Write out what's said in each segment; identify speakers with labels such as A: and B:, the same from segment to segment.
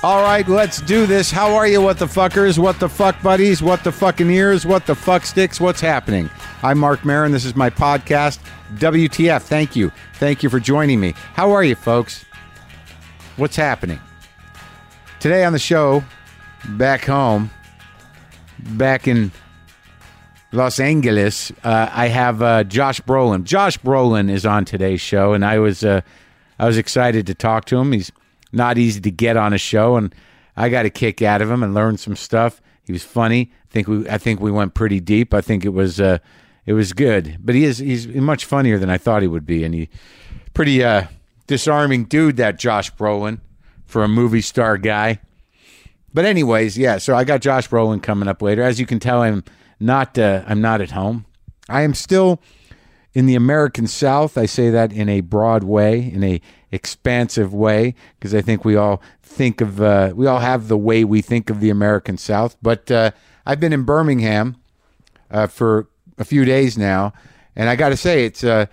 A: All right, let's do this. How are you, what the fuckers? What the fuck buddies? What the fucking ears? What the fuck sticks? What's happening? I'm Mark Marin. This is my podcast, WTF. Thank you. Thank you for joining me. How are you, folks? What's happening? Today on the show, back home, back in Los Angeles, uh, I have uh, Josh Brolin. Josh Brolin is on today's show, and I was uh, I was excited to talk to him. He's not easy to get on a show, and I got a kick out of him and learned some stuff. He was funny. I think we I think we went pretty deep. I think it was uh, it was good. But he is he's much funnier than I thought he would be, and he pretty uh, disarming dude that Josh Brolin for a movie star guy. But anyways, yeah. So I got Josh Brolin coming up later. As you can tell, I'm not. Uh, I'm not at home. I am still in the American South. I say that in a broad way, in a expansive way, because I think we all think of. Uh, we all have the way we think of the American South. But uh, I've been in Birmingham uh, for a few days now, and I got to say it's uh,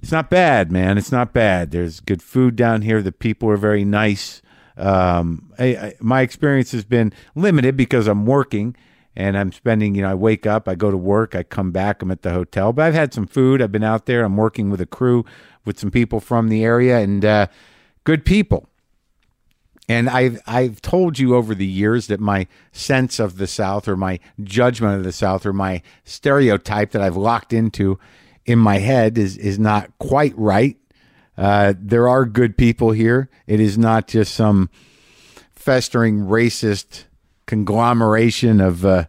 A: it's not bad, man. It's not bad. There's good food down here. The people are very nice. Um, I, I, my experience has been limited because I'm working and I'm spending. You know, I wake up, I go to work, I come back, I'm at the hotel. But I've had some food. I've been out there. I'm working with a crew with some people from the area and uh, good people. And I've I've told you over the years that my sense of the South or my judgment of the South or my stereotype that I've locked into in my head is is not quite right. Uh, there are good people here. It is not just some festering racist conglomeration of uh,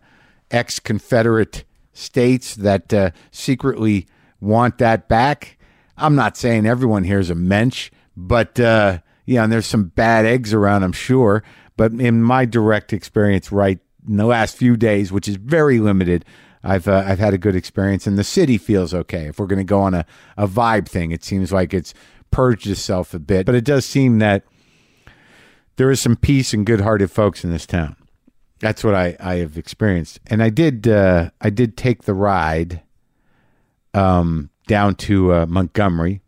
A: ex Confederate states that uh, secretly want that back. I'm not saying everyone here is a mensch, but uh, yeah, and there's some bad eggs around, I'm sure. But in my direct experience, right in the last few days, which is very limited, I've uh, I've had a good experience, and the city feels okay. If we're going to go on a, a vibe thing, it seems like it's purged itself a bit, but it does seem that there is some peace and good-hearted folks in this town. That's what I, I have experienced, and I did uh, I did take the ride um, down to uh, Montgomery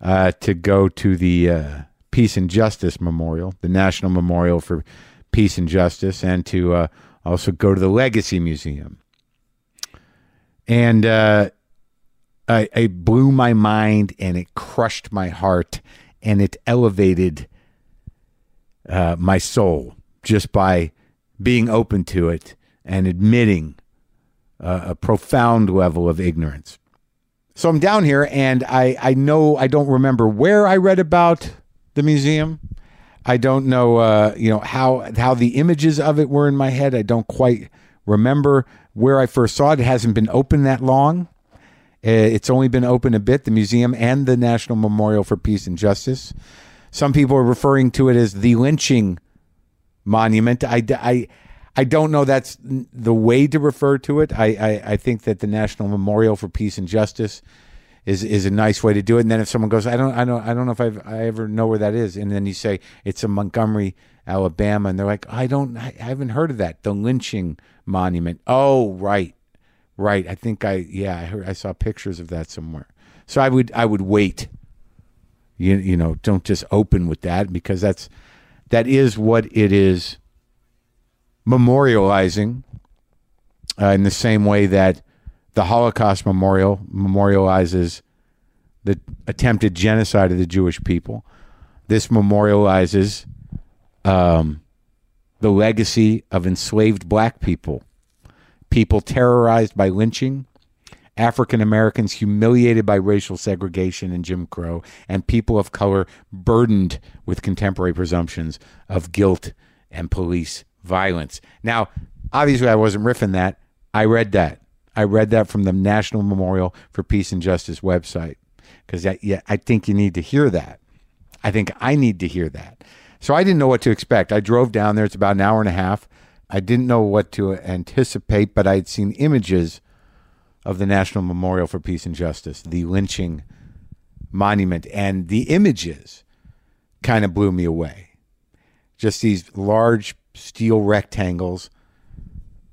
A: uh, to go to the uh, Peace and Justice Memorial, the National Memorial for Peace and Justice, and to uh, also go to the Legacy Museum. And uh, I, I blew my mind, and it crushed my heart, and it elevated uh, my soul just by being open to it and admitting uh, a profound level of ignorance. So I'm down here, and I, I know I don't remember where I read about the museum. I don't know, uh, you know how how the images of it were in my head. I don't quite remember where I first saw it. It hasn't been open that long. Uh, It's only been open a bit. The museum and the National Memorial for Peace and Justice. Some people are referring to it as the lynching monument. I, I, I don't know that's n- the way to refer to it. I, I, I think that the National Memorial for Peace and Justice is, is a nice way to do it. And then if someone goes, I don't, I don't, I don't know if I've, I ever know where that is. And then you say it's in Montgomery, Alabama. And they're like, I don't, I I haven't heard of that. The lynching monument. Oh, right. Right. I think I, yeah, I heard, I saw pictures of that somewhere. So I would, I would wait you you know don't just open with that because that's that is what it is memorializing uh, in the same way that the Holocaust memorial memorializes the attempted genocide of the Jewish people. This memorializes um, the legacy of enslaved black people, people terrorized by lynching, African Americans humiliated by racial segregation and Jim Crow, and people of color burdened with contemporary presumptions of guilt and police violence. Now, obviously, I wasn't riffing that. I read that. I read that from the National Memorial for Peace and Justice website because yeah, I think you need to hear that. I think I need to hear that. So I didn't know what to expect. I drove down there. It's about an hour and a half. I didn't know what to anticipate, but I had seen images of the National Memorial for Peace and Justice, the lynching monument, and the images kind of blew me away. Just these large steel rectangles,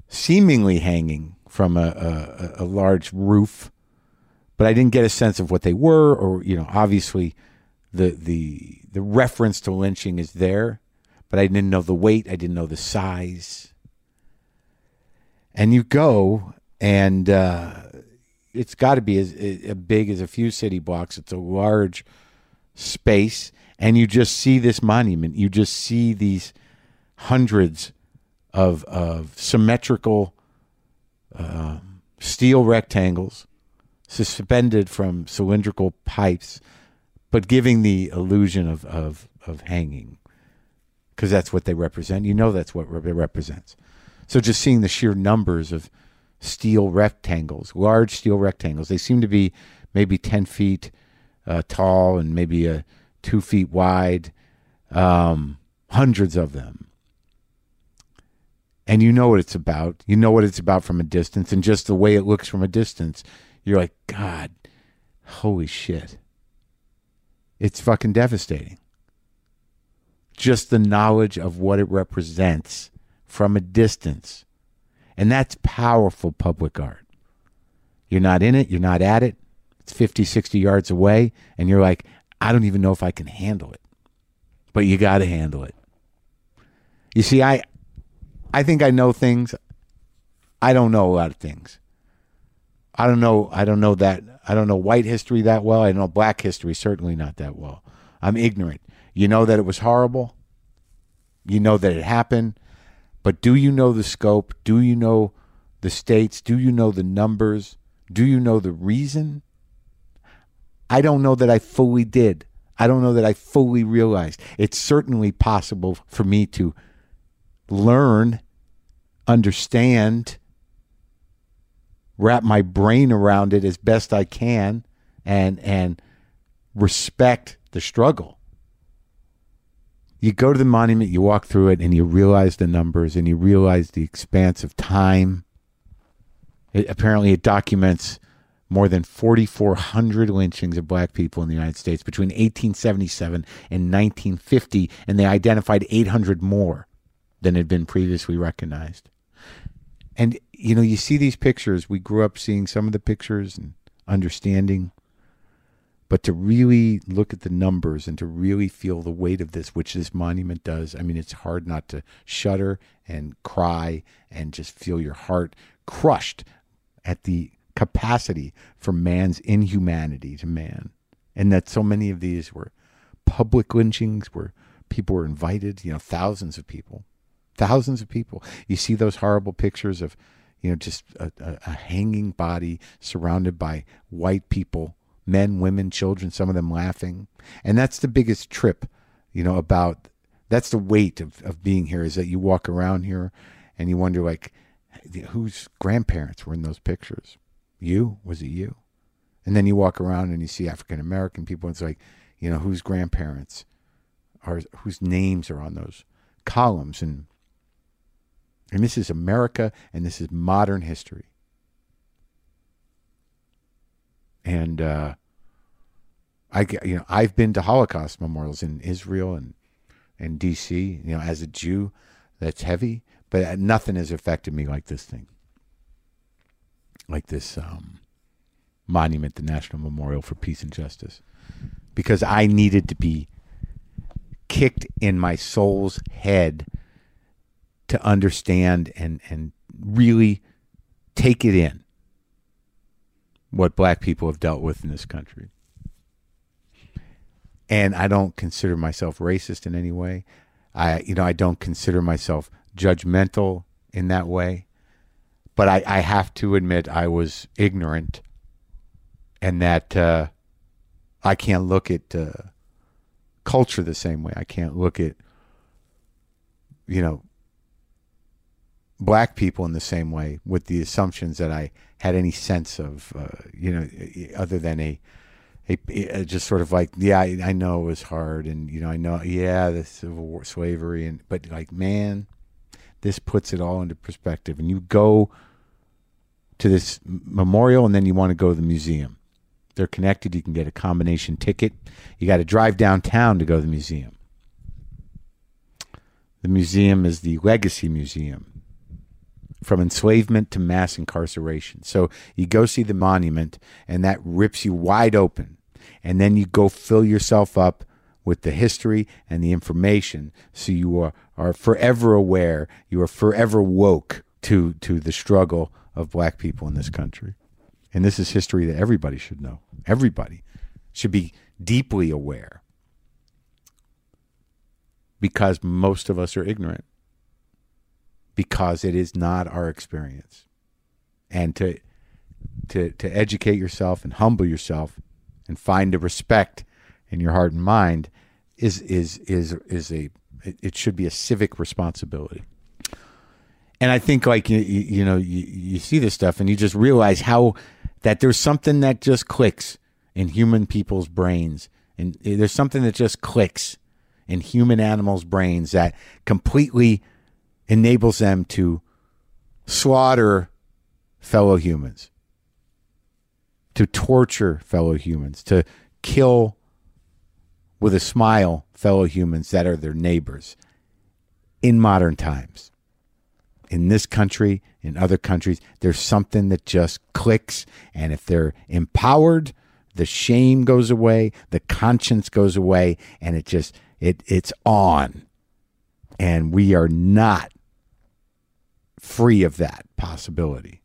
A: seemingly hanging from a, a, a- a large roof, but I didn't get a sense of what they were, or you know, obviously, the the the reference to lynching is there, but I didn't know the weight. I didn't know the size. And you go, and uh, it's got to be as, as big as a few city blocks. It's a large space, and you just see this monument. You just see these hundreds of of symmetrical um steel rectangles suspended from cylindrical pipes, but giving the illusion of of, of hanging because that's what they represent. You know that's what re- it represents. So just seeing the sheer numbers of steel rectangles, large steel rectangles, they seem to be maybe ten feet uh, tall and maybe a two feet wide, um, hundreds of them and you know what it's about. You know what it's about from a distance, and just the way it looks from a distance, you're like, God, holy shit. It's fucking devastating. Just the knowledge of what it represents from a distance. And that's powerful public art. You're not in it, you're not at it. It's 50, 60 yards away, and you're like, I don't even know if I can handle it. But you got to handle it. You see, I, I think I know things. I don't know a lot of things. I don't know. I don't know that. I don't know white history that well. I don't know black history certainly not that well. I'm ignorant. You know that it was horrible. You know that it happened. But do you know the scope? Do you know the states? Do you know the numbers? Do you know the reason? I don't know that I fully did. I don't know that I fully realized. It's certainly possible for me to learn, understand, wrap my brain around it as best I can and and respect the struggle. You go to the monument, you walk through it and you realize the numbers and you realize the expanse of time. It, apparently it documents more than 4400 lynchings of black people in the United States between 1877 and 1950 and they identified 800 more than had been previously recognized. And you know, you see these pictures. We grew up seeing some of the pictures and understanding, but to really look at the numbers and to really feel the weight of this, which this monument does, I mean, it's hard not to shudder and cry and just feel your heart crushed at the capacity for man's inhumanity to man, and that so many of these were public lynchings where people were invited, you know, thousands of people thousands of people. You see those horrible pictures of, you know, just a, a, a hanging body surrounded by white people, men, women, children, some of them laughing. And that's the biggest trip, you know, about that's the weight of, of being here is that you walk around here and you wonder, like, whose grandparents were in those pictures? You? Was it you? And then you walk around and you see African American people. And it's like, you know, whose grandparents are, whose names are on those columns and and this is America and this is modern history. And uh, I get- you know I've been to Holocaust memorials in Israel and and DC. You know, as a Jew, that's heavy, but uh, nothing has affected me like this thing, like this um, monument, the National Memorial for Peace and Justice, because I needed to be kicked in my soul's head to understand and and really take it in what black people have dealt with in this country. And I don't consider myself racist in any way. I you know, I don't consider myself judgmental in that way. But I, I have to admit I was ignorant and that uh, I can't look at uh, culture the same way. I can't look at you know black people in the same way with the assumptions that I had any sense of, uh, you know, other than a, a, e, a- just sort of like, yeah, I, I know it was hard, and you know, I know, yeah, the Civil War, slavery, and but like, man, this puts it all into perspective. And you go to this m- memorial, and then you want to go to the museum. They're connected. You can get a combination ticket. You got to drive downtown to go to the museum. The museum is the Legacy Museum from enslavement to mass incarceration. So you go see the monument, and that rips you wide open. And then you go fill yourself up with the history and the information so you are, are forever aware, you are forever woke to, to the struggle of black people in this country. And this is history that everybody should know. Everybody should be deeply aware because most of us are ignorant because it is not our experience. And to to to educate yourself and humble yourself and find a respect in your heart and mind is is is is a it- it should be a civic responsibility. And I think like you, you you know you, you see this stuff and you just realize how that there's something that just clicks in human people's brains and eh, there's something that just clicks in human animals' brains that completely enables them to slaughter fellow humans, to torture fellow humans, to kill with a smile fellow humans that are their neighbors in modern times. In this country, in other countries, there's something that just clicks. And if they're empowered, the shame goes away, the conscience goes away, and it just, it, it's on. And we are not free of that possibility.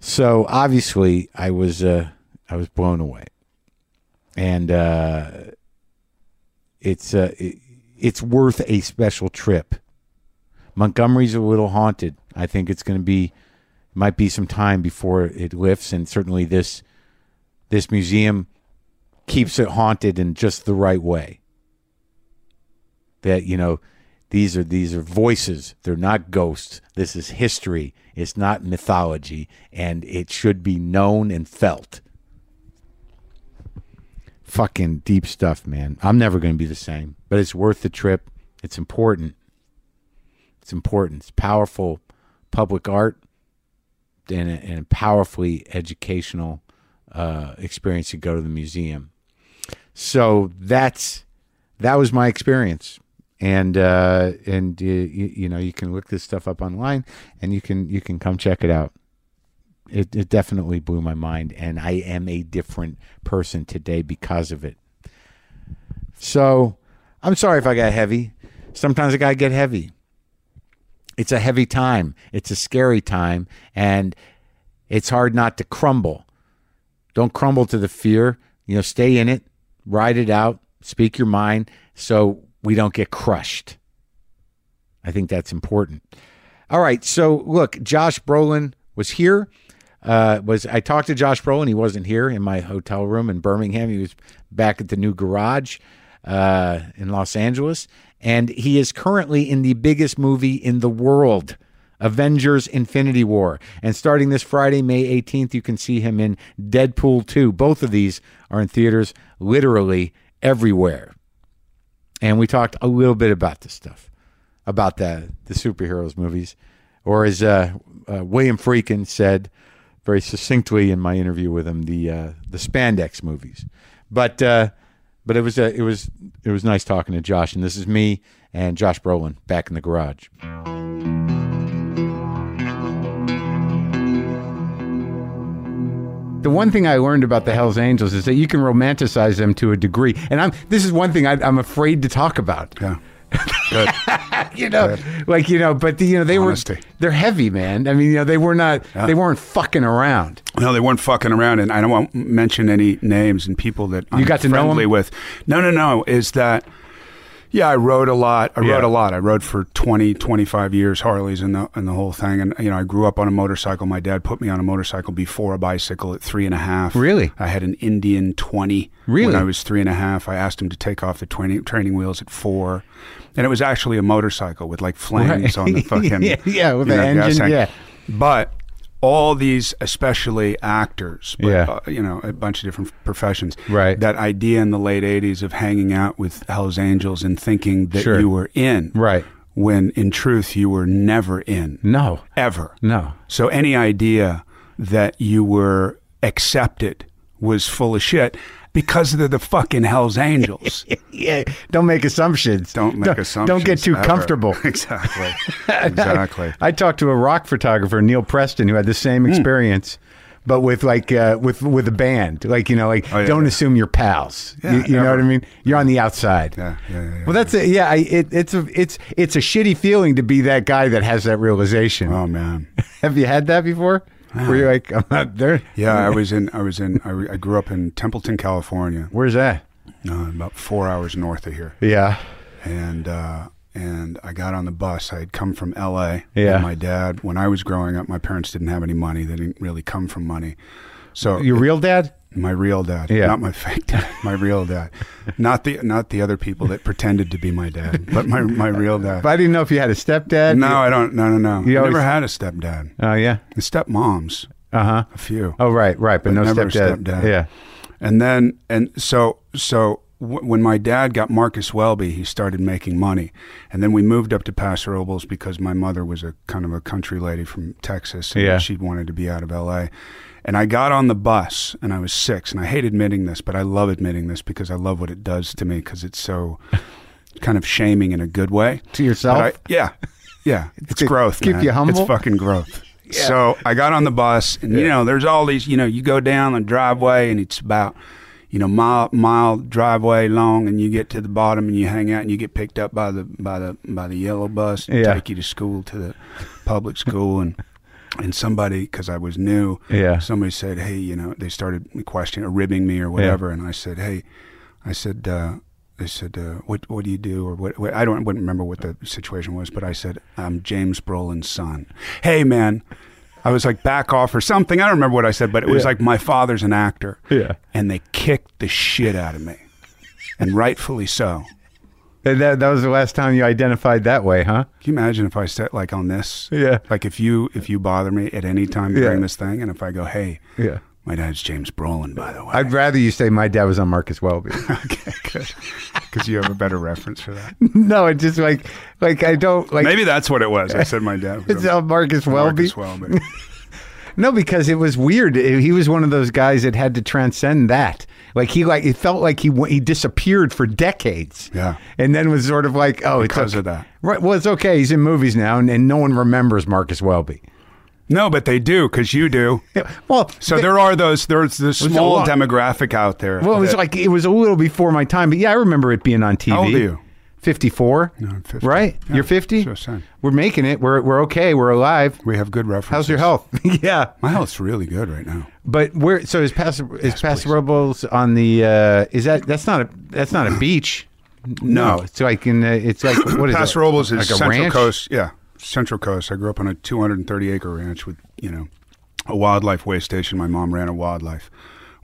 A: So obviously, I was uh, I was blown away, and uh, it's uh, it, it's worth a special trip. Montgomery's a little haunted. I think it's going to be might be some time before it lifts, and certainly this this museum keeps it haunted in just the right way that you know these are these are voices they're not ghosts this is history it's not mythology and it should be known and felt fucking deep stuff man i'm never going to be the same but it's worth the trip it's important it's important it's powerful public art and a, and a powerfully educational uh, experience to go to the museum so that's that was my experience and uh and uh, you, you know you can look this stuff up online and you can you can come check it out it, it definitely blew my mind and i am a different person today because of it so i'm sorry if i got heavy sometimes i gotta get heavy it's a heavy time it's a scary time and it's hard not to crumble don't crumble to the fear you know stay in it ride it out speak your mind so we don't get crushed i think that's important all right so look josh brolin was here uh, was I talked to Josh Brolin? He wasn't here in my hotel room in Birmingham. He was back at the new garage uh, in Los Angeles, and he is currently in the biggest movie in the world, Avengers Infinity War. And starting this Friday, May 18th, you can see him in Deadpool 2. Both of these are in theaters literally everywhere. And we talked a little bit about this stuff, about the, the superheroes movies. Or as uh, uh, William Freakin said very succinctly in my interview with him, the uh, the spandex movies. But uh, but it was uh, it was it was nice talking to Josh, and this is me and Josh Brolin back in the garage. the one thing I learned about the Hells Angels is that you can romanticize them to a degree, and I'm this is one thing I, I'm afraid to talk about.
B: Yeah. Good.
A: You know, like you know, but the, you know they
B: Honesty.
A: were they're heavy, man. I mean, you know, they were not they weren't fucking around.
B: no, they weren't fucking around, and I don't want to mention any names and people that I'm
A: You got to know 'em?
B: friendly with. No, no, no. Is that yeah? I rode a lot. I
A: Yeah.
B: rode a lot. I rode for 20, 25 years Harleys and the and the whole thing. And you know, I grew up on a motorcycle. My dad put me on a motorcycle before a bicycle at three and a half.
A: Really?
B: I had an Indian twenty.
A: Really?
B: When I was three and a half, I asked him to take off the training training wheels at four, and it was actually a motorcycle with like flames on the fucking
A: Yeah, yeah, with
B: you
A: the
B: know, gas
A: engine,
B: tank.
A: yeah.
B: But all these, especially actors, but,
A: Yeah.
B: uh, you know, a bunch of different professions.
A: Right.
B: That idea in the late 80s of hanging out with Hells Angels and thinking that
A: Sure.
B: you were in.
A: Right.
B: When in truth, you were never in.
A: No,
B: Ever.
A: no.
B: So any idea that you were accepted was full of shit because they're the fucking Hells Angels.
A: Yeah, don't make assumptions.
B: Don't make assumptions.
A: Don't get too
B: ever.
A: comfortable.
B: exactly. Exactly. Hmm.
A: I talked to a rock photographer, Neil Preston, who had the same experience but with like uh, with with a band. Like you know, like
B: Oh, yeah,
A: don't
B: yeah.
A: assume you're pals.
B: Yeah,
A: you you know
B: never.
A: what I mean? You're on the outside.
B: Yeah, yeah, yeah, yeah.
A: Well, that's it. Yeah, I, it, it's a it's it's a shitty feeling to be that guy that has that realization.
B: Oh man.
A: Have you had that before? Were you like, I'm not there?
B: Yeah, I was in. I was in. I, re- I grew up in Templeton, California,
A: Where's that?
B: uh, about four hours north of here,
A: Yeah.
B: and uh, and I got on the bus. I had come from L.A.
A: Yeah.
B: And my dad, when I was growing up, my parents didn't have any money. They didn't really come from money. So
A: Your real dad?
B: my real dad,
A: Yeah.
B: not my fake dad, my real dad, not the not the other people that pretended to be my dad, but my my real dad.
A: But I didn't know if you had a stepdad.
B: no, I don't. No, no, no.
A: You
B: I
A: always-
B: never had a stepdad.
A: Oh yeah.
B: And Stepmoms,
A: Uh huh.
B: a few.
A: Oh right, right, but, no
B: never a
A: stepdad.
B: stepdad.
A: Yeah.
B: And then, and so, so w- when my dad got Marcus Welby, he started making money. And then we moved up to Paso Robles because my mother was a kind of a country lady from Texas. And
A: Yeah.
B: She wanted to be out of LA. And I got on the bus and I was six. And I hate admitting this, but I love admitting this because I love what it does to me because it's so kind of shaming in a good way.
A: To yourself?
B: But I- yeah. Yeah. It's
A: good-
B: growth.
A: keep
B: man.
A: you humble?
B: It's fucking growth. So I got on the bus, and you know, there's all these. You know, you go down the driveway, and it's about, you know, mile mile driveway long, and you get to the bottom, and you hang out, and you get picked up by the by the by the yellow bus, and
A: Yeah.
B: take you to school to the public school, and and somebody because I was new,
A: Yeah.
B: somebody said, hey, you know, they started questioning or ribbing me or whatever, and I said, hey, I said, uh, they said, uh, what what do you do or what, what I don't wouldn't remember what the situation was, but I said, I'm James Brolin's son. Hey man, I was like back off or something. I don't remember what I said, but it was like my father's an actor.
A: Yeah.
B: and they kicked the shit out of me, and rightfully so.
A: And that that was the last time you identified that way, huh?
B: Can you imagine if I sat like on this?
A: Yeah.
B: Like if you if you bother me at any time during
A: Yeah.
B: this thing, and if I go, hey,
A: Yeah.
B: my dad's James Brolin, by the way.
A: I'd rather you say my dad was on Marcus Welby.
B: okay, good, because you have a better reference for that.
A: no, it's just like like I don't like
B: Maybe that's what it was. I said my dad. Was
A: it's on Marcus Welby.
B: Marcus Welby.
A: No, because it was weird. It- He was one of those guys that had to transcend that. Like he like it felt like he went, he disappeared for decades.
B: Yeah.
A: and then was sort of like oh it's
B: Because
A: okay.
B: of that.
A: Right. Well, it's okay. He's in movies now, and, and no one remembers Marcus Welby.
B: No, but they do because you do.
A: Yeah, Well,
B: So
A: they-
B: there are those. There's this
A: a
B: small
A: lot.
B: demographic out there.
A: Well, it was
B: that-
A: like it was a little before my time, but yeah, I remember it being on TV.
B: old are you?
A: Fifty-four. No,
B: I'm 50.
A: Right?
B: Yeah,
A: You're fifty.
B: sure, son.
A: We're making it. We're we're okay. We're alive.
B: we have good references.
A: How's your health? yeah.
B: My health's really good right now.
A: But where? So is Paso is Paso Robles on the? Uh, is that that's not a that's not a beach?
B: No.
A: it's like in a, it's like what is
B: Paso
A: it?
B: Robles is
A: like a
B: Central
A: ranch?
B: Coast. Yeah, Central Coast. I grew up on a 230 acre ranch with you know a wildlife way station. My mom ran a wildlife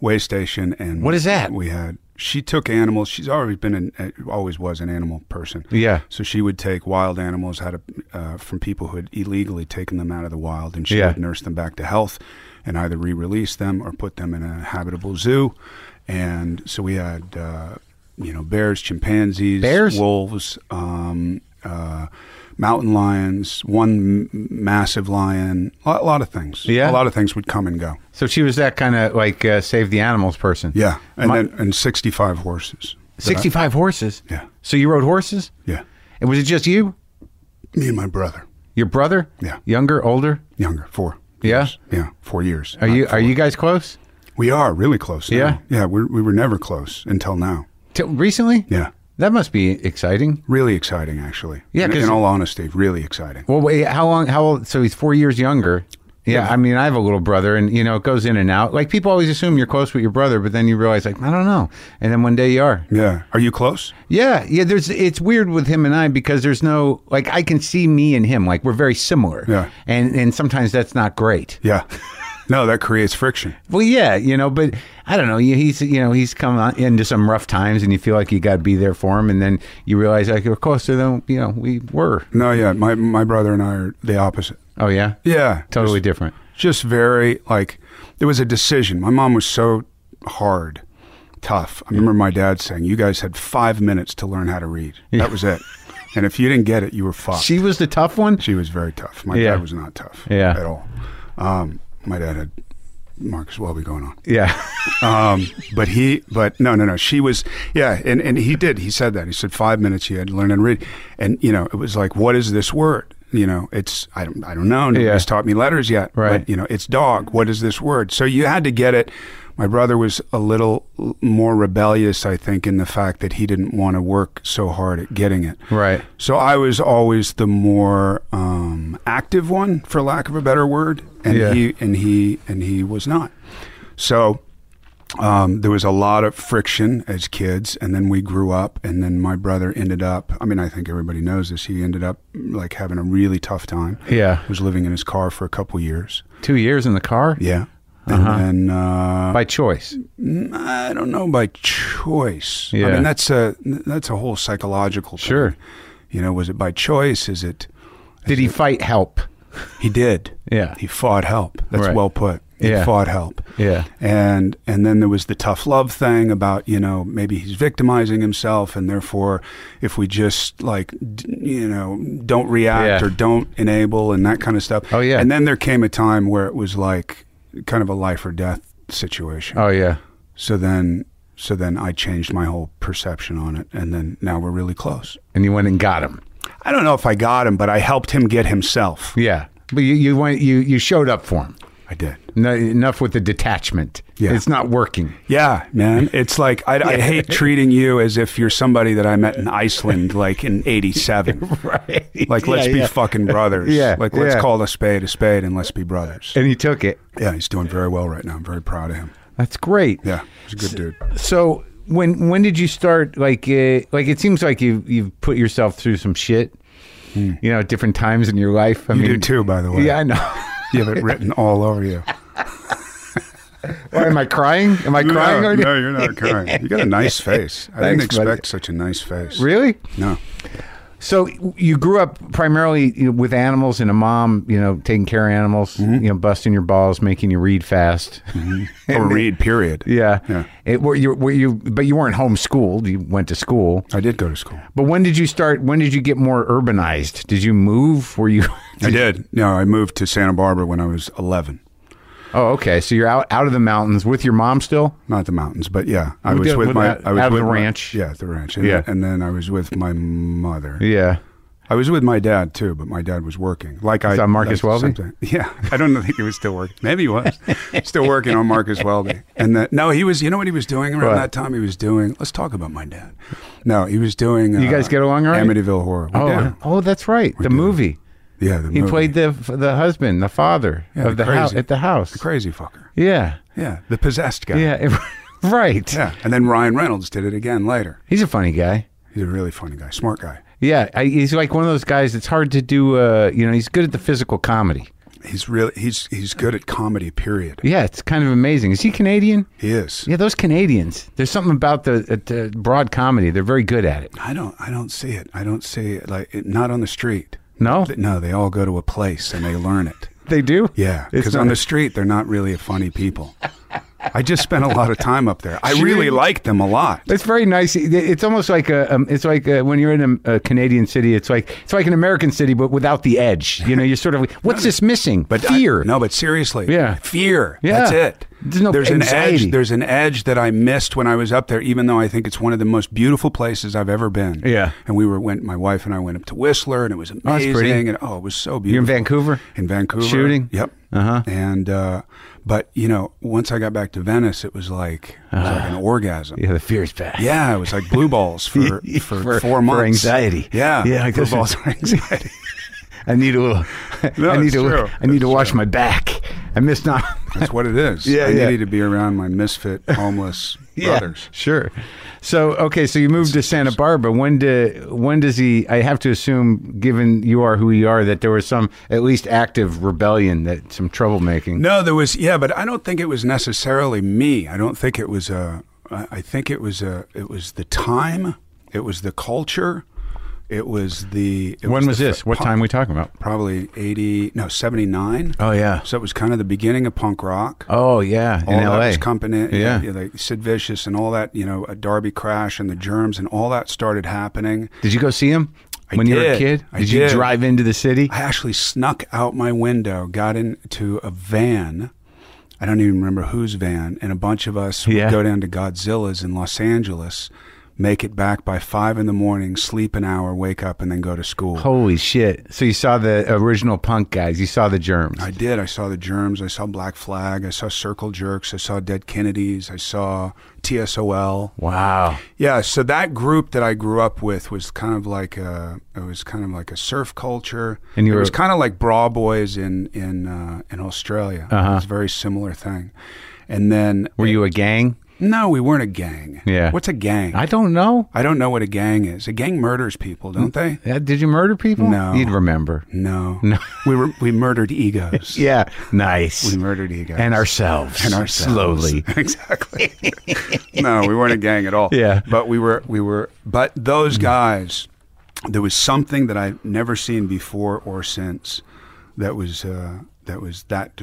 B: way station, and
A: What is that?
B: We had. She took animals. She's always been an uh, always was an animal person.
A: Yeah.
B: So she would take wild animals out of uh, from people who had illegally taken them out of the wild, and she
A: Yeah.
B: would nurse them back to health, and either re-release them or put them in a habitable zoo. And so we had, uh, you know, bears, chimpanzees,
A: Bears?
B: wolves, um, uh, mountain lions, one m- massive lion, a lot, lot of things.
A: Yeah.
B: a lot of things would come and go.
A: So she was that kind of like uh, save the animals person.
B: Yeah, and
A: My-
B: then and sixty-five horses. That I-
A: sixty-five horses.
B: Yeah.
A: So you rode horses,
B: yeah,
A: and was it just you,
B: me and my brother,
A: your brother?
B: Yeah.
A: Younger, older?
B: younger, four.
A: Yeah.
B: Yeah, four years.
A: Are
B: Not
A: you
B: four.
A: are you guys close?
B: We are really close. Now.
A: Yeah?
B: yeah. We're, we were never close until now.
A: Till recently?
B: Yeah,
A: That must be exciting.
B: really exciting, actually.
A: Yeah,
B: in,
A: 'cause-
B: in all honesty, really exciting.
A: Well, wait, how long? How old? So he's four years younger. Yeah, I mean, I have a little brother, and you know, it goes in and out. Like people always assume you're close with your brother, but then you realize, like, I don't know. And then one day you are.
B: Yeah, are you close?
A: Yeah, yeah. There's it's weird with him and I because there's no like I can see me and him like we're very similar.
B: Yeah.
A: and and sometimes that's not great.
B: Yeah. No, that creates friction.
A: Well, yeah, you know, but I don't know. you- He's you know he's come on into some rough times, and you feel like you got to be there for him, and then you realize like you're closer than you know we were.
B: No, yeah, my my brother and I are the opposite.
A: Oh yeah,
B: Yeah,
A: totally different.
B: just very like there was a decision. My mom was so hard, tough. I remember my dad saying, "You guys had five minutes to learn how to read. That was it, and if you didn't get it, you were fucked."
A: She was the tough one.
B: She was very tough. My
A: Yeah.
B: dad was not tough
A: Yeah.
B: at all. Um, my dad had Marcus Welby going on.
A: Yeah.
B: Um, but he, but no, no, no. She was, yeah, and, and he did. He said that. He said five minutes he had to learn and read. And, you know, it was like, what is this word? you know, it's I don't I don't know.
C: Yeah.
B: Nobody's taught me letters yet.
C: Right.
B: But, you know, it's dog. What is this word? So you had to get it. My brother was a little l- more rebellious, I think, in the fact that he didn't want to work so hard at getting it.
C: Right.
B: So I was always the more um, active one, for lack of a better word, and
C: Yeah.
B: he and he and he was not. So um, there was a lot of friction as kids, and then we grew up, and then my brother ended up. I mean, I think everybody knows this. He ended up like having a really tough time.
C: Yeah.
B: was living in his car for a couple years.
C: Two years in the car
B: Yeah, and
C: Uh-huh.
B: then uh,
C: by choice.
B: Mm, I don't know by choice.
C: Yeah.
B: I mean that's a that's a whole psychological. Thing.
C: Sure.
B: You know, was it by choice? Is it?
C: Did he fight help?
B: He did.
C: Yeah.
B: He fought help. That's
C: Right.
B: well put. He
C: Yeah.
B: fought help.
C: Yeah.
B: And and then there was the tough love thing about you know maybe he's victimizing himself and therefore if we just like d- you know don't react
C: Yeah.
B: or don't enable and that kind of stuff.
C: Oh, yeah.
B: And then there came a time where it was like kind of a life or death situation.
C: Oh yeah.
B: So then, so then I changed my whole perception on it, and then now we're really close.
C: And you went and got him.
B: I don't know if I got him, but I helped him get himself.
C: Yeah. But you, you went you you showed up for him.
B: I did.
C: No, enough with the detachment.
B: Yeah.
C: It's not working.
B: Yeah, man. It's like I, I hate treating you as if you're somebody that I met in Iceland, like in '87.
C: Right.
B: Like let's be fucking brothers.
C: Yeah,
B: Like let's
C: yeah.
B: call a spade a spade and let's be brothers.
C: and he took it.
B: Yeah, he's doing very well right now. I'm very proud of him.
C: That's great.
B: Yeah, he's a good dude.
C: So when when did you start like uh, like it seems like you you've put yourself through some shit. You know, at different times in your life. I
B: You
C: mean,
B: do too, by the way.
C: Yeah, I know.
B: you have it written all over you.
C: Why, am I crying? Am I crying?
B: no,
C: right now?
B: no, you're not crying. You got a nice face. I didn't
C: Thanks, buddy.
B: expect such a nice face.
C: Really?
B: No.
C: So you grew up primarily you know, with animals and a mom, you know, taking care of animals,
B: Mm-hmm.
C: you know, busting your balls, making you read fast.
B: or read period
C: Yeah.
B: Mm-hmm. Yeah.
C: It, were you, were you, but you weren't homeschooled. You went to school.
B: i did go to school
C: But when did you start? When did you get more urbanized? Did you move? Were you?
B: i did no i moved to santa barbara when i was 11
C: oh, okay. So you're out out of the mountains with your mom still.
B: not the mountains but yeah i
C: We
B: was
C: did-
B: with
C: with
B: my
C: that-
B: i was
C: out of
B: with
C: the
B: my-
C: ranch.
B: yeah the ranch and,
C: Yeah.
B: and then i was with my mother
C: Yeah.
B: i was with my dad too but my dad was working like i
C: that Marcus
B: that's
C: Welby?
B: something- yeah i don't think he was still working maybe he was still working on marcus welby and that no he was you know what he was doing around
C: What?
B: that time he was doing let's talk about my dad no he was doing uh,
C: You guys get along all right?
B: amityville horror we
C: Oh,
B: did.
C: oh, that's right. the
B: did.
C: movie.
B: yeah the
C: He played the the husband, the father
B: Yeah,
C: of the
B: the
C: house
B: crazy-
C: at the house.
B: crazy fucker
C: yeah.
B: yeah the possessed guy
C: Yeah. right.
B: Yeah, and then Ryan Reynolds did it again later.
C: He's a funny guy.
B: He's a really funny guy, smart guy.
C: Yeah, I, he's like one of those guys that's hard to do. Uh, you know, he's good at the physical comedy.
B: He's really he's he's good at comedy. Period.
C: Yeah, it's kind of amazing. Is he Canadian?
B: He is.
C: Yeah, those Canadians. There's something about the, uh, the broad comedy. They're very good at it.
B: I don't I don't see it. I don't see it like it, not on the street.
C: No,
B: Th- No, they all go to a place and they learn it.
C: they do.
B: Yeah,
C: It's
B: because on
C: not-
B: the street they're not really funny people. I just spent a lot of time up there. I
C: Sure.
B: really liked them a lot.
C: It's very nice. It- It's almost like a. Um, it's like uh when you're in a, a Canadian city. It's like it's like an American city, but without the edge. You know, you're sort of like, what's this missing? But
B: I-
C: fear.
B: no, but seriously.
C: Yeah.
B: Fear.
C: Yeah.
B: That's it.
C: There's no
B: an
C: anxiety.
B: edge. There's an edge that I missed when I was up there, even though I think it's one of the most beautiful places I've ever been.
C: Yeah.
B: And we were went my wife and I went up to Whistler and it was
C: that's
B: amazing.
C: pretty.
B: and oh it was so beautiful.
C: You're in Vancouver.
B: In Vancouver.
C: Shooting?
B: Yep.
C: Uh-huh.
B: And uh but you know, once I got back to Venice it was like it was like an orgasm.
C: Uh-huh. Yeah, the fear's back.
B: Yeah, it was like blue balls for, for,
C: For- for
B: four months.
C: anxiety.
B: Yeah,
C: Yeah, like
B: blue
C: this is-
B: balls for anxiety.
C: I need to.
B: No,
C: I need
B: it's
C: to.
B: true.
C: I need to wash my back. I missed not.
B: That's what it is.
C: Yeah,
B: I
C: yeah.
B: needed to be around my misfit homeless brothers.
C: sure. So okay, so you moved to Santa Barbara. When do when does he? I have to assume, given you are who you are, that there was some at least active rebellion, that some troublemaking.
B: No, there was yeah, but I don't think it was necessarily me. I don't think it was a. I I think it was a. It was the time. It was the culture. It was the. It
C: when was
B: the
C: this?
B: fir-
C: What
B: punk-
C: time we talking about?
B: Probably eighty. No, seventy nine.
C: Oh yeah.
B: So it was kind of the beginning of punk rock.
C: Oh yeah. In
B: all that
C: L.A.
B: was company,
C: Yeah.
B: yeah, like Sid Vicious and all that, you know, a Darby Crash and the Germs and all that started happening.
C: Did you go see him
B: I
C: when you were a
B: did.
C: kid?
B: I
C: you
B: did.
C: drive into the city?
B: I actually snuck out my window, got into a van. I don't even remember whose van, and a bunch of us
C: Yeah.
B: would go down to Godzilla's in Los Angeles, make it back by five in the morning, sleep an hour, wake up, and then go to school.
C: Holy shit! So you saw the original punk guys. You saw the Germs.
B: I did. I saw the Germs. I saw Black Flag. I saw Circle Jerks. I saw Dead Kennedys. I saw TSOL.
C: wow.
B: Yeah, so that group that I grew up with was kind of like a it was kind of like a surf culture,
C: And you
B: it
C: were-
B: was kind of like bra boys in in uh, in Australia. It was a very similar thing. And then
C: Uh-huh. Were you a gang?
B: no, we weren't a gang.
C: Yeah.
B: what's a gang?
C: I don't know.
B: I don't know what a gang is. A gang murders people, don't they?
C: Uh, Did you murder people?
B: No.
C: You'd remember.
B: No, no. we were, we murdered egos.
C: Yeah. Nice.
B: we murdered egos
C: and ourselves.
B: and ourselves.
C: Slowly.
B: exactly. no, we weren't a gang at all.
C: Yeah. Mm.
B: but we were. We were. But those guys, there was something that I've never seen before or since that was uh, that was that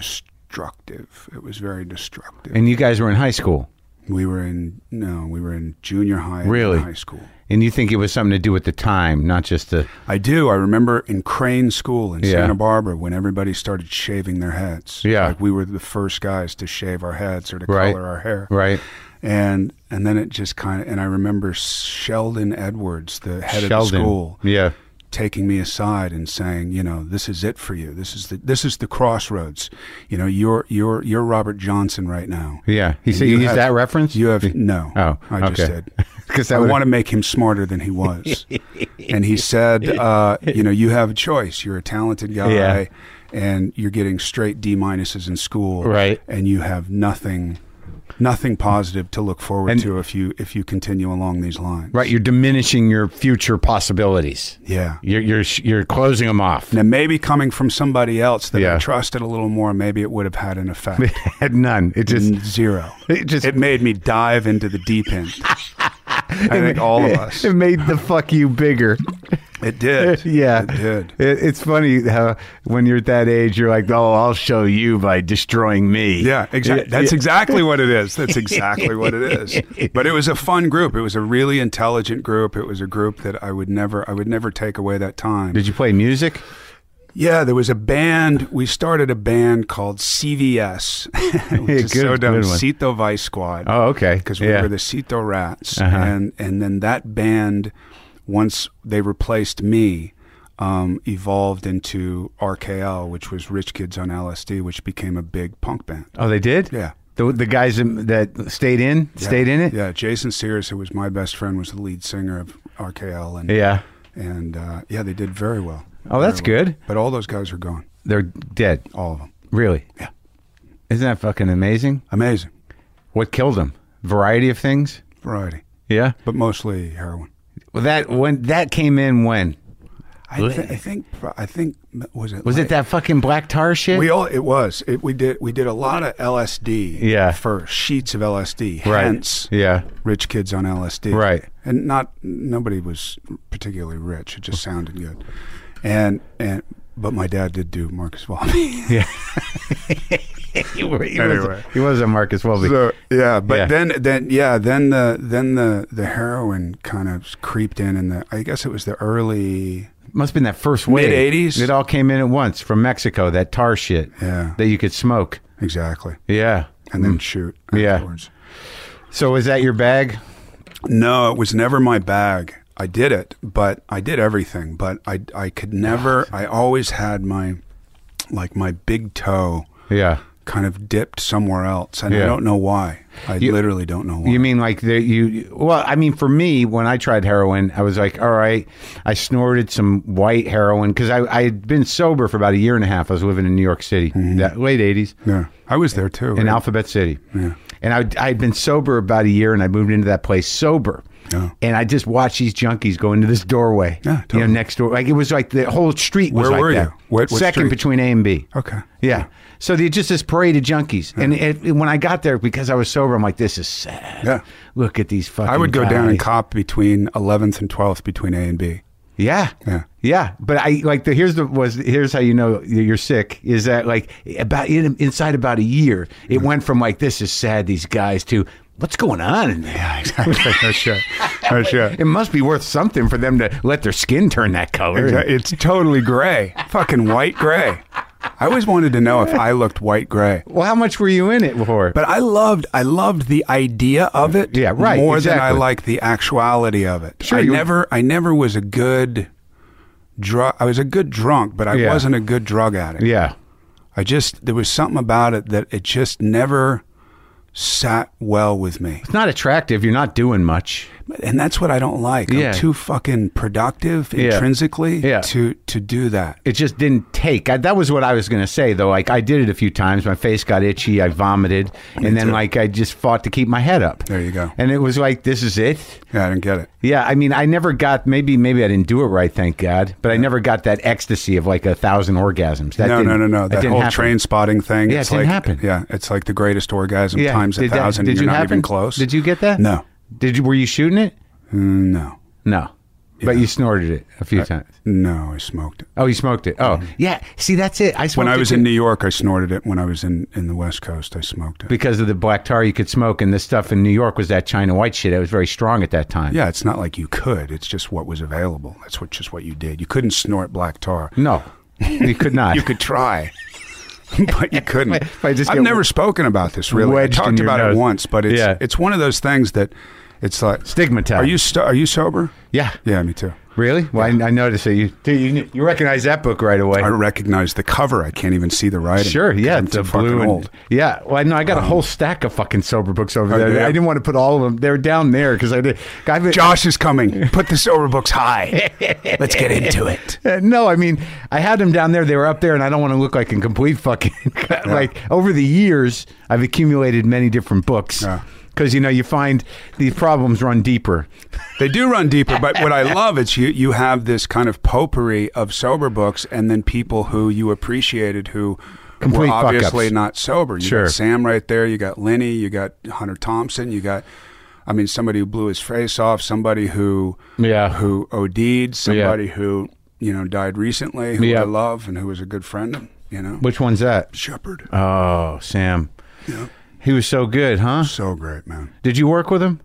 B: destructive. It was very destructive.
C: And you guys were in high school.
B: we were in no, we were in junior high, and
C: Really?
B: high school.
C: And you think it was something to do with the time, not just the.
B: I do. I remember in Crane School in
C: Yeah.
B: Santa Barbara when everybody started shaving their heads.
C: Yeah.
B: like we were the first guys to shave our heads or to
C: Right.
B: color our hair.
C: Right.
B: and and then it just kind of and I remember Sheldon Edwards, the head of the
C: Sheldon.
B: school,
C: Yeah.
B: taking me aside and saying, you know, this is it for you. This is the this is the crossroads. You know, you're you're you're Robert Johnson right now.
C: Yeah. He
B: And
C: said you,
B: you
C: used
B: have-
C: that reference?
B: You have no.
C: Oh,
B: I just
C: okay.
B: did.
C: 'Cause that
B: I
C: would've-
B: want to make him smarter than he was. and he said, uh, you know, you have a choice. You're a talented guy,
C: Yeah.
B: and you're getting straight D minuses in school,
C: Right.
B: And you have nothing, nothing positive to look forward
C: And-
B: to if you if you continue along these lines,
C: Right. You're diminishing your future possibilities.
B: Yeah.
C: You're, you're, sh- you're closing them off.
B: Now maybe coming from somebody else that
C: Yeah.
B: I trusted a little more, maybe it would have had an effect.
C: Had none. It just.
B: Zero.
C: It just-
B: it made me dive into the deep end. I think all of us.
C: It made the fuck you bigger.
B: It did.
C: Yeah.
B: It did.
C: It, it's funny how when you're at that age, you're like, oh, I'll show you by destroying me.
B: Yeah, exactly.
C: Yeah,
B: That's
C: yeah.
B: exactly what it is. That's exactly what it is. But it was a fun group. It was a really intelligent group. It was a group that I would never I would never take away that time.
C: Did you play music?
B: Yeah, there was a band. We started a band called CVS. which is
C: good-
B: so dumb.
C: good one.
B: Sito Vice Squad.
C: Oh, okay.
B: because we
C: Yeah. Uh-huh.
B: were the Sito Rats, and and then that band, once they replaced me, um, evolved into RKL, which was Rich Kids on LSD, which became a big punk band.
C: Oh, they did.
B: Yeah.
C: The, the guys that that stayed in stayed in it.
B: Yeah, Jason Sears, who was my best friend, was the lead singer of RKL, and
C: Yeah.
B: and uh, yeah, they did very well.
C: Oh, that's
B: Very well.
C: good.
B: But all those guys are gone,
C: They're dead.
B: all of them.
C: Really.
B: Yeah.
C: Isn't that fucking amazing?
B: Amazing
C: What killed them? Variety of things.
B: variety,
C: Yeah.
B: but mostly heroin.
C: Well, that when that came in when
B: I, th- I think I think was it
C: was
B: like-
C: it that fucking black tar shit?
B: We all it was it, we did we did a lot of LSD
C: Yeah.
B: first sheets of LSD
C: right.
B: hence
C: Yeah.
B: rich kids on LSD
C: Right.
B: and not nobody was particularly rich it just sounded good and and but my dad did do Marcus Valmy
C: He, wa- he
B: Anyway.
C: was, he was a Marcus Welby.
B: so yeah but
C: Yeah.
B: then then yeah then the then the the heroin kind of creeped in and the I guess it was the early
C: Must have been that first wave.
B: 80s?
C: It all came in at once from Mexico. That tar shit.
B: Yeah.
C: That you could smoke.
B: exactly
C: Yeah.
B: and then shoot
C: Mm. Yeah.
B: afterwards.
C: So was that your bag?
B: No, it was never my bag. I did it, but I did everything, but I I could never I always had my like my big toe
C: Yeah.
B: kind of dipped somewhere else and
C: Yeah.
B: I don't know why. I literally don't know why.
C: You mean like the you? Well, I mean for me, when I tried heroin, I was like, all right, I snorted some white heroin because I I had been sober for about a year and a half. I was living in New York City, that late eighties,
B: Mm-hmm. yeah. I was there too.
C: in
B: right?
C: Alphabet City,
B: Yeah.
C: and I I had been sober about a year, and I moved into that place sober.
B: Yeah.
C: And I just watched these junkies go into this doorway,
B: Yeah,
C: you
B: totally.
C: know, next door. Like it was like the whole street was
B: Where
C: like
B: were
C: that.
B: you? What- what
C: Second
B: street?
C: between A and B.
B: Okay.
C: Yeah. So they just this parade of junkies, and it, it- when I got there because I was sober, I'm like, this is sad.
B: Yeah.
C: Look at these fucking.
B: I would go down
C: guys.
B: and cop between 11th and 12th between A and B.
C: Yeah.
B: Yeah.
C: Yeah. But I like the here's the was here's how you know you're sick is that like about in, inside about a year it went from like this is sad these guys to what's going on in there.
B: Yeah, exactly. no shit. No shit.
C: It must be worth something for them to let their skin turn that color.
B: It's totally gray. Fucking white gray. I always wanted to know if I looked white gray.
C: Well, how much were you in it for?
B: But I loved I loved the idea of it.
C: Yeah, right,
B: More than I
C: exactly.
B: liked the actuality of it.
C: Sure,
B: I
C: you-
B: never I never was a good drug. I was a good drunk, but I
C: Yeah.
B: wasn't a good drug addict.
C: yeah.
B: I just there was something about it that it just never sat well with me,
C: It's not attractive. You're not doing much.
B: and that's what I don't like.
C: Yeah.
B: I'm too fucking productive
C: Yeah.
B: intrinsically
C: Yeah.
B: to to do that.
C: It just didn't take. I, that was what I was going to say, though. Like, I did it a few times. My face got itchy. I vomited. and then,
B: too.
C: like, I just fought to keep my head up.
B: There you go.
C: And it was like, this is it.
B: Yeah, I didn't get it.
C: Yeah, I mean, I never got maybe maybe I didn't do it right, thank God, but I never got that ecstasy of like a thousand orgasms. That
B: no,
C: didn't,
B: no, no, no.
C: That,
B: That
C: didn't
B: whole
C: happen.
B: train spotting thing.
C: Yeah,
B: it's
C: it didn't
B: like,
C: happen.
B: Yeah, it's like the greatest orgasm
C: Yeah.
B: times a
C: Did that-
B: thousand.
C: Did
B: and
C: you
B: you're not
C: happen?
B: even close.
C: Did you get that?
B: No.
C: Did you? Were you shooting it?
B: Mm, No,
C: No, but you snorted it a few times.
B: no, I smoked it.
C: Oh, you smoked it. Oh, yeah. See, that's it. I smoked
B: Mm-hmm. When I
C: it
B: was
C: too.
B: in New York, I snorted it. When I was in, in the West Coast, I smoked it.
C: because of the black tar you could smoke, and this stuff in New York was that China white shit. It was very strong at that time.
B: Yeah, it's not like you could. It's just what was available. That's what just what you did. You couldn't snort black tar.
C: No, you could not.
B: You could try, but you couldn't.
C: If I just
B: I've
C: get
B: never spoken about this really. I
C: wedged in
B: talked
C: your
B: about
C: nose.
B: it once, but it's
C: Yeah.
B: it's one of those things that it's like
C: Stigmatized.
B: Are you sto- are you sober?
C: Yeah.
B: Yeah, me too.
C: Really? Well, I, I noticed that you, dude, you you recognize that book right away.
B: I recognize the cover. I can't even see the writing.
C: Sure, yeah,
B: I'm
C: it's
B: too
C: a blue
B: fucking
C: and-
B: old.
C: Yeah, well, I know I got a whole stack of fucking sober books over
B: Oh,
C: there.
B: do you?
C: I didn't want to put all of them. They're down there because I did. I've been,
B: Josh is coming. Put the sober books high. Let's get into it.
C: Uh, no, I mean I had them down there. They were up there, and I don't want to look like a complete fucking like. Over the years, I've accumulated many different books
B: Yeah.
C: because you know you find these problems run deeper.
B: They do run deeper, but what I love is you you have this kind of potpourri of sober books, and then people who you appreciated who
C: Complete
B: were
C: fuck-ups.
B: obviously not sober. You
C: Sure.
B: got Sam right there. You got Lenny. You got Hunter Thompson. You got, I mean, somebody who blew his face off. Somebody who
C: Yeah.
B: who OD'd. Somebody who you know died recently. Who
C: Yeah.
B: I love and who was a good friend. You know,
C: Which one's that?
B: Shepherd.
C: Oh, Sam. He was so good, huh?
B: So great, man.
C: Did you work with him?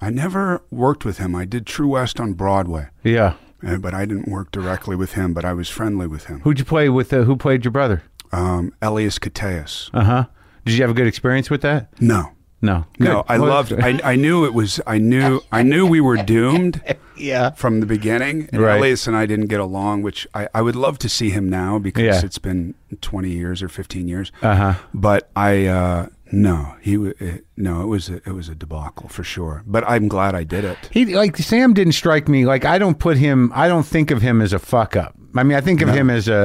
B: I never worked with him. I did True West on Broadway,
C: Yeah.
B: uh, but I didn't work directly with him. But I was friendly with him.
C: Who'd you play with? Uh, who played your brother?
B: Um, Elias Cateas.
C: Uh huh. Did you have a good experience with that?
B: No,
C: No. Good.
B: no, I
C: Well,
B: loved. I, I knew it was. I knew. I knew we were doomed
C: Yeah.
B: from the beginning. And
C: Right.
B: Elias and I didn't get along, which I, I would love to see him now because
C: Yeah.
B: it's been twenty years or fifteen years.
C: Uh-huh.
B: But I uh, no, he w- it, no, it was a, it was a debacle for sure. But I'm glad I did it.
C: He like Sam didn't strike me like I don't put him. I don't think of him as a fuck up. I mean, I think of him as a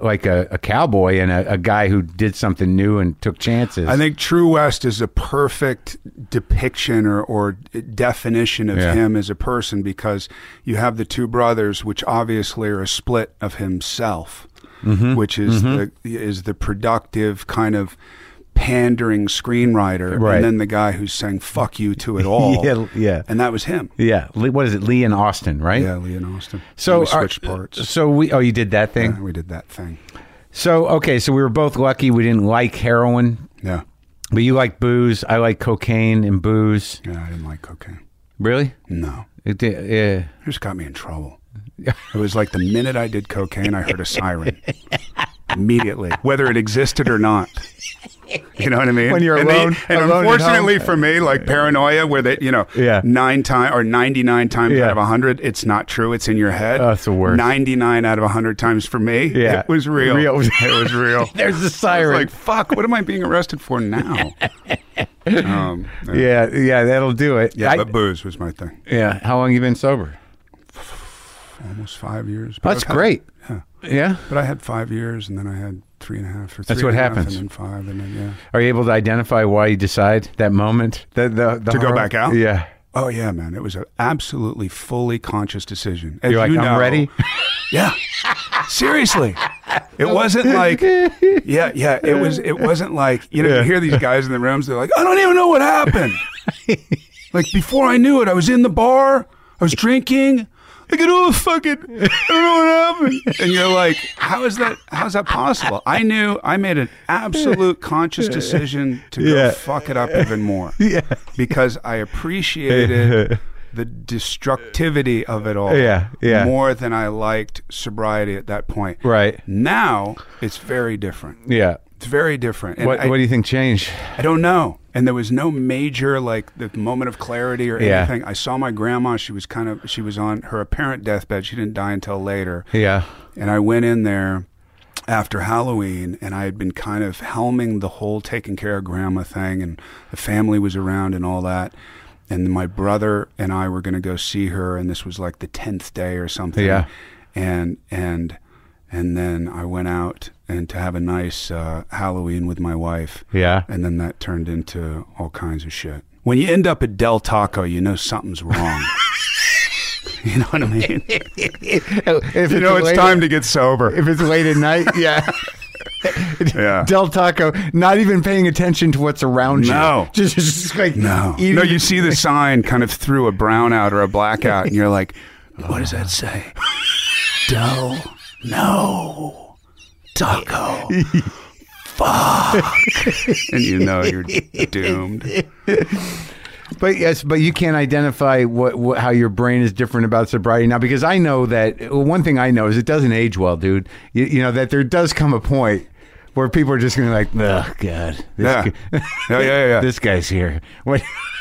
C: uh, like a, a cowboy and a, a guy who did something new and took chances.
B: I think True West is a perfect depiction or, or definition of
C: Yeah.
B: him as a person because you have the two brothers, which obviously are a split of himself,
C: Mm-hmm.
B: which is the is the productive kind of pandering screenwriter,
C: Right.
B: and then the guy who's saying "fuck you" to it all,
C: Yeah, yeah.
B: and that was him.
C: yeah, Lee, what is it, Lee and Austin, right?
B: Yeah, Lee and Austin.
C: So uh,
B: we
C: are-
B: switched parts.
C: So we oh you did that thing.
B: we did that thing.
C: So okay, so we were both lucky. We didn't like heroin,
B: Yeah,
C: but you like booze. I like cocaine and booze.
B: yeah. I didn't like cocaine.
C: Really?
B: No.
C: It, did- yeah.
B: It just got me in trouble. It was like the minute I did cocaine, I heard a siren immediately, whether it existed or not. You know what I mean?
C: When you're
B: and they-
C: alone-
B: and
C: alone at
B: unfortunately
C: home.
B: for me, like paranoia, where they, you know,
C: Yeah.
B: nine times or ninety nine times
C: Yeah.
B: out of hundred, it's not true. It's in your head.
C: Oh, it's the worst.
B: Ninety nine out of hundred times for me,
C: Yeah.
B: it was real.
C: Real.
B: It was real.
C: There's the
B: I was
C: siren.
B: like, fuck, what am I being arrested for now? um, yeah,
C: yeah, yeah, that'll do it. I-
B: but booze was my thing.
C: yeah. How long you been sober?
B: Almost five years. But
C: That's
B: I've had-
C: great.
B: Yeah.
C: Yeah.
B: But I had five years, and then I had three and a half. Or three
C: That's what
B: and a half,
C: happens.
B: And then five, and then yeah.
C: Are you able to identify why you decide that moment? The, the, the
B: To go back out?
C: Yeah.
B: Oh yeah, man! It was an absolutely fully conscious decision. As
C: You're like,
B: you
C: I'm
B: know-
C: ready.
B: Yeah. Seriously, it wasn't like yeah, yeah. It was. It wasn't like you know. You hear these guys in the rooms. They're like, I don't even know what happened. like before I knew it, I was in the bar. I was drinking. I could all fucking. I don't know what happened. And you're like, how is that? How's that possible? I knew. I made an absolute conscious decision to
C: Yeah.
B: go fuck it up even more
C: Yeah.
B: because I appreciated the destructivity of it all.
C: Yeah, yeah.
B: More than I liked sobriety at that point.
C: Right.
B: Now it's very different.
C: Yeah.
B: It's very different. And
C: What
B: I,
C: What do you think changed?
B: I don't know. And there was no major like the moment of clarity or
C: Yeah.
B: anything. I saw my grandma. She was kind of she was on her apparent deathbed. She didn't die until later.
C: Yeah.
B: And I went in there after Halloween, and I had been kind of helming the whole taking care of grandma thing, and the family was around and all that. And my brother and I were going to go see her, and this was like the tenth day or something.
C: Yeah.
B: And and and then I went out and to have a nice uh, Halloween with my wife.
C: Yeah.
B: And then that turned into all kinds of shit. When you end up at Del Taco, you know something's wrong. you know what I mean?
C: if
B: you know it's time to get sober.
C: If it's late at night, yeah.
B: Yeah.
C: Del Taco, not even paying attention to what's around
B: No.
C: you. Just, just like
B: No.
C: eating-
B: No, you see the sign kind of through a brownout or a blackout, and you're like, what does that say? Del, no, taco. Fuck. and you know you're doomed.
C: But yes, but you can't identify what, what how your brain is different about sobriety now because I know that well, one thing I know is it doesn't age well, dude. You, you know that there does come a point where people are just going to be like, oh god, this
B: Yeah.
C: guy-
B: Yeah, yeah, yeah.
C: this guy's here. When,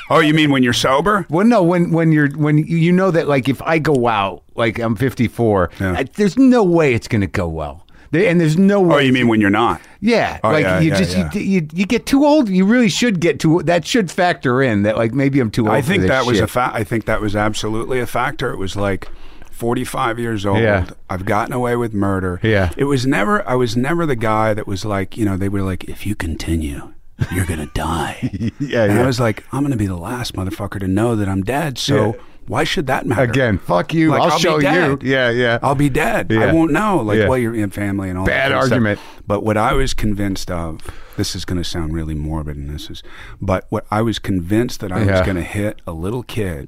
B: Oh, you mean when you're sober?
C: well, no, when when you're when you- you know that like if I go out, like I'm 54,
B: Yeah.
C: I- there's no way it's going to go well. There, and there's no way
B: Oh, you mean when you're not?
C: Yeah,
B: Oh,
C: like
B: yeah,
C: you
B: yeah,
C: just
B: yeah.
C: You, you you get too old. You really should get too. That should factor in that. Like maybe I'm too old.
B: I
C: for
B: think
C: this
B: that was
C: shit.
B: a fa- I think that was absolutely a factor. It was like 45 years old.
C: Yeah.
B: I've gotten away with murder.
C: Yeah.
B: It was never I was never the guy that was like, you know, they were like if you continue, you're going to die.
C: yeah,
B: And I
C: yeah.
B: was like, I'm going to be the last motherfucker to know that I'm dead. So
C: Yeah.
B: why should that matter?
C: Again, fuck you.
B: Like,
C: I'll,
B: I'll be
C: show you.
B: dead.
C: Yeah, yeah.
B: I'll be dead.
C: Yeah.
B: I won't know. Like,
C: Yeah.
B: well, you're in family and all
C: Bad
B: that. kind of stuff.
C: argument.
B: But what I was convinced of, this is going to sound really morbid, and this is, but what I was convinced that I was
C: Yeah.
B: going to hit a little kid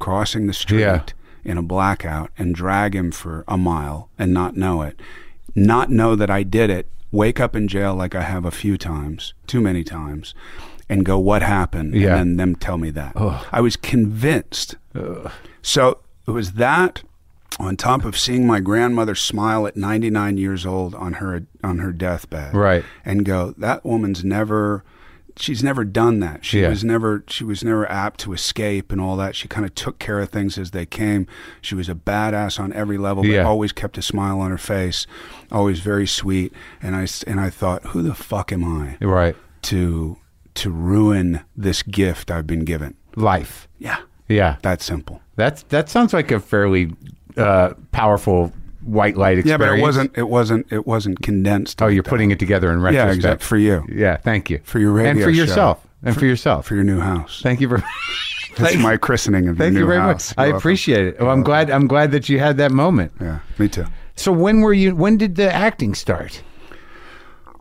B: crossing the street
C: Yeah.
B: in a blackout and drag him for a mile and not know it, not know that I did it, wake up in jail like I have a few times, too many times. And go, what happened?
C: Yeah.
B: And then them tell me that. I was convinced so it was that on top of seeing my grandmother smile at 99 years old on her on her deathbed
C: Right.
B: and go that woman's never she's never done that she
C: Yeah.
B: was never she was never apt to escape and all that she kind of took care of things as they came she was a badass on every level but
C: Yeah.
B: always kept a smile on her face always very sweet and I s- and I thought who the fuck am I
C: right.
B: to to ruin this gift I've been given
C: Life.
B: yeah
C: Yeah.
B: that simple
C: That's that sounds like a fairly uh, powerful white light experience.
B: Yeah, but it wasn't. It wasn't. It wasn't condensed.
C: Oh,
B: like
C: you're
B: that.
C: putting it together in
B: Yeah,
C: retrospect.
B: exactly. For you,
C: Yeah. Thank you
B: For your
C: and
B: radio
C: for
B: show.
C: yourself and for, yourself.
B: for your new house.
C: thank you for.
B: That's my christening of your
C: Thank
B: new
C: you very
B: house.
C: much. I
B: You're welcome.
C: appreciate it. Well, I'm glad. I'm glad that you had that moment.
B: Yeah, me too.
C: So when were you? When did the acting start?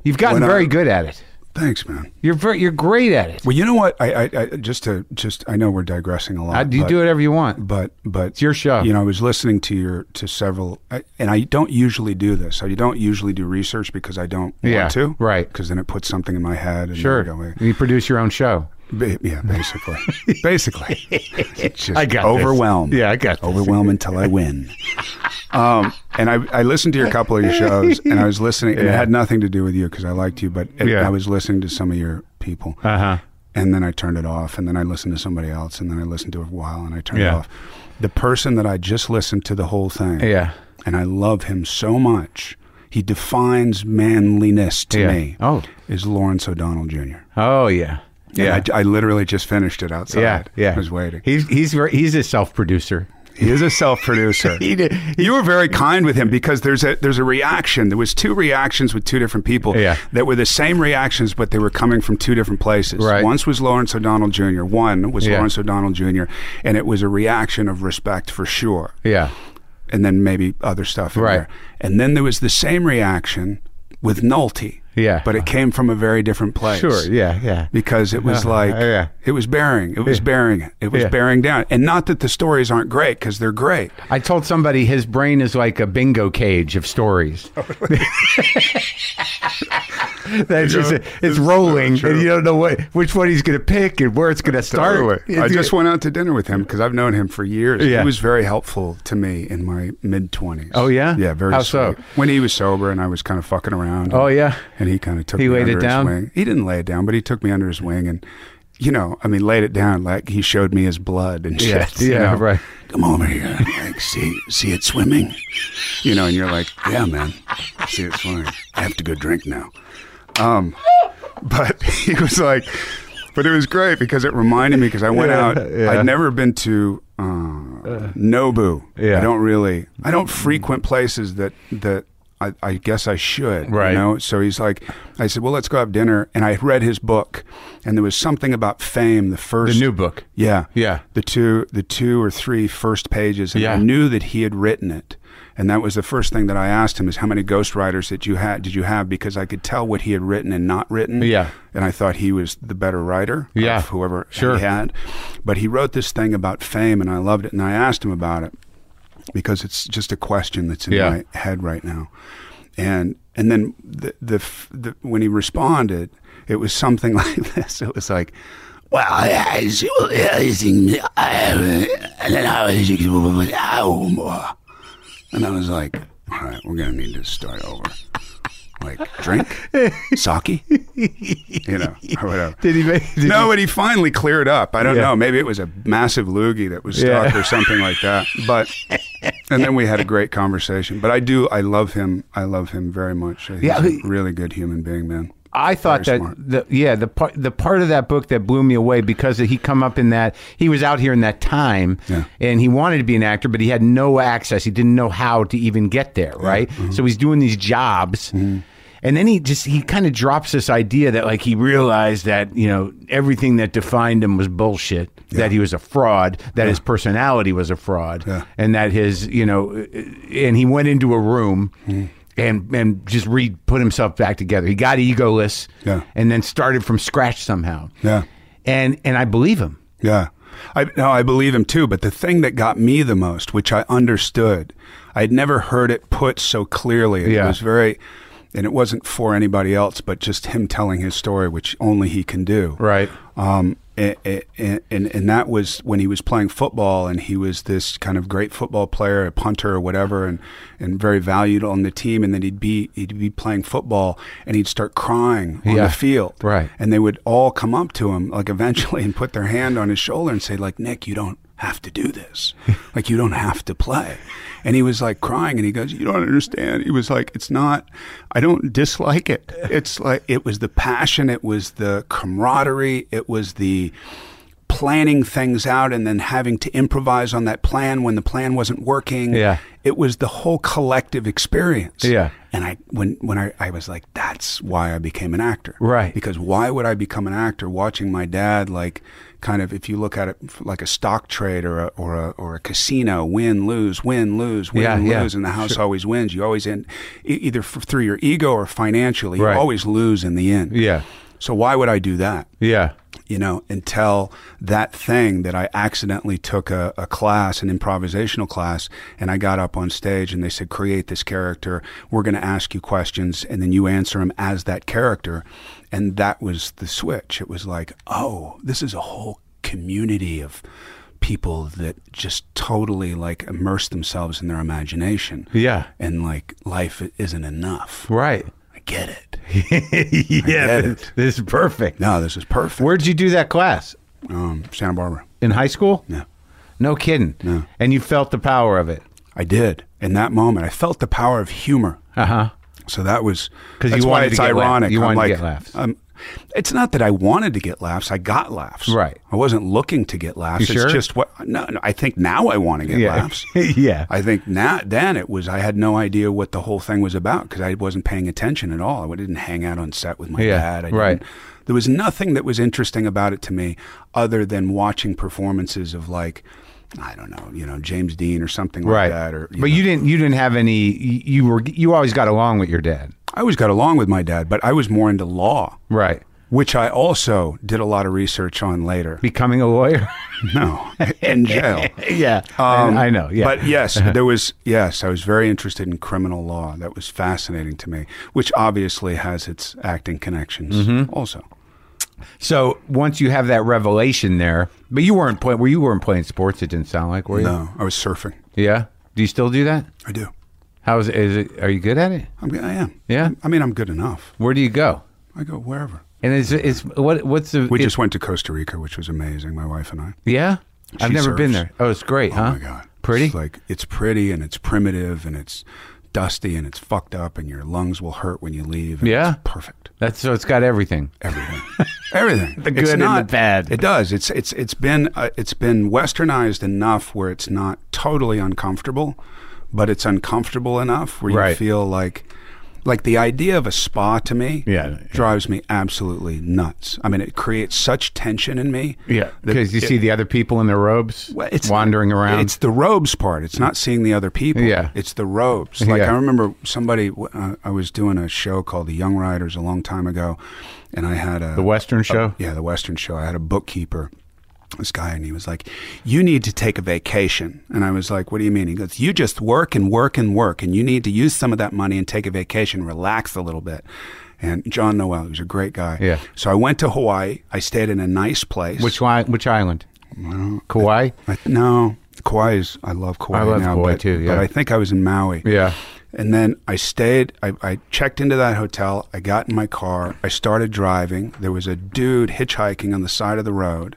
C: You've gotten
B: When I-
C: very good at it.
B: Thanks, man.
C: You're very, you're great at it.
B: Well, you know what? I, I, I just to just I know we're digressing a lot.
C: I, Uh, you
B: but,
C: do whatever you want.
B: But but it's
C: your show.
B: You know, I was listening to your to several, I, and I don't usually do this. I don't usually do research because I don't
C: Yeah,
B: want to.
C: right.
B: Because then it puts something in my head. And
C: Sure.
B: I go, eh,
C: You produce your own show.
B: ba- yeah, basically, basically. It's just
C: I got this.
B: overwhelmed.
C: Yeah, I got this.
B: overwhelm until I win. Um, and I, I listened to your couple of your shows, and I was listening, and it had nothing to do with you because I liked you, but it,
C: Yeah.
B: I was listening to some of your people,
C: Uh huh.
B: and then I turned it off, and then I listened to somebody else, and then I listened to it a while, and I turned
C: Yeah.
B: it off. The person that I just listened to the whole thing,
C: Yeah.
B: and I love him so much. He defines manliness to
C: Yeah.
B: me.
C: Oh.
B: is Lawrence O'Donnell Jr.
C: Oh yeah.
B: And I, I literally just finished it outside.
C: Yeah. Yeah.
B: I was waiting.
C: He's he's ver- he's a self producer.
B: He is a self-producer.
C: He did-
B: you were very kind with him because there's a there's a reaction. There was two reactions with two different people
C: Yeah.
B: that were the same reactions, but they were coming from two different places.
C: Right.
B: Once was Lawrence O'Donnell Jr. One was
C: Yeah.
B: Lawrence O'Donnell Jr. And it was a reaction of respect for sure,
C: Yeah.
B: and then maybe other stuff. in
C: Right.
B: there. And then there was the same reaction with Nolte.
C: Yeah.
B: but it came from a very different place.
C: Sure. Yeah. Yeah.
B: because it was
C: Uh,
B: like
C: yeah.
B: it was bearing, it was
C: Yeah.
B: bearing, it was
C: Yeah.
B: bearing down. And not that the stories aren't great because they're great.
C: I told somebody his brain is like a bingo cage of stories. That's just it's, rolling, and you don't know what which one he's going to pick and where it's going to start. It's-
B: I just went out to dinner with him because I've known him for years.
C: Yeah.
B: He was very helpful to me in my mid twenties.
C: Oh, yeah?
B: yeah, very.
C: How so?
B: sweet. When he was sober and I was kind of fucking around.
C: Oh,
B: and-
C: yeah?
B: and he kind of took
C: He
B: me
C: laid
B: under
C: it
B: his
C: down?
B: wing. He didn't lay it down, but he took me under his wing and. You know, I mean, laid it down like he showed me his blood and
C: Yeah,
B: shit. you
C: yeah,
B: know?
C: right.
B: Come over here, like see, see it swimming. You know, and you're like, yeah, man, I see it swimming. I have to go drink now but he was like, but it was great because it reminded me because I went
C: Yeah,
B: out.
C: yeah.
B: I'd never been to uh, Nobu.
C: Yeah.
B: I don't really. I don't frequent places that that. I, I guess I should,
C: Right.
B: You know, so he's like, I said, well, let's go have dinner, and I read his book, and there was something about fame. The first
C: the new book.
B: yeah.
C: Yeah.
B: The two the two or three first pages and
C: Yeah.
B: I knew that he had written it. And that was the first thing that I asked him is how many ghostwriters that you had did you have because I could tell what he had written and not written.
C: Yeah.
B: And I thought he was the better writer
C: Yeah.
B: of whoever
C: Sure.
B: he had. But he wrote this thing about fame and I loved it and I asked him about it because it's just a question that's in
C: Yeah.
B: my head right now. And and then the, the f- the when he responded, it was something like this. It was like, "Well, I see what I think, I- and then I was thinking, well, well, ow, more." and I was like, "All right, we're gonna need to start over." Like drink sake, you know, or whatever.
C: Did he make? Did
B: No, but he finally cleared up. I don't
C: Yeah.
B: know. Maybe it was a massive loogie that was stuck
C: Yeah.
B: or something like that. But and then we had a great conversation. But I do, I love him. I love him very much. He's
C: Yeah, he-
B: a really good human being, man.
C: I thought
B: Very
C: that the, yeah the part the part of that book that blew me away because he come up in that he was out here in that time
B: Yeah.
C: and he wanted to be an actor but he had no access he didn't know how to even get there right
B: Mm-hmm.
C: so he's doing these jobs and then he just he kind of drops this idea that like he realized that you know everything that defined him was bullshit that he was a fraud that his personality was a fraud
B: Yeah.
C: and that his you know and he went into a room
B: Hmm.
C: and and just re put himself back together he got egoless
B: Yeah.
C: and then started from scratch somehow
B: Yeah.
C: and and i believe him
B: Yeah. I no, I believe him too, but the thing that got me the most, which I understood, I'd never heard it put so clearly.
C: Yeah.
B: It was very and it wasn't for anybody else, but just him telling his story, which only he can do.
C: Right.
B: Um, and, and, and, and that was when he was playing football and he was this kind of great football player, a punter or whatever, and, and very valued on the team. And then he'd be, he'd be playing football and he'd start crying on
C: Yeah.
B: the field.
C: Right.
B: And they would all come up to him, like eventually, and put their hand on his shoulder and say, like, Nick, you don't have to do this. like, you don't have to play. And he was like crying and he goes, You don't understand. He was like, It's not, I don't dislike it. It's like, it was the passion, it was the camaraderie, it was the planning things out and then having to improvise on that plan when the plan wasn't working.
C: Yeah.
B: It was the whole collective experience.
C: Yeah.
B: And I when when I, I was like, that's why I became an actor.
C: Right.
B: Because why would I become an actor watching my dad like kind of if you look at it f- like a stock trade or a or a or a casino win lose win lose win
C: Yeah, yeah.
B: lose and the house always wins you always end e- either f- through your ego or financially
C: Right.
B: you always lose in the end
C: Yeah.
B: so why would I do that
C: yeah
B: you know, until that thing that I accidentally took a, a class, an improvisational class, and I got up on stage and they said, create this character. We're going to ask you questions and then you answer them as that character. And that was the switch. It was like, oh, this is a whole community of people that just totally like immerse themselves in their imagination.
C: yeah
B: And like life isn't enough.
C: right
B: I get it.
C: yeah
B: get
C: this,
B: it.
C: this is perfect
B: No, this is perfect.
C: where'd you do that class
B: um, Santa Barbara.
C: in high school
B: Yeah.
C: no kidding
B: No.
C: and you felt the power of it
B: I did. In that moment, I felt the power of humor.
C: uh-huh
B: So that was
C: 'Cause you
B: that's why
C: wanted to
B: it's
C: get laugh-
B: ironic.
C: you
B: I'm
C: wanted to
B: like,
C: get laughs.
B: um, it's not that I wanted to get laughs. I got laughs.
C: Right.
B: I wasn't looking to get laughs.
C: You
B: it's
C: sure?
B: just what. No, no, I think now I want to get
C: yeah
B: laughs.
C: yeah
B: I think now then it was I had no idea what the whole thing was about because I wasn't paying attention at all. I didn't hang out on set with my
C: Yeah,
B: dad. I
C: right.
B: Didn't, there was nothing that was interesting about it to me other than watching performances of like I don't know, you know, James Dean or something
C: right
B: like that. Or
C: but you didn't you didn't have any you you were you always got along with your dad
B: I always got along with my dad, but I was more into law,
C: Right.
B: which I also did a lot of research on later.
C: Becoming a lawyer.
B: No, in jail.
C: yeah.
B: Um,
C: I, I know. Yeah.
B: But yes, there was, yes, I was very interested in criminal law. That was fascinating to me, which obviously has its acting connections
C: Mm-hmm.
B: also.
C: so once you have that revelation there, but you weren't playing. Were you weren't playing sports? It didn't sound like were you?
B: No, I was surfing.
C: Yeah. Do you still do that?
B: I do.
C: How is it, is it? Are you good at it?
B: I'm, I am.
C: Yeah?
B: I mean, I'm good enough.
C: Where do you go?
B: I go wherever.
C: And is is what what's the?
B: We
C: it-
B: just went to Costa Rica, which was amazing, my wife and I.
C: yeah. I've
B: She
C: never been
B: surfs.
C: there. Oh, it's great,
B: Oh
C: huh?
B: my god.
C: Pretty.
B: It's like it's pretty and it's primitive and it's dusty and it's fucked up and your lungs will hurt when you leave. and
C: Yeah.
B: It's perfect.
C: That's so it's got everything.
B: Everything. Everything. the
C: good and the bad.
B: It does. It's it's it's been uh, it's been westernized enough where it's not totally uncomfortable, but it's uncomfortable enough where
C: Right.
B: you feel like like the idea of a spa to me
C: Yeah.
B: drives me absolutely nuts. I mean, it creates such tension in me. that
C: Because you see the other people in their robes
B: Well, it's-
C: wandering around.
B: It's the robes part. It's not seeing the other people.
C: Yeah.
B: It's the robes. Like
C: Yeah.
B: I remember somebody. Uh, I was doing a show called The Young Riders a long time ago, and I had a
C: the Western show.
B: yeah the Western show. I had a bookkeeper. This guy, and he was like, You need to take a vacation. And I was like, What do you mean? He goes, You just work and work and work, and you need to use some of that money and take a vacation, relax a little bit. And John Noel, he was a great guy.
C: Yeah.
B: So I went to Hawaii. I stayed in a nice place.
C: Which one? Which island? Kauai.
B: I, no, Kauai is. I love Kauai.
C: I love
B: now,
C: Kauai
B: but,
C: too, yeah.
B: but I think I was in Maui.
C: Yeah.
B: And then I stayed. I, I checked into that hotel. I got in my car. I started driving. There was a dude hitchhiking on the side of the road.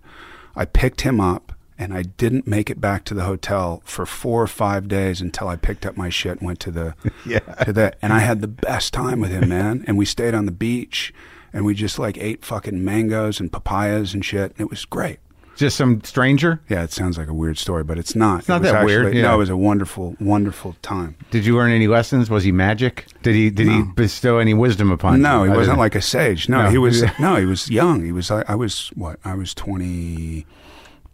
B: I picked him up, and I didn't make it back to the hotel for four or five days until I picked up my shit and went to the
C: Yeah.
B: to that. And I had the best time with him, man. And we stayed on the beach, and we just like ate fucking mangoes and papayas and shit. And it was great.
C: Just some stranger.
B: Yeah, it sounds like a weird story, but it's not. It's
C: not that weird, yeah.
B: No, it was a wonderful, wonderful time.
C: Did you learn any lessons? Was he magic? Did he did he bestow any wisdom upon you?
B: No, he
C: Other
B: wasn't
C: than-
B: like a sage. No,
C: No.
B: he was. no, he was young. He was. like I was what? I was twenty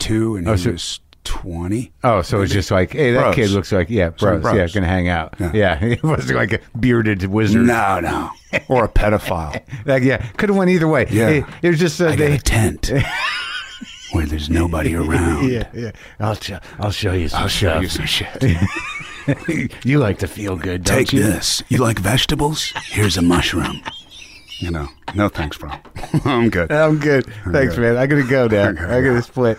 B: two, and he
C: Oh, so-
B: was twenty.
C: Oh, so it's just like, hey, that
B: Bros.
C: kid looks like yeah,
B: Some
C: bros, yeah,
B: bros.
C: gonna hang out. Yeah,
B: Yeah.
C: it wasn't like a bearded wizard.
B: No, no, or a pedophile.
C: Like, yeah, could have went either way.
B: Yeah.
C: it, it was just uh,
B: I got
C: they.
B: a tent where there's nobody around.
C: Yeah, yeah. I'll show. I'll show you some
B: I'll show you some shit.
C: you. you like to feel good, don't
B: Take
C: you?
B: this. You like vegetables? Here's a mushroom. You know. No thanks, bro. I'm good.
C: I'm good. Thanks,
B: Okay.
C: man. I gotta go now.
B: Okay.
C: I gotta split.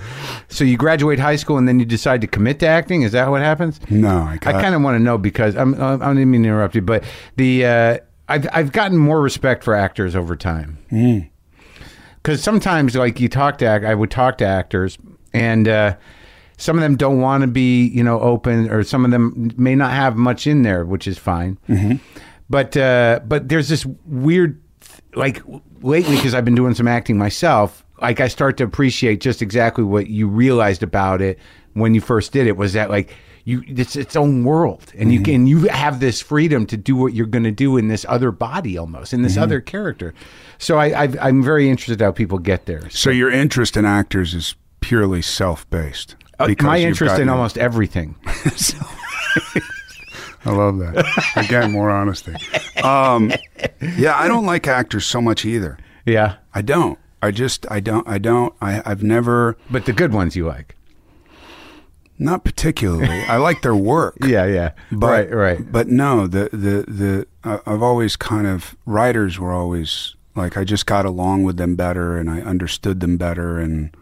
C: So you graduate high school and then you decide to commit to acting. Is that what happens?
B: No, I
C: I
B: got.
C: kind of want to know because I'm. I'm- I didn't mean to interrupt you, but the uh, I've I've gotten more respect for actors over time. Because sometimes, like you talk to, act- I would talk to actors, and uh, some of them don't want to be, you know, open, or some of them may not have much in there, which is fine. But uh, but there's this weird, th- like lately, because I've been doing some acting myself. Like I start to appreciate just exactly what you realized about it when you first did it. Was that like you? It's its own world, and
B: Mm-hmm.
C: you can you have this freedom to do what you're going to do in this other body, almost in
B: Mm-hmm.
C: this other character. So I, I've, I'm very interested how people get there.
B: So your interest in actors is purely self-based.
C: Uh,
B: Oh, because
C: my
B: you've
C: interest in
B: gotten-
C: almost everything.
B: I love that. Again, more honesty. Um, yeah, I don't like actors so much either.
C: yeah,
B: I don't. I just. I don't. I don't. I, I've never.
C: but the good ones you like.
B: Not particularly. I like their work.
C: Yeah, yeah.
B: But,
C: right, right.
B: But no, the the the I I've always kind of writers were always like I just got along with them better and I understood them better and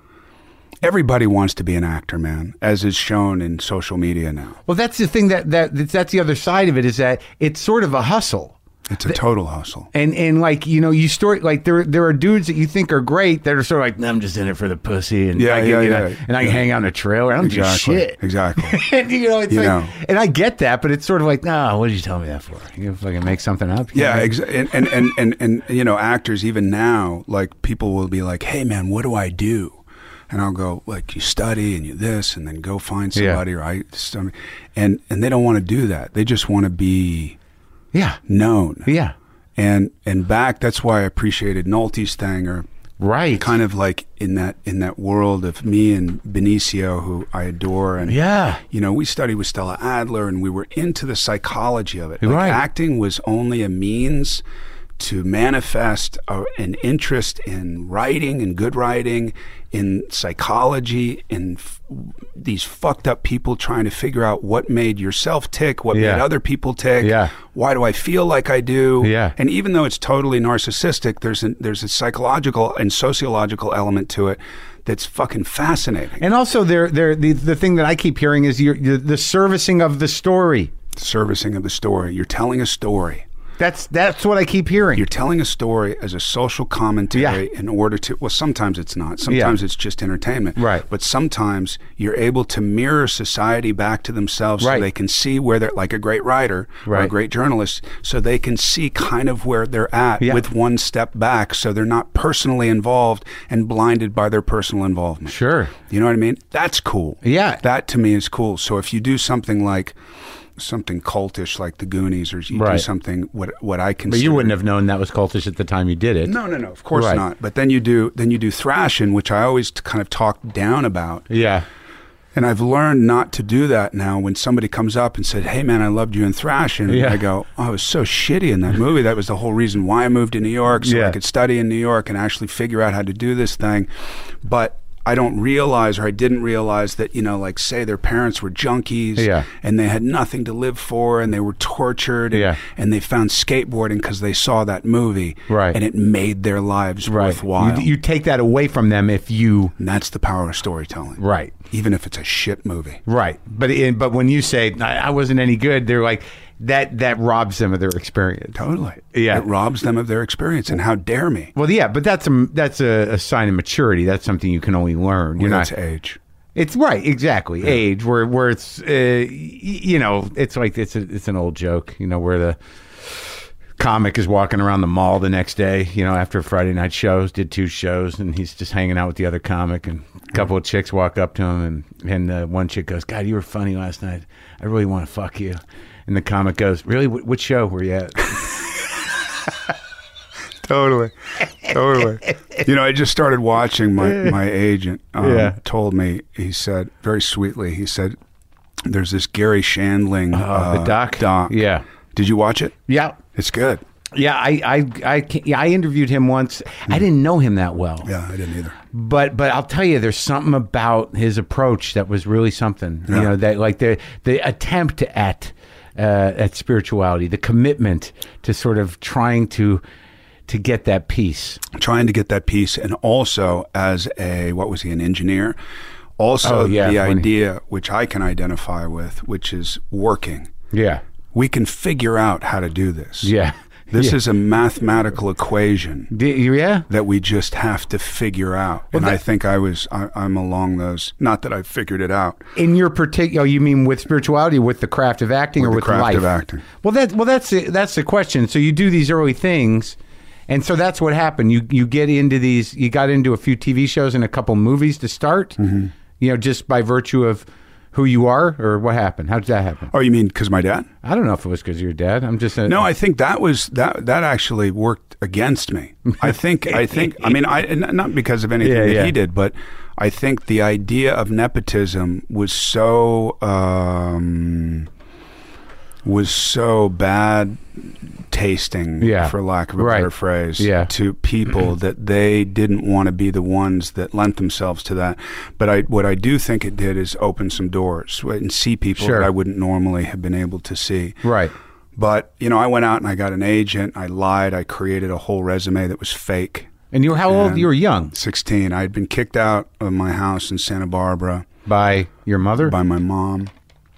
B: everybody wants to be an actor, man, as is shown in social media now.
C: Well, that's the thing that, that that's the other side of it is that it's sort of a hustle.
B: It's a total hustle.
C: And and like you know you start like there there are dudes that you think are great that are sort of like "No, I'm just in it for the pussy and
B: Yeah,
C: I can,
B: yeah,
C: you know,
B: yeah.
C: and I can hang out in a trailer I don't
B: Exactly.
C: do shit
B: Exactly.
C: and you know it's
B: You
C: like
B: know.
C: and I get that but it's sort of like nah what did you tell me that for you gonna fucking make something up You
B: Yeah,
C: know?
B: ex- and, and, and, and, and you know, actors even now, like people will be like, "Hey, man, what do I do?" And I'll go like, "You study and you this, and then go find
C: Yeah.
B: somebody." Or I, some- and and they don't want to do that. They just want to be
C: yeah
B: known.
C: yeah
B: And and back. That's why I appreciated Nolte's thing or
C: Right.
B: kind of like in that in that world of me and Benicio, who I adore, and
C: Yeah.
B: you know, we studied with Stella Adler, and we were into the psychology of it. Like,
C: Right.
B: acting was only a means to manifest a, an interest in writing and good writing, in psychology, in f- these fucked up people trying to figure out what made yourself tick, what
C: Yeah.
B: made other people tick.
C: Yeah.
B: Why do I feel like I do?
C: Yeah.
B: And even though it's totally narcissistic, there's a, there's a psychological and sociological element to it that's fucking fascinating.
C: And also, there, there, the the thing that I keep hearing is your the, the servicing of the story.
B: Servicing of the story. You're telling a story.
C: That's that's what I keep hearing.
B: You're telling a story as a social commentary in order to. Well, sometimes it's not. Sometimes it's just entertainment.
C: Right.
B: But sometimes you're able to mirror society back to themselves
C: Right.
B: so they can see where they're, like a great writer or
C: Right.
B: a great journalist, so they can see kind of where they're at
C: Yeah.
B: with one step back so they're not personally involved and blinded by their personal involvement.
C: sure.
B: You know what I mean? That's cool.
C: Yeah.
B: That to me is cool. So if you do something like something cultish like the Goonies or you do
C: Right.
B: something what what I consider
C: But you wouldn't have known that was cultish at the time you did it.
B: No, no, no. Of course
C: Right.
B: not. But then you do then you do thrashing, which I always t- kind of talk down about.
C: Yeah.
B: And I've learned not to do that now when somebody comes up and said, "Hey man, I loved you in Thrashing."
C: Yeah.
B: I go, oh, "I was so shitty in that movie. That was the whole reason why I moved to New York so
C: Yeah.
B: I could study in New York and actually figure out how to do this thing." But I don't realize or I didn't realize that, you know, like say their parents were junkies
C: Yeah.
B: and they had nothing to live for and they were tortured and,
C: Yeah.
B: and they found skateboarding cuz they saw that movie
C: Right.
B: and it made their lives worthwhile.
C: You, you take that away from them if you.
B: and that's the power of storytelling.
C: Right.
B: Even if it's a shit movie.
C: Right. But in, but when you say I, I wasn't any good, they're like that that robs them of their experience.
B: Totally.
C: Yeah.
B: It robs them of their experience. And how dare me?
C: Well, yeah, but that's a that's a, a sign of maturity. That's something you can only learn. You're
B: That's
C: not.
B: age.
C: It's right, exactly. Age, where where it's uh, y- you know, it's like it's a, it's an old joke, you know, where the comic is walking around the mall the next day, you know, after Friday night shows, did two shows, and he's just hanging out with the other comic, and a couple of chicks walk up to him, and and uh, one chick goes, "God, you were funny last night. I really want to fuck you." And the comic goes, "Really? Wh- what show were you at?"
B: Totally. Totally. you know, I just started watching my, my agent um,
C: Yeah.
B: told me, he said very sweetly, he said, there's this Gary Shandling uh,
C: Oh, the doc? Yeah.
B: Did you watch it?
C: yeah.
B: It's good.
C: Yeah, I I I, can't, yeah, I interviewed him once. I didn't know him that well.
B: Yeah, I didn't either.
C: but but I'll tell you, there's something about his approach that was really something. You know that like the the attempt at uh, at spirituality, the commitment to sort of trying to to get that peace.
B: trying to get that piece and also as a what was he an engineer also
C: Oh, yeah,
B: the
C: when he-
B: idea which i can identify with which is working
C: Yeah,
B: we can figure out how to do this
C: yeah,
B: this
C: yeah.
B: is a mathematical equation
C: D- yeah.
B: that we just have to figure out and i
C: that-
B: think i was I, i'm along those not that i figured it out
C: In your particular, you mean with spirituality, with the craft of acting, or
B: the
C: with
B: craft
C: life?
B: of acting.
C: Well, that well, that's the, that's the question. So you do these early things, and so that's what happened. You you get into these. You got into a few TV shows and a couple movies to start.
B: Mm-hmm.
C: You know, just by virtue of who you are, or what happened? How did that happen?
B: oh you mean because my dad
C: I don't know if it was because of your dad. I'm just a,
B: No, I think that was that that actually worked against me. I think I think I mean I and not because of anything
C: Yeah,
B: that
C: yeah.
B: he did, but I think the idea of nepotism was so um, was so bad tasting
C: Yeah.
B: for lack of a
C: Right.
B: better phrase
C: Yeah. Mm-hmm.
B: to people that they didn't want to be the ones that lent themselves to that but I what I do think it did is open some doors and see people
C: Sure.
B: that I wouldn't normally have been able to see
C: right.
B: but you know, I went out and I got an agent. I lied. I created a whole resume that was fake.
C: And you were how old?
B: And-
C: You were young
B: Sixteen. I had been kicked out of my house in Santa Barbara
C: by your mother.
B: by my mom.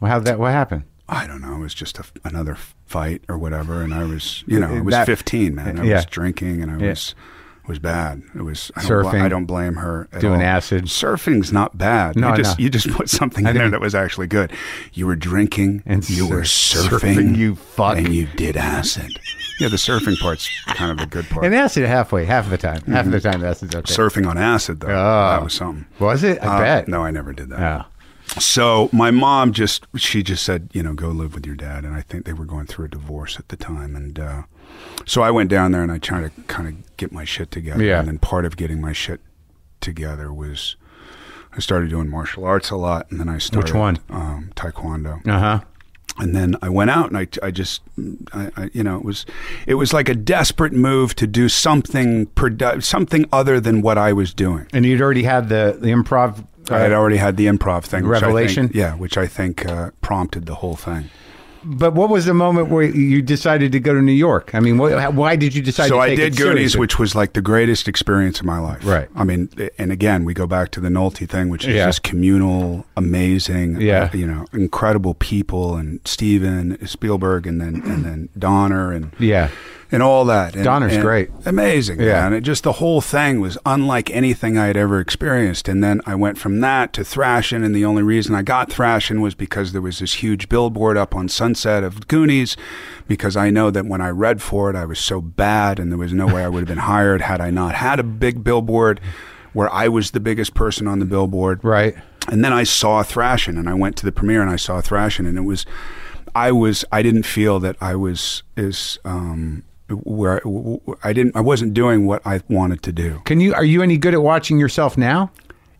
C: Well, how that what happened?
B: I don't know. It was just a, another fight or whatever. And I was, you know, I was
C: That-
B: fifteen, man. I
C: Yeah.
B: was drinking and I was. It was bad. It was I Don't bl-
C: Surfing.
B: I don't blame her. At
C: Doing
B: all.
C: acid.
B: Surfing's not bad.
C: No,
B: you just
C: no.
B: you just put something in there that was actually good. You were drinking
C: And
B: you were
C: sur-
B: surfing,
C: surfing, you fuck.
B: and you did acid. yeah, the surfing part's kind of a good part.
C: And acid halfway, half of the time. Half of
B: Mm-hmm.
C: the time, acid's okay.
B: surfing on acid though.
C: Oh.
B: That was something.
C: was it? I
B: Uh,
C: bet.
B: No, I never did that.
C: Oh.
B: so my mom just she just said you know go live with your dad and i think they were going through a divorce at the time and uh, so i went down there and i tried to kind of get my shit together
C: Yeah.
B: and then part of getting my shit together was i started doing martial arts a lot and then i started
C: one?
B: um, taekwondo
C: Uh huh.
B: and then I went out and I, I just, I, I, you know, it was, it was like a desperate move to do something produ- something other than what I was doing.
C: And you'd already had the the improv. uh,
B: I had already had the improv thing, which I think-
C: Revelation?
B: yeah, which I think uh, prompted the whole thing.
C: But what was the moment where you decided to go to New York? I mean, what, why did you decide?
B: so
C: to
B: I
C: take
B: did
C: it
B: Goonies,
C: seriously?
B: which was like the greatest experience of my life.
C: Right.
B: I mean, and again, we go back to the Nolte thing, which is
C: Yeah.
B: just communal, amazing. uh,
C: Yeah.
B: you know, incredible people and Steven Spielberg, and then and then Donner and
C: yeah,
B: and all that. And,
C: Donner's
B: and
C: great.
B: Amazing.
C: Yeah.
B: Yeah. And it just, the whole thing was unlike anything I had ever experienced. And then I went from that to Thrashing. And the only reason I got Thrashing was because there was this huge billboard up on Sunset of Goonies. Because I know that when I read for it, I was so bad and there was no way I would have been hired had I not had a big billboard where I was the biggest person on the billboard.
C: right.
B: And then I saw Thrashing, and I went to the premiere, and I saw Thrashing, and it was, I was, I didn't feel that I was is um where w- w- I didn't, I wasn't doing what I wanted to do.
C: Can you? Are you any good at watching yourself now?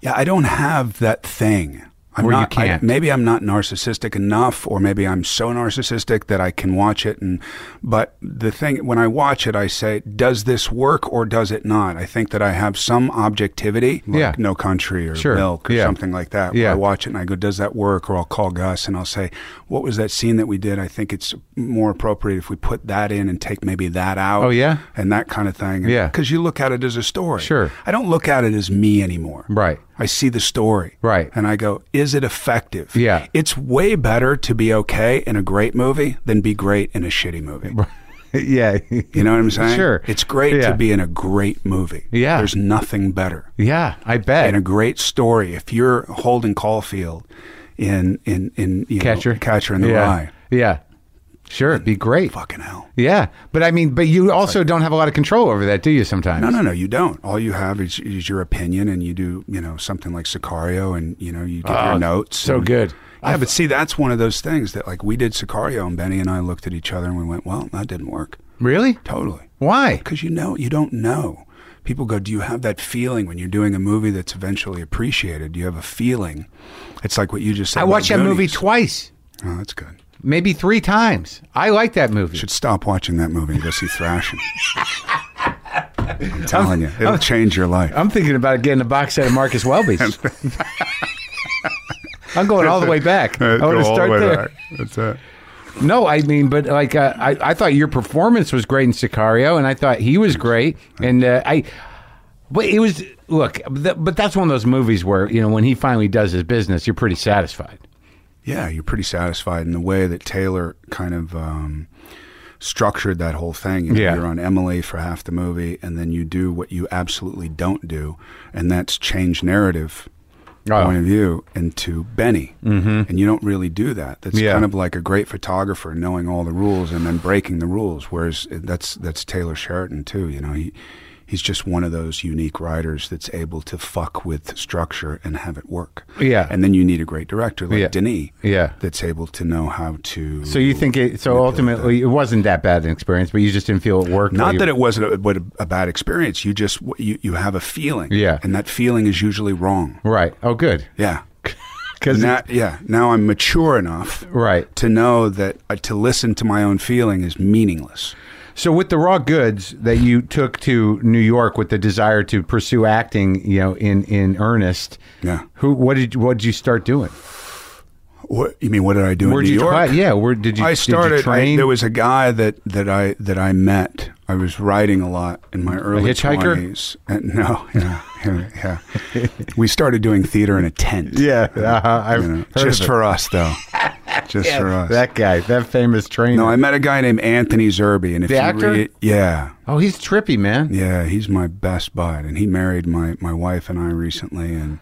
B: Yeah, I don't have that thing. I'm
C: Or you
B: not, I-
C: can't.
B: maybe I'm not narcissistic enough, or maybe I'm so narcissistic that I can watch it. And but the thing when I watch it, I say, does this work or does it not? I think that I have some objectivity, like
C: Yeah.
B: No Country or
C: Sure.
B: Milk or
C: Yeah.
B: something like that.
C: Yeah.
B: where I watch it and I go, does that work? Or I'll call Gus and I'll say, what was that scene that we did? I think it's more appropriate if we put that in and take maybe that out.
C: Oh, yeah?
B: and that kind of thing.
C: Yeah.
B: because you look at it as a story.
C: Sure.
B: I don't look at it as me anymore.
C: Right.
B: I see the story.
C: Right.
B: And I go, is it effective?
C: Yeah.
B: It's way better to be okay in a great movie than be great in a shitty movie.
C: yeah.
B: You know what I'm saying?
C: Sure.
B: It's great
C: Yeah.
B: to be in a great movie.
C: Yeah. Eh.
B: There's nothing better.
C: Yeah, I bet.
B: And a great story. If you're holding Caulfield in in in you know,
C: catcher,
B: catcher in the
C: yeah.
B: rye.
C: Yeah, sure, it'd be great.
B: Fucking hell.
C: Yeah, but I mean, but you also don't have a lot of control over that, do you? Sometimes.
B: No, no, no, you don't. All you have is, is your opinion, and you do, you know, something like Sicario, and you know, you give your notes.
C: Ah, so
B: and-
C: good.
B: Yeah, but see, that's one of those things that, like, we did Sicario, and Benny and I looked at each other, and we went, "Well, that didn't work."
C: Really?
B: Totally,
C: Why?
B: because you know, you don't know. People go, "Do you have that feeling when you're doing a movie that's eventually appreciated? Do you have a feeling?" It's like what you just said.
C: I
B: about
C: watched that movie
B: Goonies.
C: twice,
B: oh, that's good.
C: maybe three times. I like that movie.
B: Should stop watching that movie and go see Thrashing. I'm telling you,
C: Oh.
B: it'll change your life.
C: I'm thinking about getting a box set of Marcus Welby's. I'm going all the way back.
B: Uh,
C: I want to start there.
B: That's it.
C: No, I mean, but like uh, I, I thought your performance was great in Sicario, and I thought he was great, and uh, I. But it was look, th- but that's one of those movies where you know when he finally does his business, you're pretty satisfied.
B: Yeah, you're pretty satisfied in the way that Taylor kind of um, structured that whole thing. You know,
C: Yeah.
B: You're on Emily for half the movie, and then you do what you absolutely don't do, and that's change narrative
C: Oh.
B: point of view into Benny. Mm-hmm. And you don't really do that. That's
C: Yeah.
B: kind of like a great photographer knowing all the rules and then breaking the rules. Whereas that's that's Taylor Sheraton too. You know, he he's just one of those unique writers that's able to fuck with structure and have it work.
C: Yeah.
B: And then you need a great director like
C: Yeah.
B: Denis
C: Yeah.
B: that's able to know how to.
C: So you think it? So ultimately, it wasn't that bad an experience, but you just didn't feel it worked.
B: Not that it wasn't a, what a, a bad experience. You just you you have a feeling.
C: Yeah.
B: And that feeling is usually wrong.
C: Right. Oh, good.
B: Yeah.
C: Because
B: Now- yeah. Now I'm mature enough
C: right.
B: to know that uh, to listen to my own feeling is meaningless.
C: So with the raw goods that you took to New York with the desire to pursue acting, you know, in in earnest.
B: Yeah.
C: Who? What did? What did you start doing?
B: What you mean? What did I do
C: Where'd
B: in New
C: you
B: York?
C: try- yeah, where did you-
B: I
C: did you
B: started. I-
C: train?
B: there was a guy that that I that I met. I was riding a lot in my early
C: hitchhiker?
B: 20s. And no, yeah, yeah, yeah. we started doing theater in a tent.
C: Yeah, uh-huh, I've
B: You know,
C: heard of
B: just
C: it.
B: for us though. Just for us.
C: That guy, that famous trainer.
B: no, I met a guy named Anthony Zerbe, and if
C: The
B: you
C: actor?
B: read, yeah,
C: oh, he's trippy, man.
B: yeah, he's my best bud, and he married my my wife and I recently, and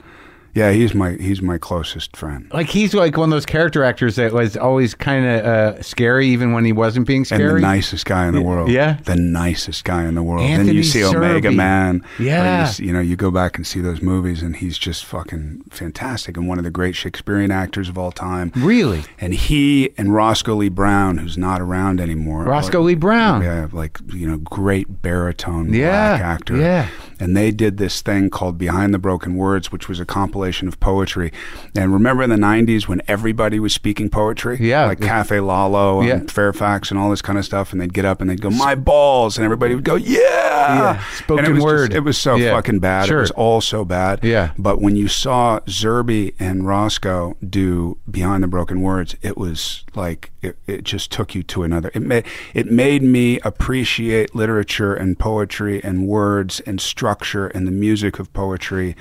B: Yeah, he's my he's my closest friend.
C: Like he's like one of those character actors that was always kind of uh, scary, even when he wasn't being
B: And
C: scary.
B: the nicest guy in the world.
C: yeah.
B: The nicest guy in the world. then
C: Anthony
B: you see Omega
C: Serbi.
B: Man. or
C: Yeah.
B: You, s- you know, you go back and see those movies, and he's just fucking fantastic and one of the great Shakespearean actors of all time.
C: really,
B: And he and Roscoe Lee Brown, who's not around anymore.
C: Roscoe
B: are-
C: Lee Brown.
B: Yeah, like you know, great baritone
C: Yeah,
B: black actor.
C: yeah.
B: And they did this thing called Behind the Broken Words, which was a compilation of poetry. And remember in the '90s when everybody was speaking poetry?
C: Yeah.
B: like Cafe Lalo
C: Yeah.
B: and Fairfax and all this kind of stuff. And they'd get up and they'd go, "My balls," and everybody would go, "Yeah."
C: Yeah,
B: And
C: spoken
B: it was
C: word.
B: Just, it was so
C: Yeah,
B: fucking bad.
C: sure.
B: It was all so bad.
C: Yeah.
B: But when you saw Zerby and Roscoe do Behind the Broken Words, it was like it, it just took you to another. It made it made me appreciate literature and poetry and words and structure and the music of poetry.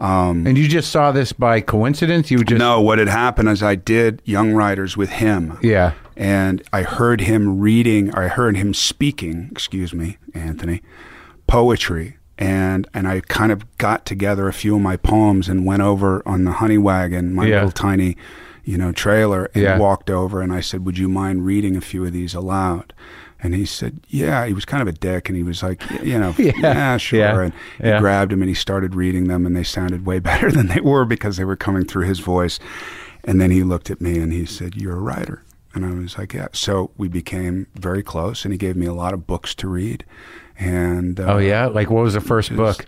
C: and you just saw this by coincidence. You just
B: No, what had happened is I did Young Writers with him.
C: yeah,
B: and I heard him reading, or I heard him speaking, excuse me, Anthony, poetry. And, and I kind of got together a few of my poems and went over on the honey wagon, my
C: Yeah.
B: little tiny, you know, trailer, and
C: Yeah.
B: walked over and I said, "Would you mind reading a few of these aloud?" And he said, "Yeah." He was kind of a dick, and he was like, y- "You know, yeah, sure."
C: yeah,
B: And he
C: yeah.
B: grabbed him and he started reading them, and they sounded way better than they were because they were coming through his voice. And then he looked at me and he said, "You're a writer." And I was like, "Yeah." So we became very close, and he gave me a lot of books to read. And uh,
C: oh yeah. Like what was the first book?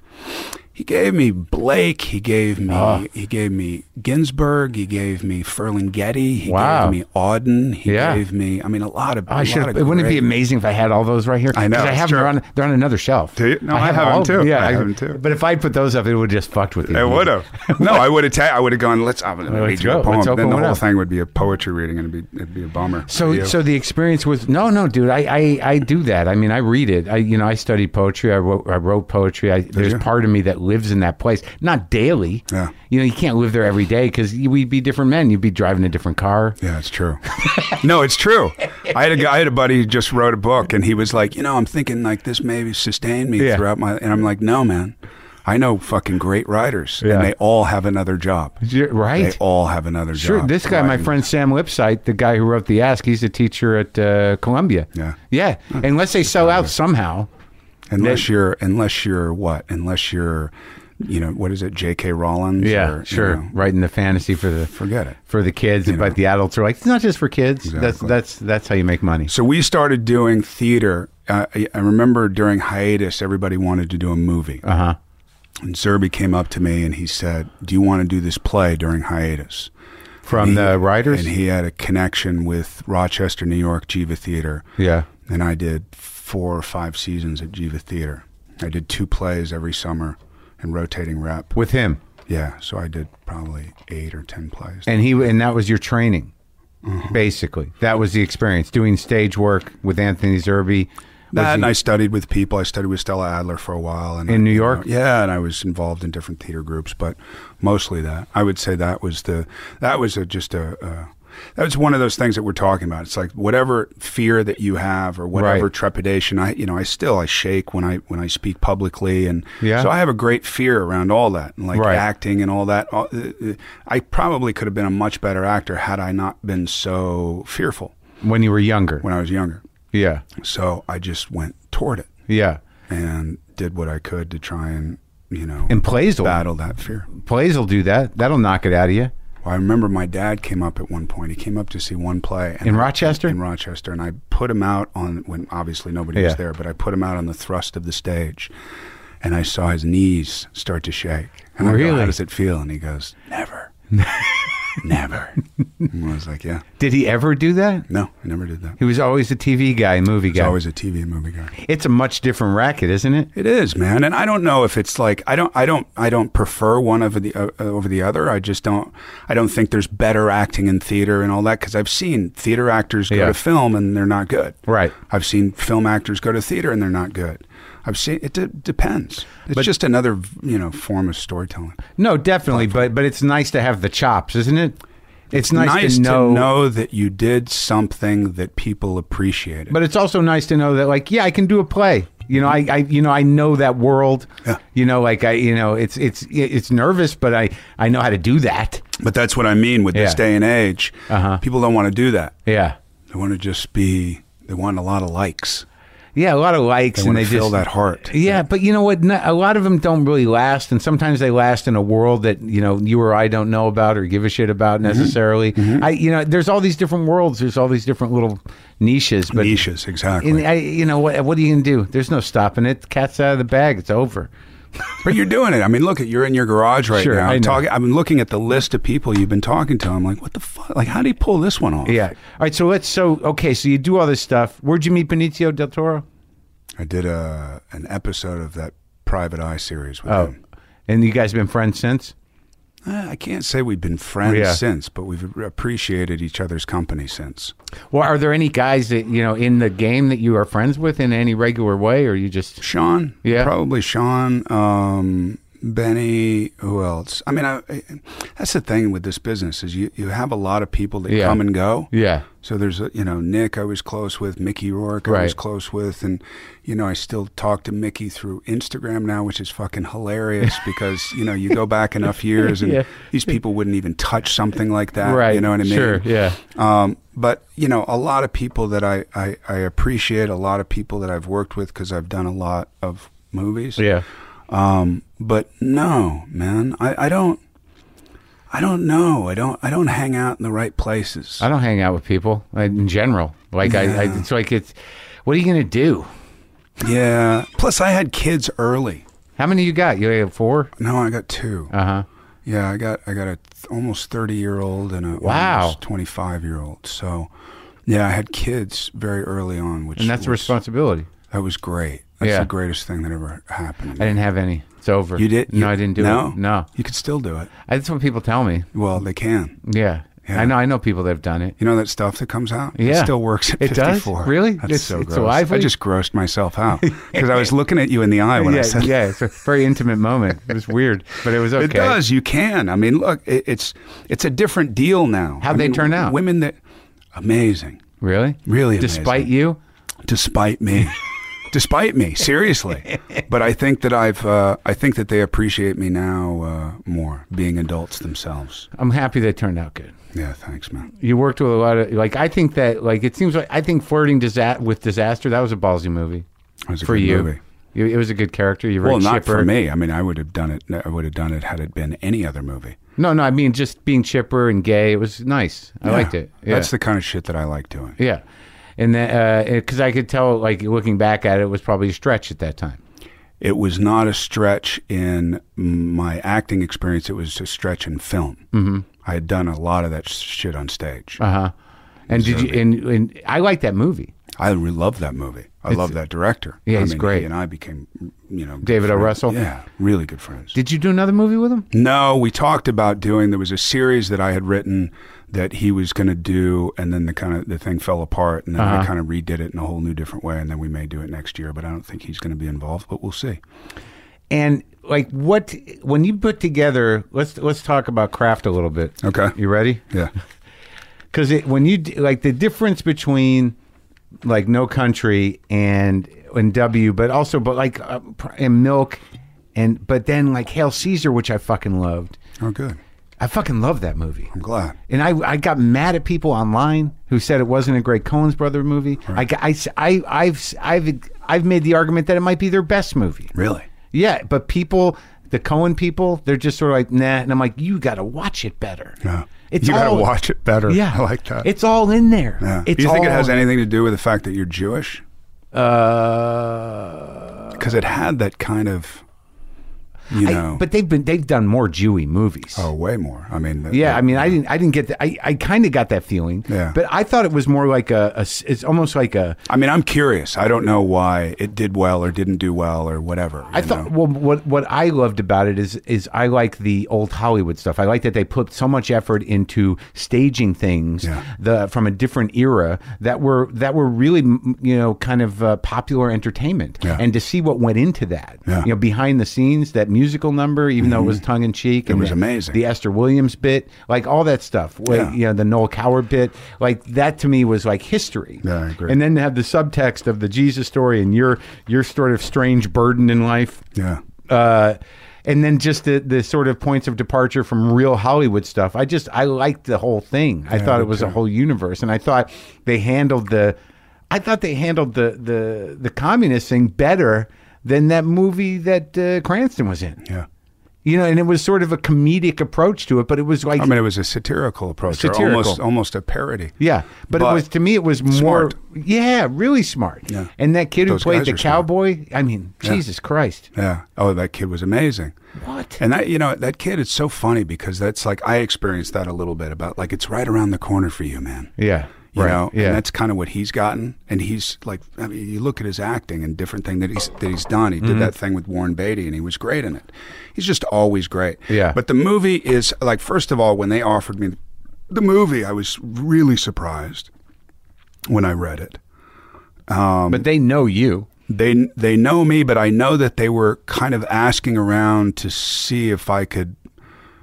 B: he gave me Blake. He gave me
C: Ah.
B: he gave me Ginsberg. He gave me Ferlinghetti. He
C: Wow.
B: gave me Auden. He
C: Yeah.
B: gave me. I mean, a lot of.
C: I
B: a
C: should.
B: lot
C: It
B: of
C: wouldn't it be
B: great-
C: amazing if I had all those right here?
B: I know,
C: 'Cause I have
B: sure.
C: them. They're on, they're on another shelf.
B: Do you? No, I have
C: all
B: them
C: of them.
B: too.
C: Yeah,
B: I have them too.
C: But if I put those up, it would just fucked with you.
B: I would have. No, I would have. Ta- I would have gone. Let's. I'm gonna
C: Let's
B: read you
C: go.
B: a poem.
C: Let's open
B: Then the
C: one
B: whole
C: up.
B: thing would be a poetry reading, and it'd be it'd be a bummer.
C: So,
B: for you.
C: so the experience was no, no, dude. I, I, I do that. I mean, I read it. I, you know, I studied poetry. I wrote, I wrote poetry. I, there's
B: you?
C: part of me that lives in that place, not daily.
B: Yeah.
C: You know, you can't live there every day because we'd be different men. You'd be driving a different car.
B: Yeah, it's true. no, it's true. I had a guy, I had a buddy who just wrote a book, and he was like, you know, I'm thinking like this maybe sustain me
C: Yeah.
B: throughout my, and I'm like, no, man. I know fucking great writers,
C: Yeah.
B: and they all have another job.
C: You're right.
B: They all have another
C: Sure.
B: job.
C: This guy, my
B: Right.
C: friend Sam Lipsight, the guy who wrote the Ask, he's a teacher at uh, Columbia.
B: Yeah.
C: Yeah. Unless they sell out somehow.
B: Unless you're, unless you're what? Unless you're, you know, what is it? J.K. Rollins? or, you
C: sure.
B: know,
C: Writing the fantasy for the
B: forget it.
C: for the kids, but the adults are like, it's not just for kids. That's
B: Exactly.
C: that's that's how you make money.
B: So we started doing theater. Uh, I, I remember during hiatus, everybody wanted to do a movie.
C: Uh huh.
B: And Zerby came up to me and he said, Do you want to do this play during hiatus?
C: From
B: And he-
C: the writers.
B: And he had a connection with Rochester, New York, Jiva Theater.
C: yeah.
B: And I did four or five seasons at Jiva Theater. I did two plays every summer and rotating rep.
C: with him
B: Yeah, so I did probably eight or 10 plays.
C: and he and that was your training
B: Mm-hmm.
C: basically that was the experience doing stage work with anthony zerbe
B: That and I studied with people. I studied with Stella Adler for a while, and
C: In New
B: you know,
C: York?
B: yeah, and I was involved in different theater groups, but mostly that. I would say that was the that was a, just a. Uh, that was one of those things that we're talking about. It's like whatever fear that you have, or whatever
C: Right.
B: trepidation. I, you know, I still I shake when I when I speak publicly, and
C: Yeah.
B: so I have a great fear around all that, and like
C: Right.
B: acting and all that. All- uh, uh, I probably could have been a much better actor had I not been so fearful
C: when you were younger
B: when I was younger.
C: yeah
B: So I just went toward it
C: yeah
B: and did what I could to try and you know
C: and plays will
B: battle that fear.
C: plays will do that that'll knock it out of you
B: Well, I remember my dad came up at one point. He came up to see one play and
C: in
B: I-
C: rochester
B: in Rochester, and I put him out on when obviously nobody
C: Yeah.
B: was there, but I put him out on the thrust of the stage, and I saw his knees start to shake. And I go,
C: Really?
B: "How does it feel?" And he goes, "Never, never." And I was like, "Yeah,
C: did he ever do that
B: no, I never did that."
C: he was always a tv guy movie
B: He's
C: guy
B: always a TV movie guy.
C: it's a much different racket isn't it
B: It is, man, and I don't know if it's like I don't, I don't, I don't prefer one over the uh, over the other. I just don't, I don't think there's better acting in theater and all that because I've seen theater actors go
C: Yeah.
B: to film and they're not good.
C: Right.
B: I've seen film actors go to theater and they're not good. I've seen it de- depends. It's just another you know form of storytelling.
C: no definitely but but it's nice to have the chops isn't it it's nice, to, know,
B: that you did something that people appreciated.
C: but it's also nice to know that like yeah i can do a play You know, I, I you know I know that world.
B: Yeah.
C: You know, like I you know it's it's it's nervous, but I I know how to do that.
B: But that's what I mean with this
C: Yeah.
B: day and age.
C: Uh-huh.
B: People don't want to do that.
C: Yeah.
B: They want to just be. They want a lot of likes.
C: Yeah, a lot of likes,
B: They
C: and
B: want
C: they
B: to fill
C: just
B: that heart.
C: Yeah, but you know what? No- A lot of them don't really last, and sometimes they last in a world that you know you or I don't know about or give a shit about
B: Mm-hmm.
C: necessarily. I, you know, there's all these different worlds. There's all these different little niches, but
B: Niches, exactly.
C: in, I, you know what? What are you gonna do? There's no stopping it. Cat's out of the bag. It's over.
B: But you're doing it. I mean, look at you're in your garage right
C: Sure,
B: now.
C: I know.
B: I'm talking. I'm looking at the list of people you've been talking to. I'm like, what the fuck? Like, how do you pull this one off?
C: Yeah. All right. So let's. So okay. So you do all this stuff. Where'd you meet Benicio del Toro?
B: I did a an episode of that Private Eye series with
C: Oh,
B: him.
C: and you guys been friends since?
B: Eh, I can't say we've been friends
C: Yeah.
B: since, but we've appreciated each other's company since.
C: Well, are there any guys that you know in the game that you are friends with in any regular way, or you just
B: Sean,
C: Yeah.
B: probably Sean, um, Benny. Who else? I mean, I, eh, that's the thing with this business is you you have a lot of people that
C: Yeah.
B: come and go.
C: yeah?
B: So there's, uh, you know, Nick I was close with, Mickey Rourke I was
C: Right.
B: close with, and, you know, I still talk to Mickey through Instagram now, which is fucking hilarious because, you know, you go back enough years and
C: Yeah.
B: these people wouldn't even touch something like that. You know what I mean?
C: Sure. Yeah.
B: Um, but, you know, a lot of people that I, I, I appreciate, a lot of people that I've worked with because I've done a lot of movies.
C: Yeah.
B: Um, but no, man, I, I don't. I don't know. I don't. I don't hang out in the right places.
C: I don't hang out with people like, in general. Like I, I,
B: Yeah.
C: it's like it's. What are you gonna do?
B: Yeah. Plus, I had kids early.
C: How many you got? You have four.
B: No, I got two.
C: Uh huh.
B: Yeah, I got I got a th- almost thirty year old and a
C: Wow.
B: twenty five year old. So, yeah, I had kids very early on, which
C: And that's a
B: was,
C: responsibility.
B: That was great. That's
C: Yeah.
B: the greatest thing that ever happened. to
C: I
B: me.
C: didn't have any. It's over.
B: You did?
C: No,
B: you-
C: I didn't do
B: no?
C: it. No.
B: you could still do it.
C: I, that's what people tell me.
B: Well, they can.
C: Yeah.
B: Yeah.
C: I know. I know people that have done it.
B: You know that stuff that comes out? It
C: Yeah.
B: still works at
C: It does?
B: 54.
C: Really?
B: That's
C: It's-
B: so
C: it's
B: gross.
C: lively?
B: I just grossed myself out because I was looking at you in the eye when
C: yeah.
B: I said that.
C: yeah. It's a very intimate moment. It was weird, but it was okay.
B: It does. You can. I mean, look, it, it's it's a different deal now.
C: How'd
B: I
C: they
B: mean,
C: turn out?
B: Women that amazing,
C: Really.
B: Really
C: Despite
B: amazing.
C: you.
B: despite me, despite me. Seriously, but I think that I've uh, I think that they appreciate me now uh, more being adults themselves.
C: I'm happy they turned out good.
B: Yeah, thanks, man.
C: You worked with a lot of like I think that like it seems like I think flirting disa- with disaster that was a ballsy movie.
B: It was a
C: for
B: good
C: you.
B: movie.
C: you. It was a good character. You were
B: Well, not
C: chipper.
B: for me. I mean, I would have done it. I would have done it had it been any other movie.
C: No, no, I mean just being chipper and gay. It was nice. I liked it. Yeah,
B: That's the kind of shit that I like doing.
C: yeah, and then because I could tell, like looking back at it, it was probably a stretch at that time.
B: It was not a stretch in my acting experience. It was a stretch in film. Mm-hmm. I had done a lot of that shit on stage.
C: Uh huh. And did you? And, and I liked that movie.
B: I re- love that movie. I love that director.
C: yeah,
B: I
C: he's great.
B: He and I became, you know, good
C: David O.
B: friends.
C: Russell?
B: Yeah, really good friends.
C: Did you do another movie with him?
B: no, we talked about doing. There was a series that I had written that he was going to do, and then the kind of the thing fell apart, and then
C: Uh-huh.
B: I kind of redid it in a whole new different way, and then we may do it next year. But I don't think he's going to be involved. But we'll see.
C: And like what when you put together? Let's let's talk about craft a little bit.
B: Okay.
C: You ready?
B: Yeah.
C: because it when you d- like the difference between like no country and and W, but also but like uh, pr- and milk and but then like Hail Caesar, which I fucking loved.
B: Oh, good.
C: I fucking love that movie.
B: I'm glad.
C: And I, I got mad at people online who said it wasn't a great Cohen's brother movie. I got- I, s- I, have I've, I've made the argument that it might be their best movie.
B: Really?
C: Yeah, but people, the Cohen people, they're just sort of like, nah. And I'm like, you got to watch it better.
B: Yeah.
C: It's
B: you gotta
C: all-
B: watch it better.
C: Yeah,
B: I like that.
C: It's all in there.
B: yeah.
C: It's
B: Do you think it
C: all-
B: has anything to do with the fact that you're Jewish?
C: Uh,
B: Because it had that kind of, you know,
C: I, but they've been they've done more Jewy movies.
B: oh, way more. I mean, the-
C: Yeah, I mean, I didn't, I didn't get that. I, I kind of got that feeling.
B: Yeah.
C: But I thought it was more like a, a s- it's almost like a.
B: I mean, I'm curious. I don't know why it did well or didn't do well or whatever.
C: I
B: you
C: thought,
B: know?
C: well, what what I loved about it is is I like the old Hollywood stuff. I like that they put so much effort into staging things
B: Yeah.
C: the from a different era that were that were really m- you know kind of uh, popular entertainment,
B: Yeah.
C: and to see what went into that,
B: Yeah. Mm-hmm.
C: you know, behind the scenes that musical number, even though it was tongue in cheek. It
B: was amazing.
C: The Esther Williams bit, like all that stuff. Like,
B: Yeah.
C: You know, the Noel Coward bit, like that to me was like history.
B: Yeah, I agree.
C: And then to have the subtext of the Jesus story and your your sort of strange burden in life
B: Yeah.
C: uh, and then just the the sort of points of departure from real Hollywood stuff. I just I liked the whole thing. I thought it was a whole universe, and I thought they handled the, I thought they handled the the the communist thing better than that movie that uh, Cranston was in.
B: Yeah.
C: You know, and it was sort of a comedic approach to it, but it was like
B: I mean, it was a satirical approach, Or
C: Satirical.
B: almost almost a parody.
C: yeah, but, it
B: But
C: was to me it was more
B: smart.
C: yeah, really smart.
B: Yeah.
C: And that kid who
B: Those
C: played
B: guys
C: the
B: are smart.
C: cowboy, I mean, Jesus Christ.
B: Yeah. Oh, that kid was amazing.
C: What?
B: And that you know that kid, it's so funny because that's like I experienced that a little bit about like it's right around the corner for you, man.
C: Yeah.
B: You
C: right.
B: know,
C: yeah.
B: and that's kind of what he's gotten. And he's like, I mean, you look at his acting and different thing that he's that he's done. He
C: Mm-hmm.
B: did that thing with Warren Beatty, and he was great in it. He's just always great.
C: Yeah.
B: But the movie is like, first of all, when they offered me the movie, I was really surprised when I read it. um,
C: but they know you.
B: they they know me, but I know that they were kind of asking around to see if I could,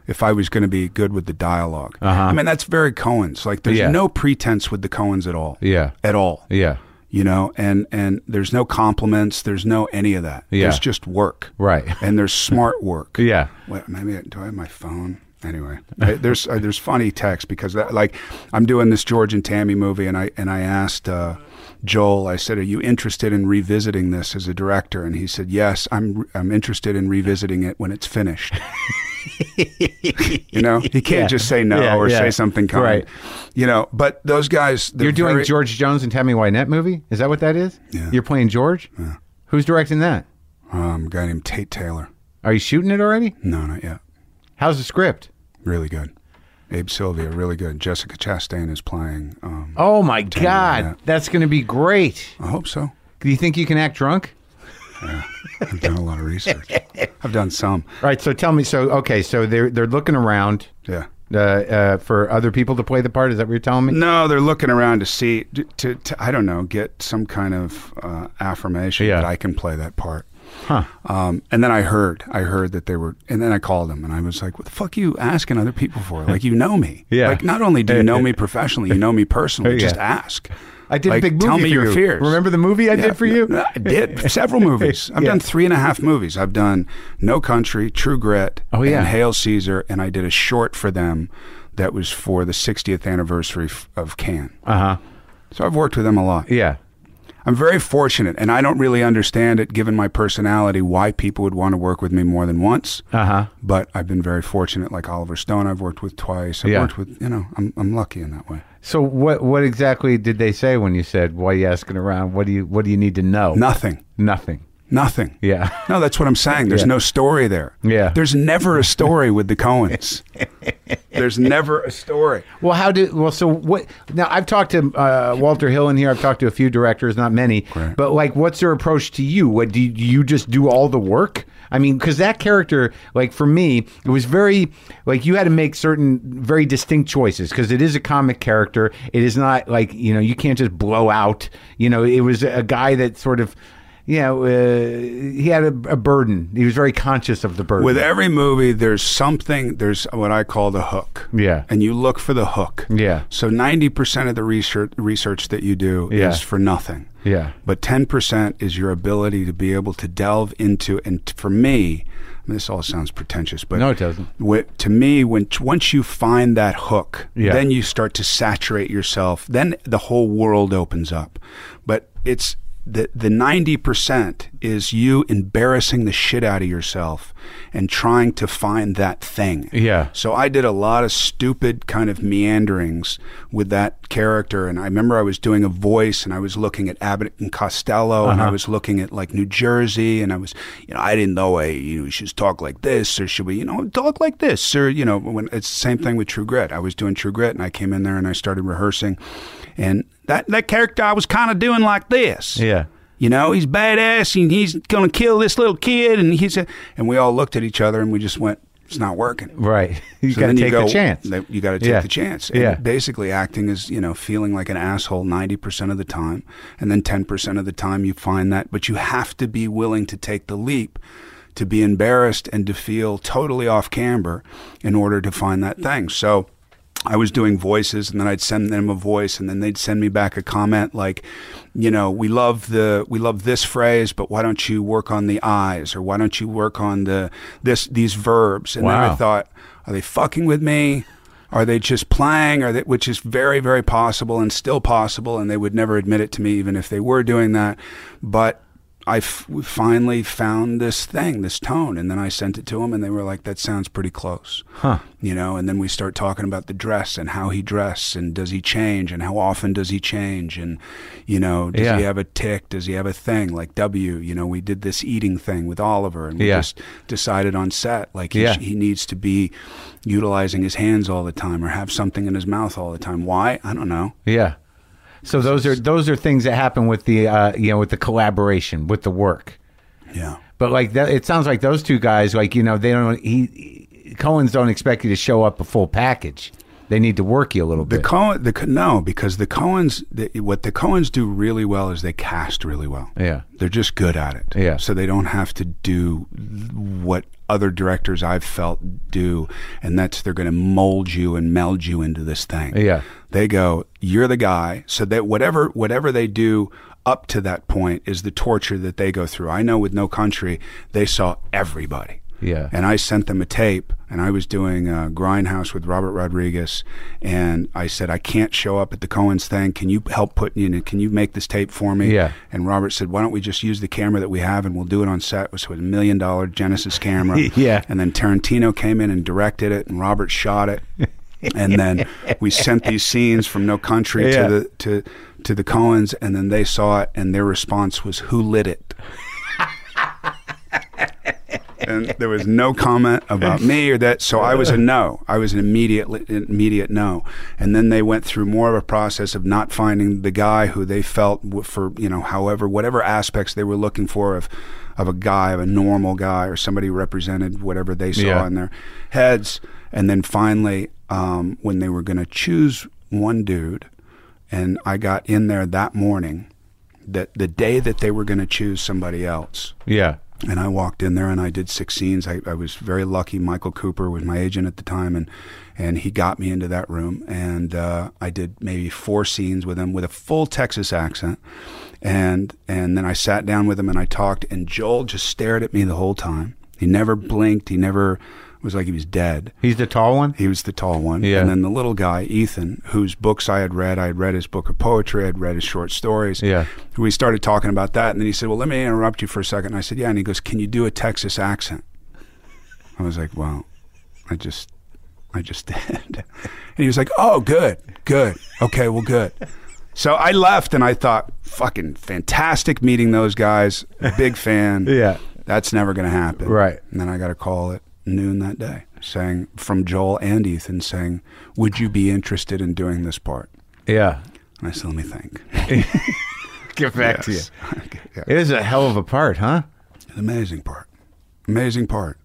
B: if I was going to be good with the dialog I mean, that's very Cohen's. Like, there's
C: Uh-huh. Yeah.
B: no pretense with the Cohen's at all.
C: Yeah.
B: at all.
C: Yeah.
B: You know, and and there's no compliments. There's no any of that.
C: Yeah.
B: There's just work.
C: Right.
B: And there's smart work.
C: Yeah.
B: Wait, maybe I- do I have my phone? Anyway, I, there's uh, there's funny text because that, like I'm doing this George and Tammy movie, and I and I asked uh, Joel, I said, "Are you interested in revisiting this as a director?" And he said, "Yes, I'm I'm interested in revisiting it when it's finished." you know, he can't
C: Yeah.
B: just say no
C: Yeah,
B: or
C: yeah.
B: say something kind.
C: Right.
B: You know, but those guys, they're
C: You're doing
B: very-
C: George Jones and Tammy Wynette movie? Is that what that is?
B: Yeah.
C: You're playing George? Yeah. Who's directing that?
B: um, a guy named Tate Taylor.
C: Are you shooting it already?
B: No, not yet.
C: How's the script?
B: Really good. Abe Sylvia, really good. Jessica Chastain is playing. Um,
C: Oh my God.
B: Wynette.
C: That's going to be great.
B: I hope so.
C: Do you think you can act drunk?
B: I've done a lot of research. I've done some.
C: All right. So tell me. So, okay. So they're, they're looking around
B: Yeah.
C: uh, uh, for other people to play the part. Is that what you're telling me?
B: No, they're looking around to see to, to, to I don't know, get some kind of uh, affirmation
C: Yeah.
B: that I can play that part.
C: Huh.
B: Um, and then I heard, I heard that they were, and then I called them, and I was like, "What the fuck are you asking other people for? Like, you know me.
C: Yeah.
B: Like, not only do you know me professionally, you know me personally.
C: Yeah.
B: Just ask.
C: I did
B: Like,
C: a big movie
B: Tell me
C: for
B: your
C: you.
B: fears.
C: Remember the movie I did for you?
B: Yeah, I did several movies. I've
C: Yeah.
B: done three and a half movies. I've done No Country, True Grit,
C: Oh, yeah.
B: and Hail Caesar, and I did a short for them that was for the 60th anniversary f- of Cannes.
C: Uh huh.
B: So I've worked with them a lot.
C: Yeah.
B: I'm very fortunate, and I don't really understand it, given my personality, why people would want to work with me more than once.
C: Uh huh.
B: But I've been very fortunate. Like Oliver Stone, I've worked with twice. I've
C: Yeah.
B: worked with, you know, I'm, I'm lucky in that way.
C: So what what exactly did they say when you said why are you asking around? What do you what do you need to know?
B: Nothing.
C: Nothing.
B: Nothing.
C: Yeah.
B: No, that's what I'm saying. There's
C: Yeah.
B: no story there.
C: Yeah.
B: There's never a story with the Coens. There's never a story.
C: Well, how do well? So what? Now I've talked to uh, Walter Hill in here. I've talked to a few directors, not many,
B: Right.
C: but like, what's their approach to you? What do you, do you just do all the work? I mean, because that character, like for me, it was very like you had to make certain very distinct choices because it is a comic character. It is not like you know you can't just blow out. You know, it was a guy that sort of. You know, uh, he had a, a burden. He was very conscious of the burden.
B: With every movie, there's something, there's what I call the hook.
C: Yeah.
B: And you look for the hook.
C: Yeah.
B: So 90% of the research, research that you do
C: Yeah.
B: is for nothing.
C: Yeah.
B: But 10% is your ability to be able to delve into, and t- for me, I mean, this all sounds pretentious, but
C: No, it doesn't.
B: Wh- to me, when t- once you find that hook,
C: Yeah.
B: then you start to saturate yourself. Then the whole world opens up. But it's the the ninety percent is you embarrassing the shit out of yourself and trying to find that thing.
C: Yeah.
B: So I did a lot of stupid kind of meanderings with that character, and I remember I was doing a voice, and I was looking at Abbott and Costello, and I was looking at like New Jersey, and I was, you know, I didn't know, hey, you know, should we talk like this, or should we, you know, talk like this, or you know, when it's the same thing with True Grit. I was doing True Grit, and I came in there and I started rehearsing, and that that character I was kind of doing like this,
C: Yeah.
B: you know, he's badass and he's gonna kill this little kid, and he's a, and we all looked at each other and we just went, it's not working.
C: Right. You
B: So
C: got to
B: then
C: take
B: go-
C: the chance.
B: that- You got to take
C: Yeah.
B: the chance. And
C: Yeah.
B: Basically, acting is you know feeling like an asshole ninety percent of the time, and then ten percent of the time you find that. But you have to be willing to take the leap to be embarrassed and to feel totally off camber in order to find that thing. So I was doing voices and then I'd send them a voice and then they'd send me back a comment like, you know, we love the we love this phrase, but why don't you work on the eyes or why don't you work on the this these verbs? And then
A: Wow.
B: I thought, are they fucking with me? Are they just playing? Are they, which is very, very possible and still possible, and they would never admit it to me, even if they were doing that. But I f- finally found this thing, this tone, and then I sent it to them, and they were like, "That sounds pretty close."
A: Huh.
B: you know and then we start talking about the dress and how he dressed and does he change and how often does he change and you know does
A: Yeah.
B: he have a tick does he have a thing like w you know we did this eating thing with oliver and we
A: Yeah.
B: just decided on set like he,
A: Yeah.
B: sh- he needs to be utilizing his hands all the time or have something in his mouth all the time why i don't know
A: Yeah. So those are those are things that happen with the uh, you know with the collaboration with the work.
B: yeah
A: But like that, it sounds like those two guys, like you know, they don't. He, he Cohen's don't expect you to show up a full package. They need to work you a little
B: The
A: bit.
B: Cohen, the Co- no, because the Cohens, the, what the Cohens do really well is they cast really well.
A: Yeah.
B: they're just good at it.
A: Yeah.
B: so they don't have to do what other directors I've felt do, and that's they're going to mold you and meld you into this thing.
A: Yeah.
B: they go, you're the guy. So that whatever whatever they do up to that point is the torture that they go through. I know with No Country, they saw everybody.
A: Yeah.
B: And I sent them a tape, and I was doing uh, Grindhouse with Robert Rodriguez, and I said, I can't show up at the Cohen's thing. Can you help put in? Can you make this tape for me?
A: Yeah.
B: And Robert said, Why don't we just use the camera that we have, and we'll do it on set, which was a million dollar Genesis camera.
A: Yeah.
B: And then Tarantino came in and directed it, and Robert shot it. And then we sent these scenes from No Country
A: Yeah.
B: to the to to the Cohens, and then they saw it, and their response was, "Who lit it?" and there was no comment about me or that. So I was a no. I was an immediate immediate no. And then they went through more of a process of not finding the guy who they felt w- for you know however whatever aspects they were looking for of of a guy of a normal guy or somebody who represented whatever they saw
A: Yeah.
B: in their heads. And then finally, um, when they were going to choose one dude, and I got in there that morning. That the day that they were going to choose somebody else,
A: yeah.
B: and I walked in there and I did six scenes. I, I was very lucky. Michael Cooper was my agent at the time, and and he got me into that room. And uh, I did maybe four scenes with him with a full Texas accent, and and then I sat down with him and I talked. And Joel just stared at me the whole time. He never blinked. He never it was like he was dead.
A: He's the tall one.
B: He was the tall one.
A: Yeah.
B: And then the little guy, Ethan, whose books I had read. I had read his book of poetry. I had read his short stories.
A: Yeah.
B: We started talking about that. And then he said, Well, let me interrupt you for a second. And I said, Yeah. And he goes, Can you do a Texas accent? I was like, Well, I just, I just did. And he was like, Oh, good, good. Okay, well, good. So I left and I thought, fucking fantastic meeting those guys. Big fan.
A: Yeah.
B: That's never going to happen.
A: Right.
B: And then I got a call at noon that day saying, from Joel and Ethan saying, Would you be interested in doing this part?
A: Yeah.
B: And I said, Let me think.
A: Get back
B: Yes. Yeah.
A: It is a hell of a part, huh?
B: An amazing part. Amazing part.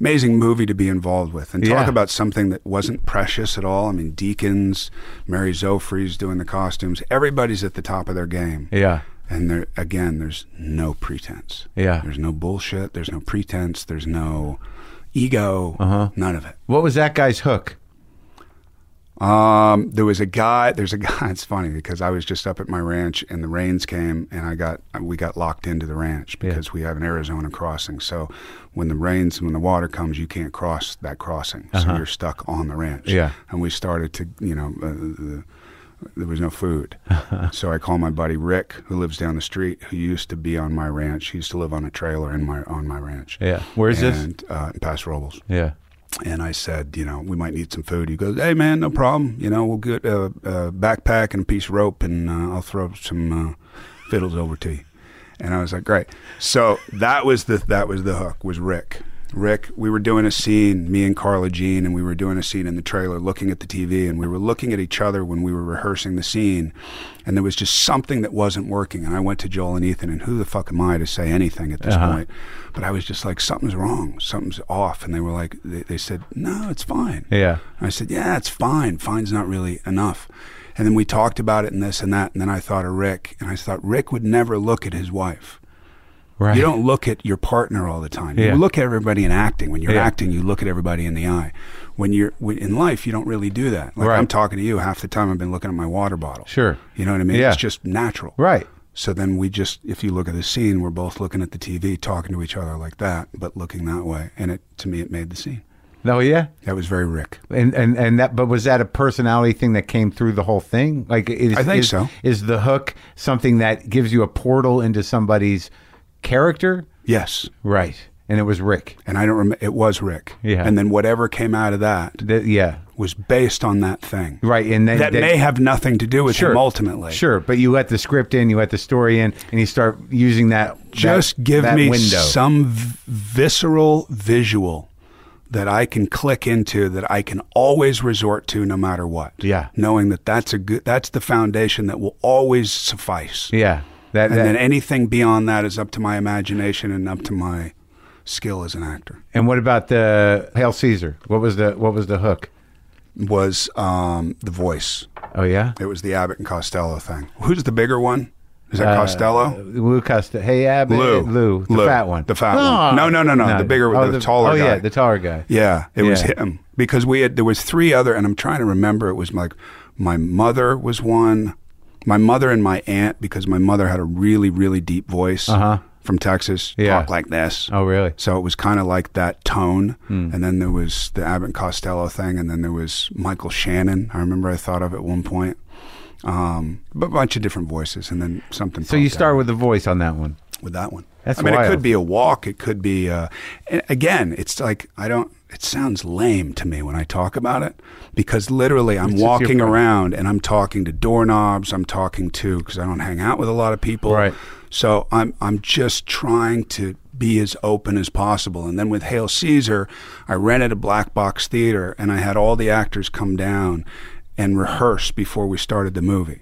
B: Amazing movie to be involved with. And talk
A: Yeah.
B: about something that wasn't precious at all. I mean, Deacons, Mary Zofri's doing the costumes. Everybody's at the top of their game.
A: Yeah.
B: And there, again, there's no pretense.
A: Yeah.
B: There's no bullshit. There's no pretense. There's no ego.
A: Uh-huh.
B: None of it.
A: What was that guy's hook?
B: Um, there was a guy. There's a guy. It's funny because I was just up at my ranch and the rains came and I got uh, we got locked into the ranch because we have an Arizona crossing. So when the rains when the water comes, you can't cross that crossing. So you're stuck on the ranch.
A: Yeah.
B: And we started to you know uh, the, there was no food. so I called my buddy Rick who lives down the street who used to be on my ranch. He used to live on a trailer in my on my ranch.
A: Yeah. Where's this?
B: and, Uh, in Paso Robles.
A: Yeah.
B: And I said, you know, we might need some food. He goes, hey man, no problem. You know, we'll get a, a backpack and a piece of rope, and uh, I'll throw some uh, fiddles over to you. And I was like, great. So that was the that was the hook was Rick. Rick, we were doing a scene, me and Carla Jean, and we were doing a scene in the trailer, looking at the TV, and we were looking at each other when we were rehearsing the scene, and there was just something that wasn't working. And I went to Joel and Ethan, and who the fuck am I to say anything at this point? But I was just like, something's wrong, something's off, and they were like, they, they said, no, it's fine.
A: Yeah.
B: I said, "Yeah, it's fine. Fine's not really enough." And then we talked about it and this and that. And then I thought of Rick, and I thought Rick would never look at his wife.
C: Right.
B: You don't look at your partner all the time.
C: Yeah.
B: You look at everybody in acting. When you're
C: Yeah.
B: acting, you look at everybody in the eye. When you're when, in life, you don't really do that. Like
C: Right.
B: I'm talking to you half the time. I've been looking at my water bottle.
C: Sure.
B: You know what I mean?
C: Yeah.
B: It's just natural.
C: Right.
B: So then we just, if you look at the scene, we're both looking at the TV, talking to each other like that, but looking that way. And it to me, it made the scene.
A: Oh,
C: No, yeah.
B: That was very Rick.
C: And, and and that but was that a personality thing that came through the whole thing? Like is,
B: I think
C: is,
B: so.
C: is the hook something that gives you a portal into somebody's character?
B: Yes.
C: Right. And it was Rick.
B: And I don't remember. It was Rick.
C: Yeah.
B: And then whatever came out of that
C: That- yeah.
B: was based on that thing.
C: Right. And then
B: That may have nothing to do with him ultimately.
C: Sure, but you let the script in, you let the story in, and you start using that.
B: Just
C: that-
B: give
C: that
B: me
C: window.
B: some v- visceral visual that I can click into that I can always resort to no matter what.
C: Yeah.
B: Knowing that that's a good that's the foundation that will always suffice.
C: Yeah, that,
B: And
C: that-
B: then anything beyond that is up to my imagination and up to my skill as an actor.
C: And what about the Hail Caesar? What was the what was the hook?
B: Was um, the voice.
C: Oh yeah,
B: It was the Abbott and Costello thing. Who's the bigger one? Is that
C: Uh,
B: Costello?
C: Lou Costello. Hey Abbott.
B: Lou.
C: Lou, the
B: Lou.
C: fat one,
B: The fat one. No, no, no, no, the bigger- the taller
C: Oh yeah,
B: guy.
C: the taller guy.
B: Yeah, it was
C: Yeah.
B: him because we had there was three other, and I'm trying to remember. It was like my mother was one, my mother and my aunt because my mother had a really really deep voice
C: Uh-huh.
B: from Texas,
C: Yeah.
B: talk like this.
C: Oh Hmm. really?
B: So it was kind of like that tone. And then there was the Abbott and Costello thing, and then there was Michael Shannon. I remember I thought of at one point. Um, but a bunch of different voices, and then something.
C: So you
B: popped out
C: start with the voice on that one.
B: with that one.
C: That's
B: I mean,
C: wild.
B: it could be a walk. It could be uh, and again. It's like I don't. It sounds lame to me when I talk about it because literally I'm
C: It's- it's your
B: walking
C: problem.
B: around and I'm talking to doorknobs. I'm talking to because I don't hang out with a lot of people.
C: Right.
B: So I'm I'm just trying to be as open as possible. And then with Hail Caesar, I rented a black box theater and I had all the actors come down and rehearse before we started the movie.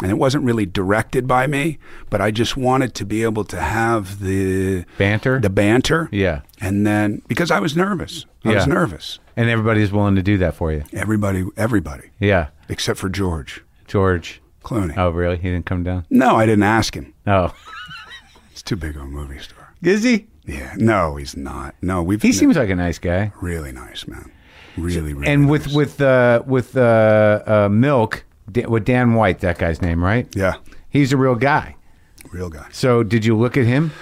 B: And it wasn't really directed by me, but I just wanted to be able to have the
C: Banter?
B: the banter.
C: Yeah.
B: And then because I was nervous. I was
C: Yeah.
B: nervous.
C: And everybody's willing to do that for you.
B: Everybody everybody
C: Yeah,
B: except for George
C: George.
B: Clooney.
C: Oh really? He didn't come down.
B: No, I didn't ask him.
C: Oh,
B: He's too big of a movie star.
C: is he?
B: Yeah, no, he's not. No, we've
C: He seems like a nice guy.
B: really nice, man. Really, really.
C: And with
B: nice.
C: with uh, with uh, uh, milk Da- with Dan White, that guy's name, right?
B: yeah,
C: He's a real guy.
B: real guy.
C: So did you look at him?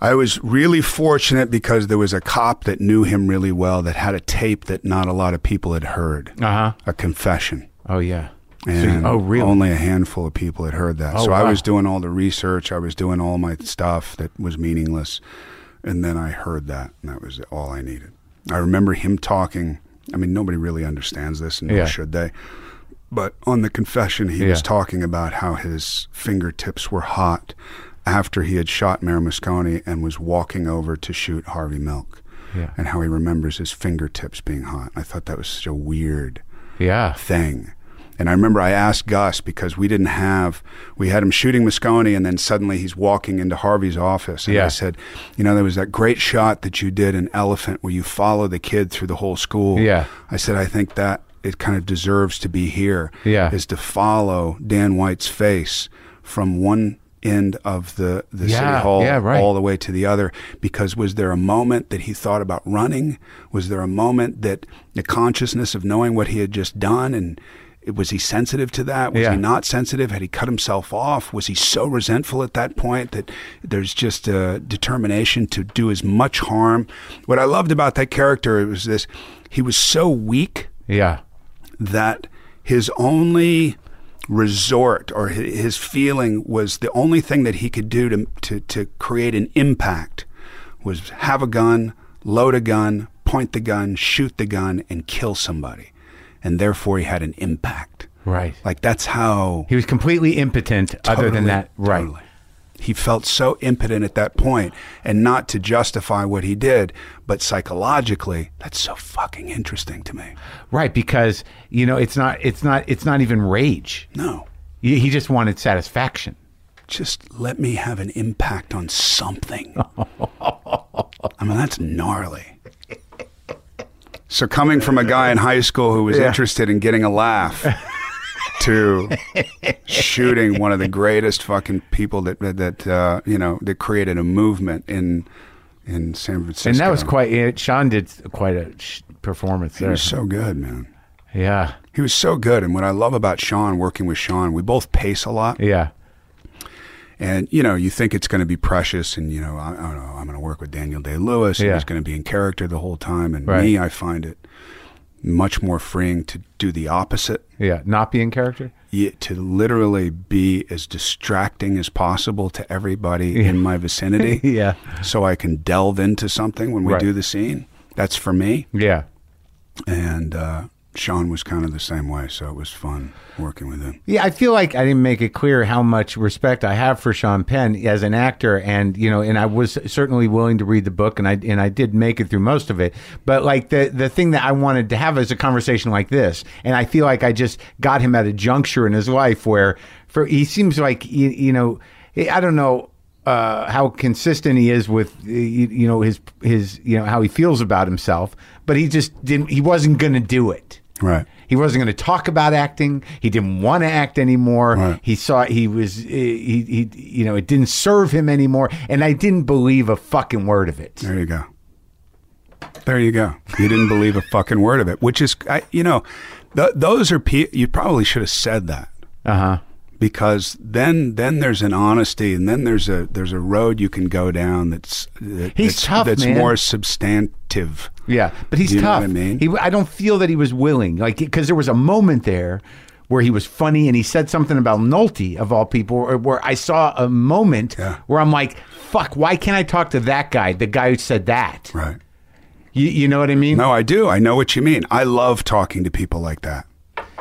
B: I was really fortunate because there was a cop that knew him really well that had a tape that not a lot of people had heard,
C: Uh huh.
B: a confession.
C: Oh yeah. So you-
B: Uh-huh. And
C: oh really?
B: only a handful of people had heard that.
C: Oh,
B: so
C: wow.
B: I was doing all the research, I was doing all my stuff that was meaningless. And then I heard that, and that was all I needed. I remember him talking. I mean, nobody really understands this, and nor
C: Yeah.
B: should they. But on the confession, he was
C: Yeah.
B: talking about how his fingertips were hot after he had shot Mayor Moscone and was walking over to shoot Harvey Milk,
C: Yeah.
B: and how he remembers his fingertips being hot. I thought that was such a weird
C: Yeah.
B: thing. And I remember I asked Gus because we didn't have, we had him shooting Moscone and then suddenly he's walking into Harvey's office. And
C: Yeah.
B: I said, You know, there was that great shot that you did in Elephant where you follow the kid through the whole school.
C: Yeah.
B: I said, I think that it kind of deserves to be here.
C: Yeah.
B: Is to follow Dan White's face from one end of the, the
C: Yeah,
B: city hall
C: yeah, right.
B: all the way to the other because was there a moment that he thought about running was there a moment that the consciousness of knowing what he had just done and it- was he sensitive to that was
C: Yeah.
B: he not sensitive had he cut himself off was he so resentful at that point that there's just a determination to do as much harm what i loved about that character was this he was so weak
C: Yeah.
B: that his only resort or hi- his feeling was the only thing that he could do to, to, to create an impact was have a gun, load a gun, point the gun, shoot the gun, and kill somebody. And therefore, he had an impact.
C: Right.
B: Like, that's how.
C: He was completely impotent. other than
B: Totally,
C: that, right?
B: totally. He felt so impotent at that point, and not to justify what he did, but psychologically, that's so fucking interesting to me.
C: Right. Because you know it's not it's not it's not even rage.
B: No.
C: He he just wanted satisfaction.
B: just let me have an impact on something. I mean, that's gnarly. So, coming from a guy in high school who was interested in getting a laugh to shooting one of the greatest fucking people that that, that uh, you know that created a movement in in San Francisco.
C: And that was quite. It, Sean did quite a sh- performance
B: He
C: there.
B: was so good, man.
C: Yeah,
B: He was so good, and what I love about Sean, working with Sean, we both pace a lot.
C: yeah,
B: and you know you think it's going to be precious and you know I, I don't know I'm going to work with Daniel Day Lewis and
C: Yeah.
B: he's going to be in character the whole time and
C: Right.
B: me I find it much more freeing to do the opposite
C: yeah. Not being character.
B: yet to literally be as distracting as possible to everybody in my vicinity
C: Yeah.
B: so I can delve into something when we
C: Right.
B: do the scene that's for me
C: Yeah.
B: and uh Sean was kind of the same way so it was fun working with him
C: Yeah, I feel like I didn't make it clear how much respect I have for Sean Penn as an actor, and you know, and I was certainly willing to read the book, and I and I did make it through most of it. But like the the thing that I wanted to have is a conversation like this, and I feel like I just got him at a juncture in his life where, for he seems like you, you know, I don't know uh, how consistent he is with uh, you, you know his his you know how he feels about himself, but he just didn't. He wasn't going to do it.
B: right
C: He wasn't going to talk about acting. He didn't want to act anymore.
B: Right.
C: He saw he was eh, he, he you know it didn't serve him anymore, and I didn't believe a fucking word of it.
B: There you go. There you go. You didn't believe a fucking word of it, which is, I, you know, th- those are pe- you probably should have said that
C: Uh huh.
B: because then then there's an honesty and then there's a there's a road you can go down that's that,
C: He's
B: that's,
C: tough,
B: that's
C: man.
B: more substantive.
C: Yeah, but he's
B: You know
C: tough.
B: what I mean?
C: He, I don't feel that he was willing, like because there was a moment there where he was funny and he said something about Nolte of all people, or where I saw a moment
B: Yeah.
C: where I'm like, "Fuck, why can't I talk to that guy? The guy who said that."
B: Right.
C: You, you know what I mean?
B: No, I do. I know what you mean. I love talking to people like that.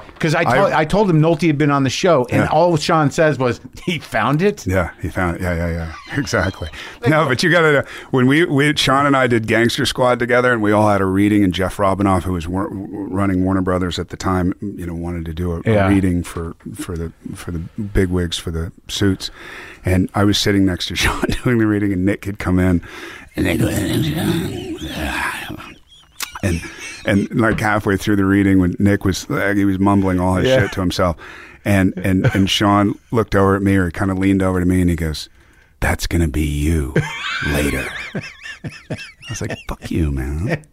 C: Because I, told I told him Nolte had been on the show, and
B: Yeah.
C: all Sean says was he found it.
B: Yeah, he found it. Yeah, yeah, yeah. Exactly. No, but you got to know when we, we Sean and I did Gangster Squad together, and we all had a reading, and Jeff Robinoff, who was war, running Warner Brothers at the time, you know, wanted to do a, a
C: Yeah.
B: reading for for the for the big wigs for the suits, and I was sitting next to Sean doing the reading, and Nick could come in, and they go. and and like halfway through the reading when Nick was like, he was mumbling all his shit to himself and and and Sean looked over at me or kind of leaned over to me and he goes that's going to be you later I was like fuck you man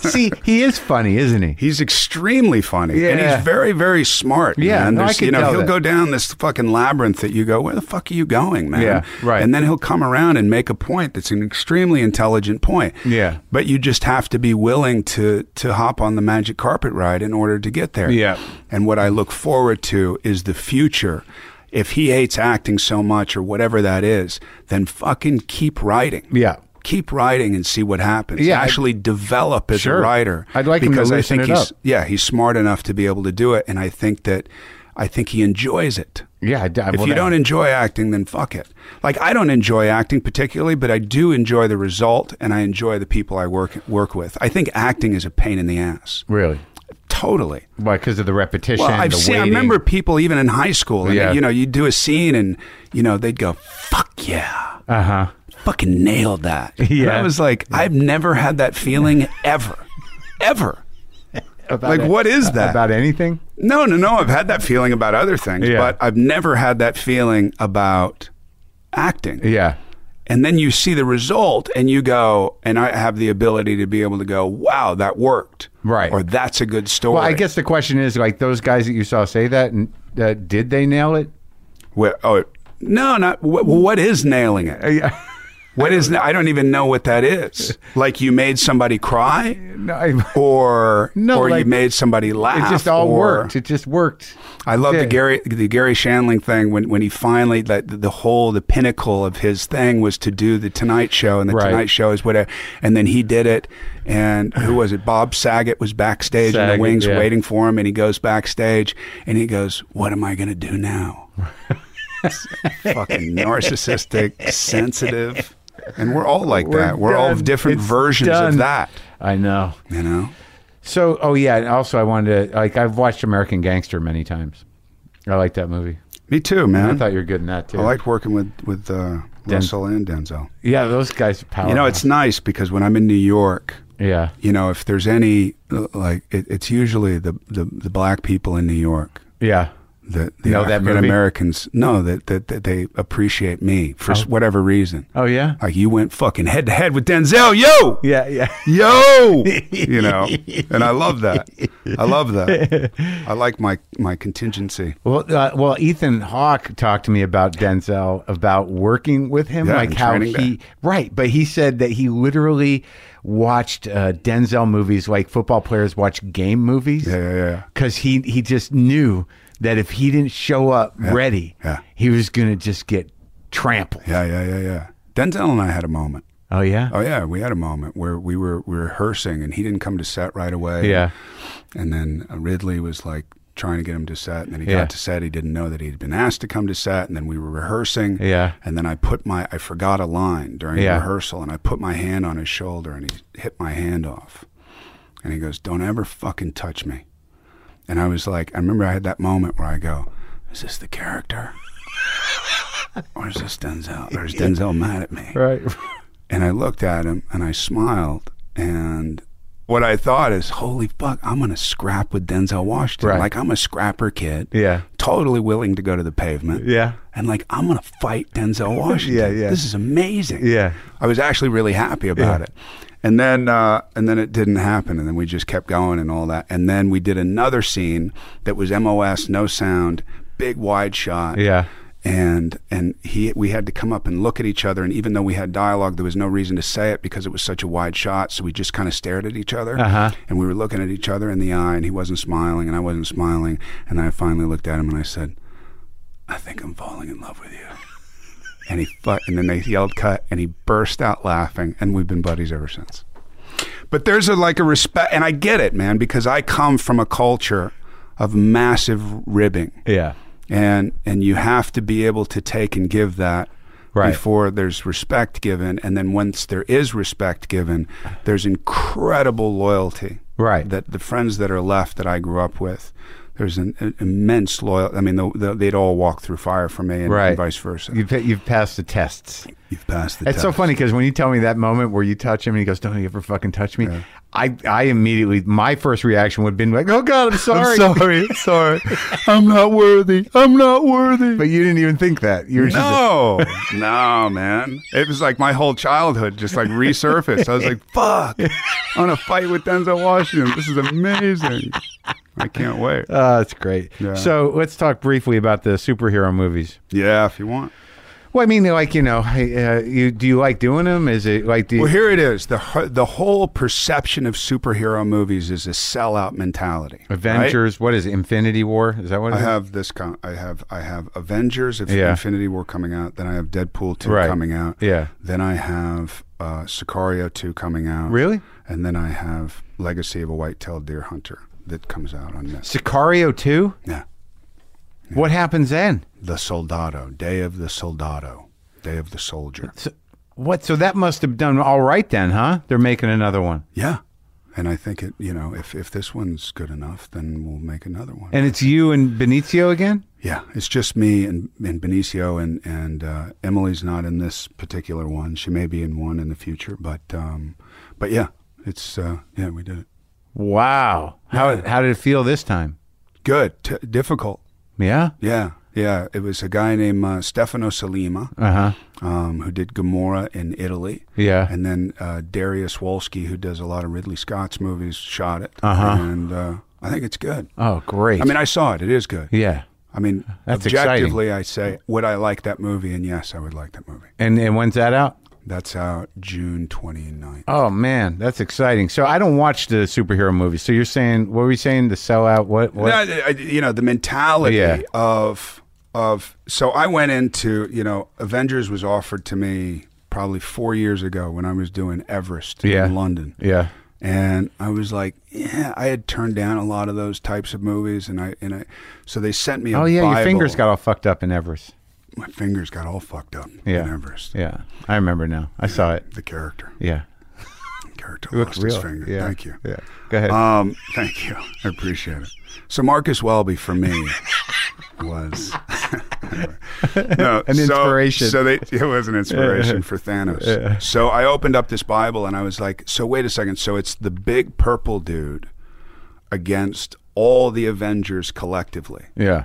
C: See, he is funny, isn't he?
B: he's extremely funny and
C: Yeah.
B: he's very very smart
C: Yeah,
B: man.
C: no, I
B: There's-
C: could
B: you know
C: tell
B: he'll
C: that.
B: go down this fucking labyrinth that you go where the fuck are you going man
C: Yeah, right.
B: and then he'll come around and make a point that's an extremely intelligent point
C: Yeah.
B: but you just have to be willing to to hop on the magic carpet ride in order to get there.
C: Yeah.
B: And what I look forward to is the future. If he hates acting so much or whatever that is, then fucking keep writing.
C: Yeah.
B: Keep writing and see what happens.
C: Yeah, I-
B: Actually develop as
C: Sure.
B: a writer.
C: I'd like him to
B: because I
C: loosen
B: think
C: it
B: he's
C: up.
B: yeah, he's smart enough to be able to do it and I think that I think he enjoys it.
C: Yeah, I, I,
B: If you don't enjoy acting, then fuck it. Like I don't enjoy acting particularly, but I do enjoy the result, and I enjoy the people I work work with. I think acting is a pain in the ass.
C: really.
B: Totally.
C: Why? Because of the repetition.
B: Well, I've
C: the
B: seen. I
C: waiting.
B: remember people even in high school. And,
C: Yeah.
B: You know, you'd do a scene, and you know they'd go, "Fuck yeah." Uh huh.
C: Uh-huh.
B: Fucking nailed that. And
C: Yeah.
B: I was like, I've never had that feeling ever, ever.
C: About
B: like,
C: it-
B: what is that?
C: about anything.
B: No, no, no. I've had that feeling about other things,
C: Yeah.
B: but I've never had that feeling about acting.
C: Yeah,
B: And then you see the result and you go, and I have the ability to be able to go, wow, that worked.
C: Right.
B: Or that's a good story.
C: well, I guess the question is like those guys that you saw say that, and uh, did they nail it?
B: Wh- oh, no, not wh- what is nailing it?
C: Yeah,
B: What is, I don't even know what that is. Like you made somebody cry
C: no, I, it
B: or,
C: No,
B: or
C: like,
B: you made somebody laugh.
C: just all
B: or-
C: worked. It just worked.
B: I love
C: Yeah.
B: the Gary the Gary Shanling thing when, when he finally like the, the whole the pinnacle of his thing was to do the Tonight Show and the
C: Right.
B: Tonight Show is whatever and then he did it and who was it Bob Saget was backstage in
C: Saget,
B: the wings
C: yeah.
B: waiting for him and he goes backstage and he goes what am I gonna do now fucking narcissistic sensitive and we're all like
C: We're
B: that we're all
C: done.
B: different
C: It's
B: versions
C: done.
B: of that
C: I know.
B: you know
C: So, oh yeah, and also I wanted to like I've watched American Gangster many times. I like that movie.
B: me too
C: I
B: man I,
C: thought you were good in that too.
B: liked working with with uh, Russell and Denzel.
C: yeah, those guys are powerful.
B: You know, it's nice because when I'm in New York,
C: yeah,
B: you know, if there's any, uh, like, it, it's usually the, the, the black people in New York
C: yeah.
B: that the
C: Know that movie?
B: African Americans know that, that that they appreciate me for s whatever reason.
C: Oh yeah.
B: Like you went fucking head to head with Denzel, yo,
C: Yeah, yeah.
B: yo, you know, and I love that. I love that. I like my my contingency.
C: Well, uh, well, Ethan Hawke talked to me about Denzel about working with him,
B: Yeah,
C: like
B: and
C: how he
B: training back.
C: right. But he said that he literally watched uh, Denzel movies like football players watch game movies.
B: Yeah, yeah, yeah.
C: Because he he just knew that if he didn't show up ready,
B: yeah.
C: he was gonna just get trampled.
B: Yeah, yeah, yeah, yeah. Denzel and I had a moment.
C: Oh yeah.
B: Oh yeah, we had a moment where we were, we were rehearsing and he didn't come to set right away.
C: Yeah.
B: And then uh, Ridley was like trying to get him to set and then he
C: Yeah.
B: got to set. He didn't know that he'd been asked to come to set and then we were rehearsing.
C: Yeah.
B: And then I put my I forgot a line during
C: Yeah.
B: rehearsal and I put my hand on his shoulder and he hit my hand off. And he goes, "Don't ever fucking touch me." And I was like, I remember I had that moment where I go, "Is this the character?" Or is this Denzel? Or is Denzel mad at me?
C: Right.
B: And I looked at him and I smiled. And what I thought is, holy fuck, I'm going to scrap with Denzel Washington.
C: Right.
B: Like, I'm a scrapper kid.
C: Yeah.
B: Totally willing to go to the pavement.
C: Yeah.
B: And like, I'm going to fight Denzel Washington.
C: Yeah, yeah.
B: This is amazing.
C: Yeah.
B: I was actually really happy about
C: Yeah.
B: it. And then, uh, and then it didn't happen. And then we just kept going and all that. And then we did another scene that was MOS, no sound, big wide shot
C: Yeah.
B: and and he we had to come up and look at each other and even though we had dialogue there was no reason to say it because it was such a wide shot so we just kind of stared at each other
C: Uh-huh.
B: and we were looking at each other in the eye and he wasn't smiling and I wasn't smiling and I finally looked at him and I said I think I'm falling in love with you and he fu- and then they yelled cut and he burst out laughing and we've been buddies ever since but there's a like a respect and I get it man because I come from a culture of massive ribbing
C: Yeah.
B: and and you have to be able to take and give that
C: Right.
B: before there's respect given and then once there is respect given there's incredible loyalty
C: Right.
B: that the friends that are left that I grew up with there's an, an immense loyalty I mean the, the, they'd all walk through fire for me and,
C: Right.
B: and vice versa
C: You've you've passed the tests.
B: you've passed the
C: It's so
B: test.
C: funny because when you tell me that moment where you touch him and he goes, "Don't you ever fucking touch me," I, I immediately my first reaction would have been like, "Oh God, I'm sorry."
B: sorry sorry I'm not worthy I'm not worthy
C: But you didn't even think that. You were just
B: No, no, man. It was like my whole childhood just like resurfaced. I was like, fuck, I'm going to fight with Denzel Washington. This is amazing. I can't wait.
C: oh, that's great.
B: Yeah.
C: So let's talk briefly about the superhero movies.
B: Yeah, if you want.
C: Well, I mean, like you know, uh, you do you like doing them? Is it like do you,
B: Well, here it is. The, ho- the whole perception of superhero movies is a sellout mentality. right?
C: Avengers? What is it, Infinity War? Is that what? it
B: I
C: is?
B: have this. Con- I have. I have Avengers: Inf-
C: Yeah.
B: Infinity War coming out. Then I have Deadpool two
C: Right.
B: coming out.
C: Yeah.
B: Then I have uh, Sicario two coming out.
C: Really?
B: And then I have Legacy of a White-tailed Deer Hunter that comes out on this.
C: Sicario Two.
B: Yeah.
C: What happens then?
B: The Soldado, Day of the Soldado, Day of the Soldier.
C: So, what? So that must have done all right then, huh? They're making another one,
B: Yeah. And I think it. You know, if if this one's good enough, then we'll make another one.
C: and it's you and Benicio again.
B: Yeah, it's just me and, and Benicio and and uh, Emily's not in this particular one. She may be in one in the future, but um, but yeah, it's uh, yeah we did it
C: Wow. How how did it feel this time?
B: good, t- difficult.
C: Yeah.
B: Yeah, yeah. It was a guy named uh, Stefano Salima
C: Uh huh.
B: um, who did Gamora in Italy.
C: Yeah.
B: and then uh, Darius Wolski, who does a lot of Ridley Scott's movies, shot it.
C: Uh-huh.
B: And uh, I think it's good.
C: oh, great.
B: I mean, I saw it. It is good.
C: yeah.
B: I mean,
C: That's
B: objectively, I say, would I like that movie? And yes, I would like that movie.
C: And and when's that out?
B: That's out June 29th.
C: Oh man, that's exciting. So I don't watch the superhero movies. So you're saying what were you saying? The sellout? What? what?
B: No, I- I- you know, the mentality
C: Yeah.
B: of of so I went into, you know, Avengers was offered to me probably 4 years ago when I was doing Everest
C: Yeah.
B: in London.
C: Yeah.
B: And I was like, yeah, I had turned down a lot of those types of movies and I and I so they sent me a
C: Oh yeah, your
B: Bible.
C: fingers got all fucked up in Everest.
B: my fingers got all fucked up
C: Yeah.
B: in Everest.
C: Yeah, I remember now. I saw it.
B: The character.
C: Yeah.
B: The character
C: It looks
B: lost
C: real.
B: his finger.
C: Yeah.
B: Thank you.
C: Yeah. Go ahead.
B: Um, thank you. I appreciate it. So Marcus Welby for me was no,
C: An
B: so-
C: inspiration.
B: So they, it was an inspiration for Thanos. So I opened up this Bible and I was like, so wait a second. So it's the big purple dude against all the Avengers collectively.
C: yeah.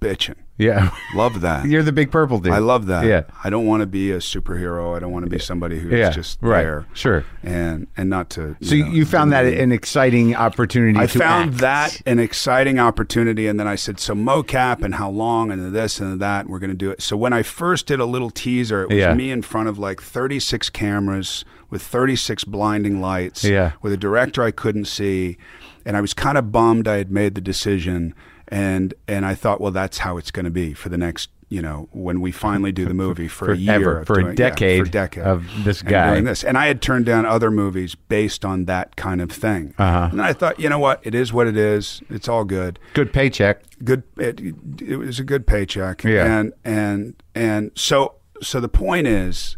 B: bitching.
C: Yeah.
B: Love that.
C: You're the big purple dude.
B: I love that.
C: Yeah.
B: I don't want to be a superhero. I don't want to be somebody who's
C: Yeah.
B: just
C: Right.
B: there.
C: Sure.
B: And and not to.
C: So you,
B: know,
C: you found that an exciting opportunity.
B: I
C: to
B: found
C: act.
B: that an exciting opportunity, and then I said, "So mocap and how long and this and that, we're going to do it." So when I first did a little teaser, it was
C: Yeah.
B: me in front of like 36 cameras with 36 blinding lights,
C: Yeah.
B: with a director I couldn't see, and I was kind of bummed I had made the decision, and and I thought, well, that's how it's going to be for the next. You know, when we finally do the movie for, a year,
C: Forever.
B: of
C: For a
B: doing- yeah,
C: decade
B: for a decade
C: of this
B: and
C: guy.
B: doing this. And I had turned down other movies based on that kind of thing. Uh-huh. And I thought, you know what? It is what it is. It's all good.
C: good paycheck.
B: Good. It, it was a good paycheck.
C: Yeah.
B: And and and so so the point is,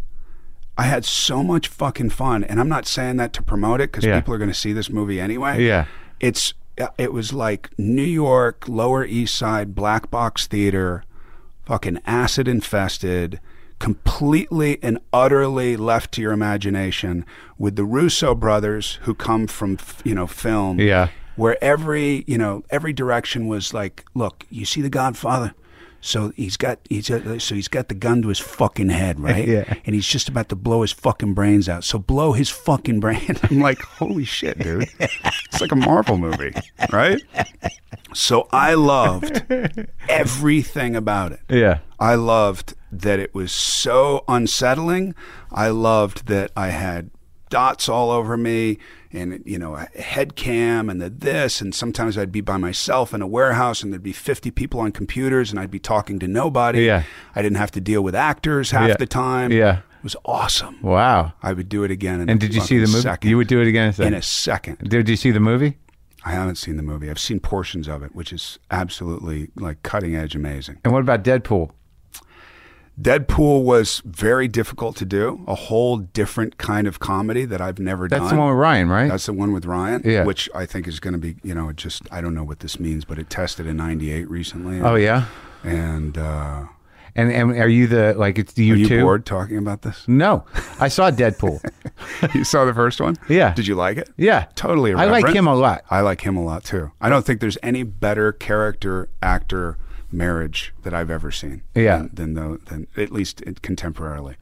B: I had so much fucking fun, and I'm not saying that to promote it because
C: Yeah.
B: people are going to see this movie anyway.
C: Yeah.
B: It's uh, it was like New York Lower East Side black box theater, fucking acid infested, completely and utterly left to your imagination with the Russo brothers who come from f- you know film.
C: Yeah.
B: Where every you know every direction was like, look, you see the Godfather. So he's got he's got- so he's got the gun to his fucking head, right?
C: Yeah.
B: And he's just about to blow his fucking brains out. So blow his fucking brain. I'm like, holy shit, dude. It's like a Marvel movie, right? So I loved everything about it.
C: Yeah.
B: I loved that it was so unsettling. I loved that I had dots all over me and you know a head cam and the this and sometimes I'd be by myself in a warehouse and there'd be 50 people on computers and I'd be talking to nobody.
C: Yeah.
B: I didn't have to deal with actors half
C: Yeah.
B: the time.
C: Yeah.
B: It was awesome.
C: Wow.
B: I would do it again in
C: And
B: a
C: did you see the
B: fucking
C: movie?
B: second.
C: You would do it again.
B: in a second.
C: Did you see the movie?
B: I haven't seen the movie. I've seen portions of it, which is absolutely like cutting edge amazing.
C: And what about Deadpool?
B: Deadpool was very difficult to do, a whole different kind of comedy that I've never
C: That's
B: done.
C: the one with Ryan, right?
B: That's the one with Ryan,
C: Yeah.
B: which I think is going to be, you know, it just, I don't know what this means, but it tested in 98 recently.
C: oh yeah.
B: And uh,
C: And and are you the like it's you,
B: are you
C: too?
B: bored talking about this?
C: No, I saw Deadpool.
B: you saw the first one?
C: Yeah.
B: Did you like it?
C: yeah,
B: Totally
C: I like
B: irreverent.
C: him a lot.
B: I like him a lot too. I don't think there's any better character actor marriage that I've ever seen.
C: Yeah.
B: Than, than the than at least it, contemporarily.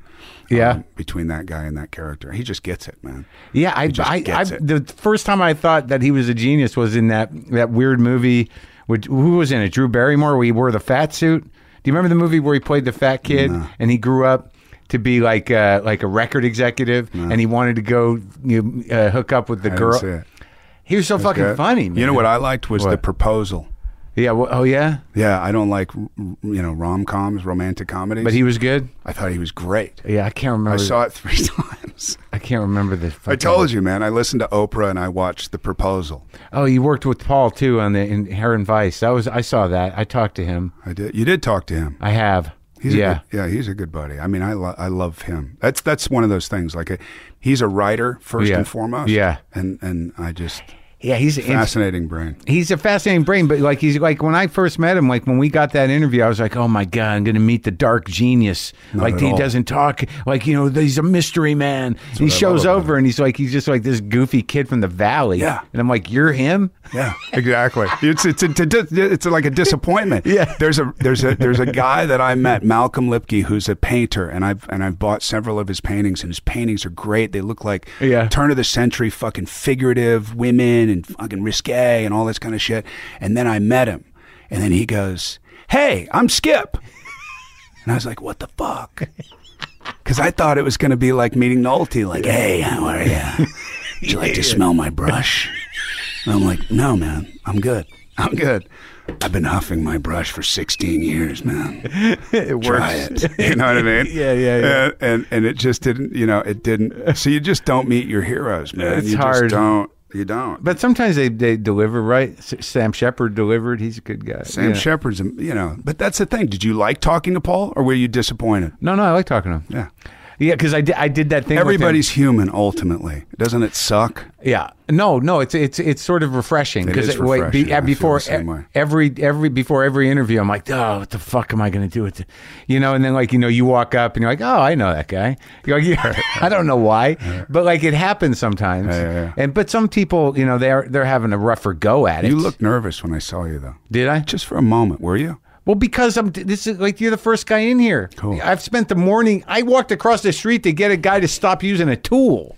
C: Yeah.
B: between that guy and that character, he just gets it, man.
C: Yeah, I,
B: just
C: I, I
B: gets it.
C: the first time I thought that he was a genius was in that that weird movie. Which, who was in it? Drew Barrymore. Where he wore the fat suit. Do you remember the movie where he played the fat kid and he grew up to be like uh, like a record executive and he wanted to go you know, uh, hook up with the
B: I didn't see
C: girl?
B: it.
C: He was so fucking
B: Good.
C: funny. Man.
B: You know what I liked was the
C: What?
B: proposal.
C: Yeah. Well, oh yeah.
B: Yeah, I don't like r- r- you know rom coms, romantic comedies.
C: But he was good.
B: I thought he was great.
C: Yeah, I can't remember.
B: I saw it three times.
C: I can't remember the.
B: I
C: fucking-
B: told you, man. I listened to Oprah and I watched the proposal.
C: Oh, you worked with Paul too on the in Heron Vice. That was I saw that. I talked to him.
B: I did. You did talk to him.
C: I have.
B: He's
C: yeah.
B: a good, yeah, he's a good buddy. I mean, I lo- I love him. That's that's one of those things. Like, uh, he's a writer first
C: Yeah.
B: and foremost.
C: Yeah.
B: and and I just
C: yeah, he's an
B: fascinating brain.
C: he's a fascinating brain, but like he's like when I first met him, like when we got that interview, I was like, oh my god, I'm gonna meet the dark genius. like
B: at
C: he
B: all.
C: doesn't talk, like you know, he's a mystery man. And he
B: what I
C: shows
B: love about
C: over and he's like, he's just like this goofy kid from the valley.
B: Yeah.
C: and I'm like, you're him.
B: Yeah, exactly. It's it's a, it's, a, it's like a disappointment. Yeah, there's a there's a there's a guy that I met, Malcolm Lipke, who's a painter, and I've and I've bought several of his paintings, and his paintings are great. They look like
C: Yeah.
B: turn of the century fucking figurative women and fucking risque and all this kind of shit. And then I met him, and then he goes, "Hey, I'm Skip," and I was like, "What the fuck." Because I thought it was going to be like meeting Nolte, like, hey, how are you? Would you like to smell my brush? And I'm like, no, man, I'm good. I'm good. I've been huffing my brush for 16 years, man.
C: It
B: Try it. You know what I mean?
C: Yeah, yeah, yeah.
B: And, and and it just didn't. You know, it didn't. So you just don't meet your heroes, man.
C: It's
B: you
C: hard.
B: just don't. You don't.
C: But sometimes they, they deliver, right? S- Sam Shepard delivered. He's a good guy.
B: Sam
C: Yeah.
B: Shepard's, a- you know. But that's the thing. Did you like talking to Paul, or were you disappointed?
C: No, no, I like talking to him.
B: Yeah.
C: Yeah, because I did, I did that thing. with him.
B: Everybody's human, ultimately. Doesn't it suck?
C: Yeah. No, no, it's it's it's sort of refreshing
B: It
C: because
B: is refreshing. I feel
C: before e,
B: the same way.
C: every every before every interview I'm like, "Oh, what the fuck am I going to do with it?" You know, and then like, you know, you walk up and you're like, "Oh, I know that guy." You're like, yeah, I don't know why, but like it happens sometimes.
B: yeah, yeah.
C: And but some people, you know, they're they're having a rougher go at it.
B: You looked nervous when I saw you, though.
C: Did I?
B: Just for a moment, were you?
C: Well, because I'm. This is like you're the first guy in here.
B: Cool.
C: I've spent the morning. I walked across the street to get a guy to stop using a tool.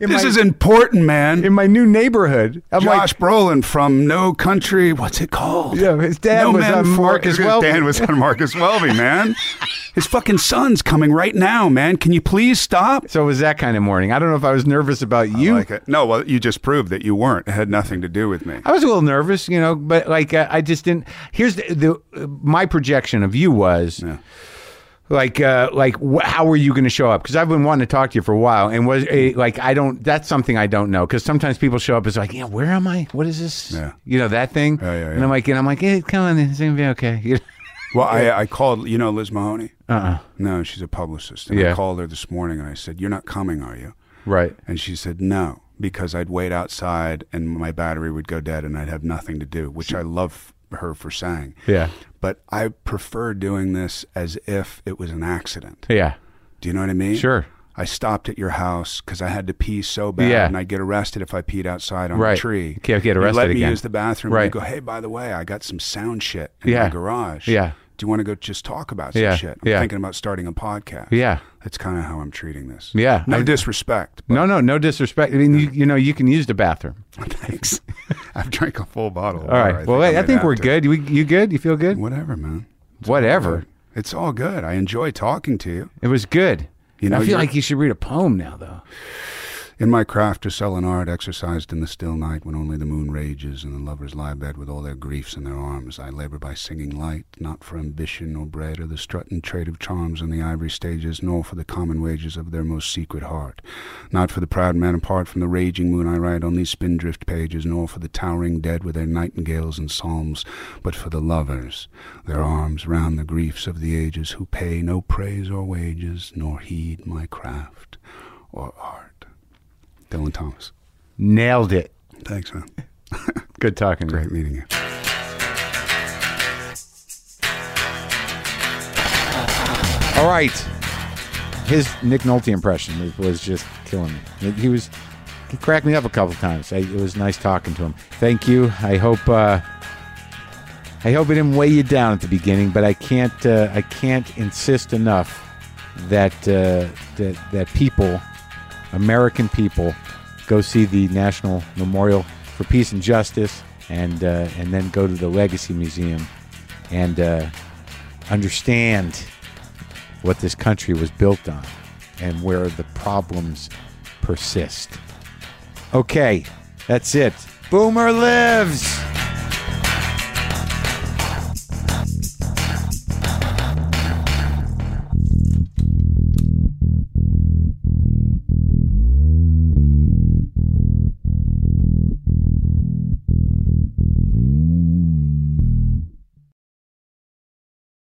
C: in
B: This
C: my,
B: is important, man.
C: in my new neighborhood. I'm
B: Josh
C: like,
B: Brolin from No Country. What's it called?
C: Yeah, his dad was
B: Man
C: on
B: for-
C: Marcus
B: his
C: Welby.
B: dad was on Marcus Welby, man. His fucking son's coming right now, man. Can you please stop?
C: so it was that kind of morning. I don't know if I was nervous about you.
B: like it. No, well, you just proved that you weren't. It had nothing to do with me.
C: I was a little nervous, you know, but like uh, I just didn't. Here's the, the uh, my projection of you was. Like, uh, like, wh- how were you going to show up? Because I've been wanting to talk to you for a while, and was eh, like, I don't. That's something I don't know. Because sometimes people show up as like, yeah, where am I? What is this?
B: Yeah.
C: You know that thing.
B: Yeah, yeah,
C: And I'm like, and I'm like, hey, come on, it's gonna be okay. You know?
B: Well, I, I called, you know, Liz Mahoney?
C: Uh-uh.
B: No, she's a publicist. And
C: Yeah.
B: I called her this morning and I said, You're not coming, are you?
C: Right.
B: And she said, No, because I'd wait outside and my battery would go dead and I'd have nothing to do, which I love her for saying.
C: Yeah.
B: But I prefer doing this as if it was an accident.
C: Yeah.
B: Do you know what I mean?
C: Sure.
B: I stopped at your house because I had to pee so bad,
C: Yeah.
B: and I'd get arrested if I peed outside on a
C: Right.
B: tree.
C: Can't get
B: You let
C: arrested
B: me
C: again.
B: use the bathroom.
C: Right.
B: You go, hey, by the way, I got some sound shit in
C: Yeah.
B: my garage.
C: Yeah.
B: Do you want to go just talk about some
C: Yeah.
B: shit? I'm
C: Yeah.
B: thinking about starting a podcast.
C: Yeah.
B: That's kind of how I'm treating this.
C: Yeah.
B: No
C: I-
B: disrespect. But
C: No, no, no disrespect. I mean, you, you know, you can use the bathroom.
B: thanks. I've drank a full bottle. of
C: All right.
B: water.
C: well, wait, I
B: made
C: think
B: that
C: we're
B: to-
C: good. You, you good? You feel good?
B: Whatever, man.
C: Whatever.
B: It's all good. I enjoy talking to you.
C: It was good.
B: You know,
C: I feel
B: you're-
C: like you should read a poem now, though.
B: In my craft to sell an art exercised in the still night when only the moon rages and the lovers lie abed with all their griefs in their arms, I labor by singing light, not for ambition or bread or the strut and trade of charms in the ivory stages, nor for the common wages of their most secret heart. Not for the proud man apart from the raging moon I write on these spindrift pages, nor for the towering dead with their nightingales and psalms, but for the lovers, their arms round the griefs of the ages, who pay no praise or wages, nor heed my craft or art. Dylan Thomas.
C: Nailed it.
B: Thanks, man.
C: Good talking. to you.
B: Great meeting you.
A: All right. His Nick Nolte impression was- was just killing me. He was he cracked me up a couple times. I, it was nice talking to him. Thank you. I hope uh, I hope it didn't weigh you down at the beginning, but I can't uh, I can't insist enough that uh, that that people, American people, go see the National Memorial for Peace and Justice, and uh, and then go to the Legacy Museum, and uh, understand what this country was built on and where the problems persist. Okay, that's it. Boomer lives!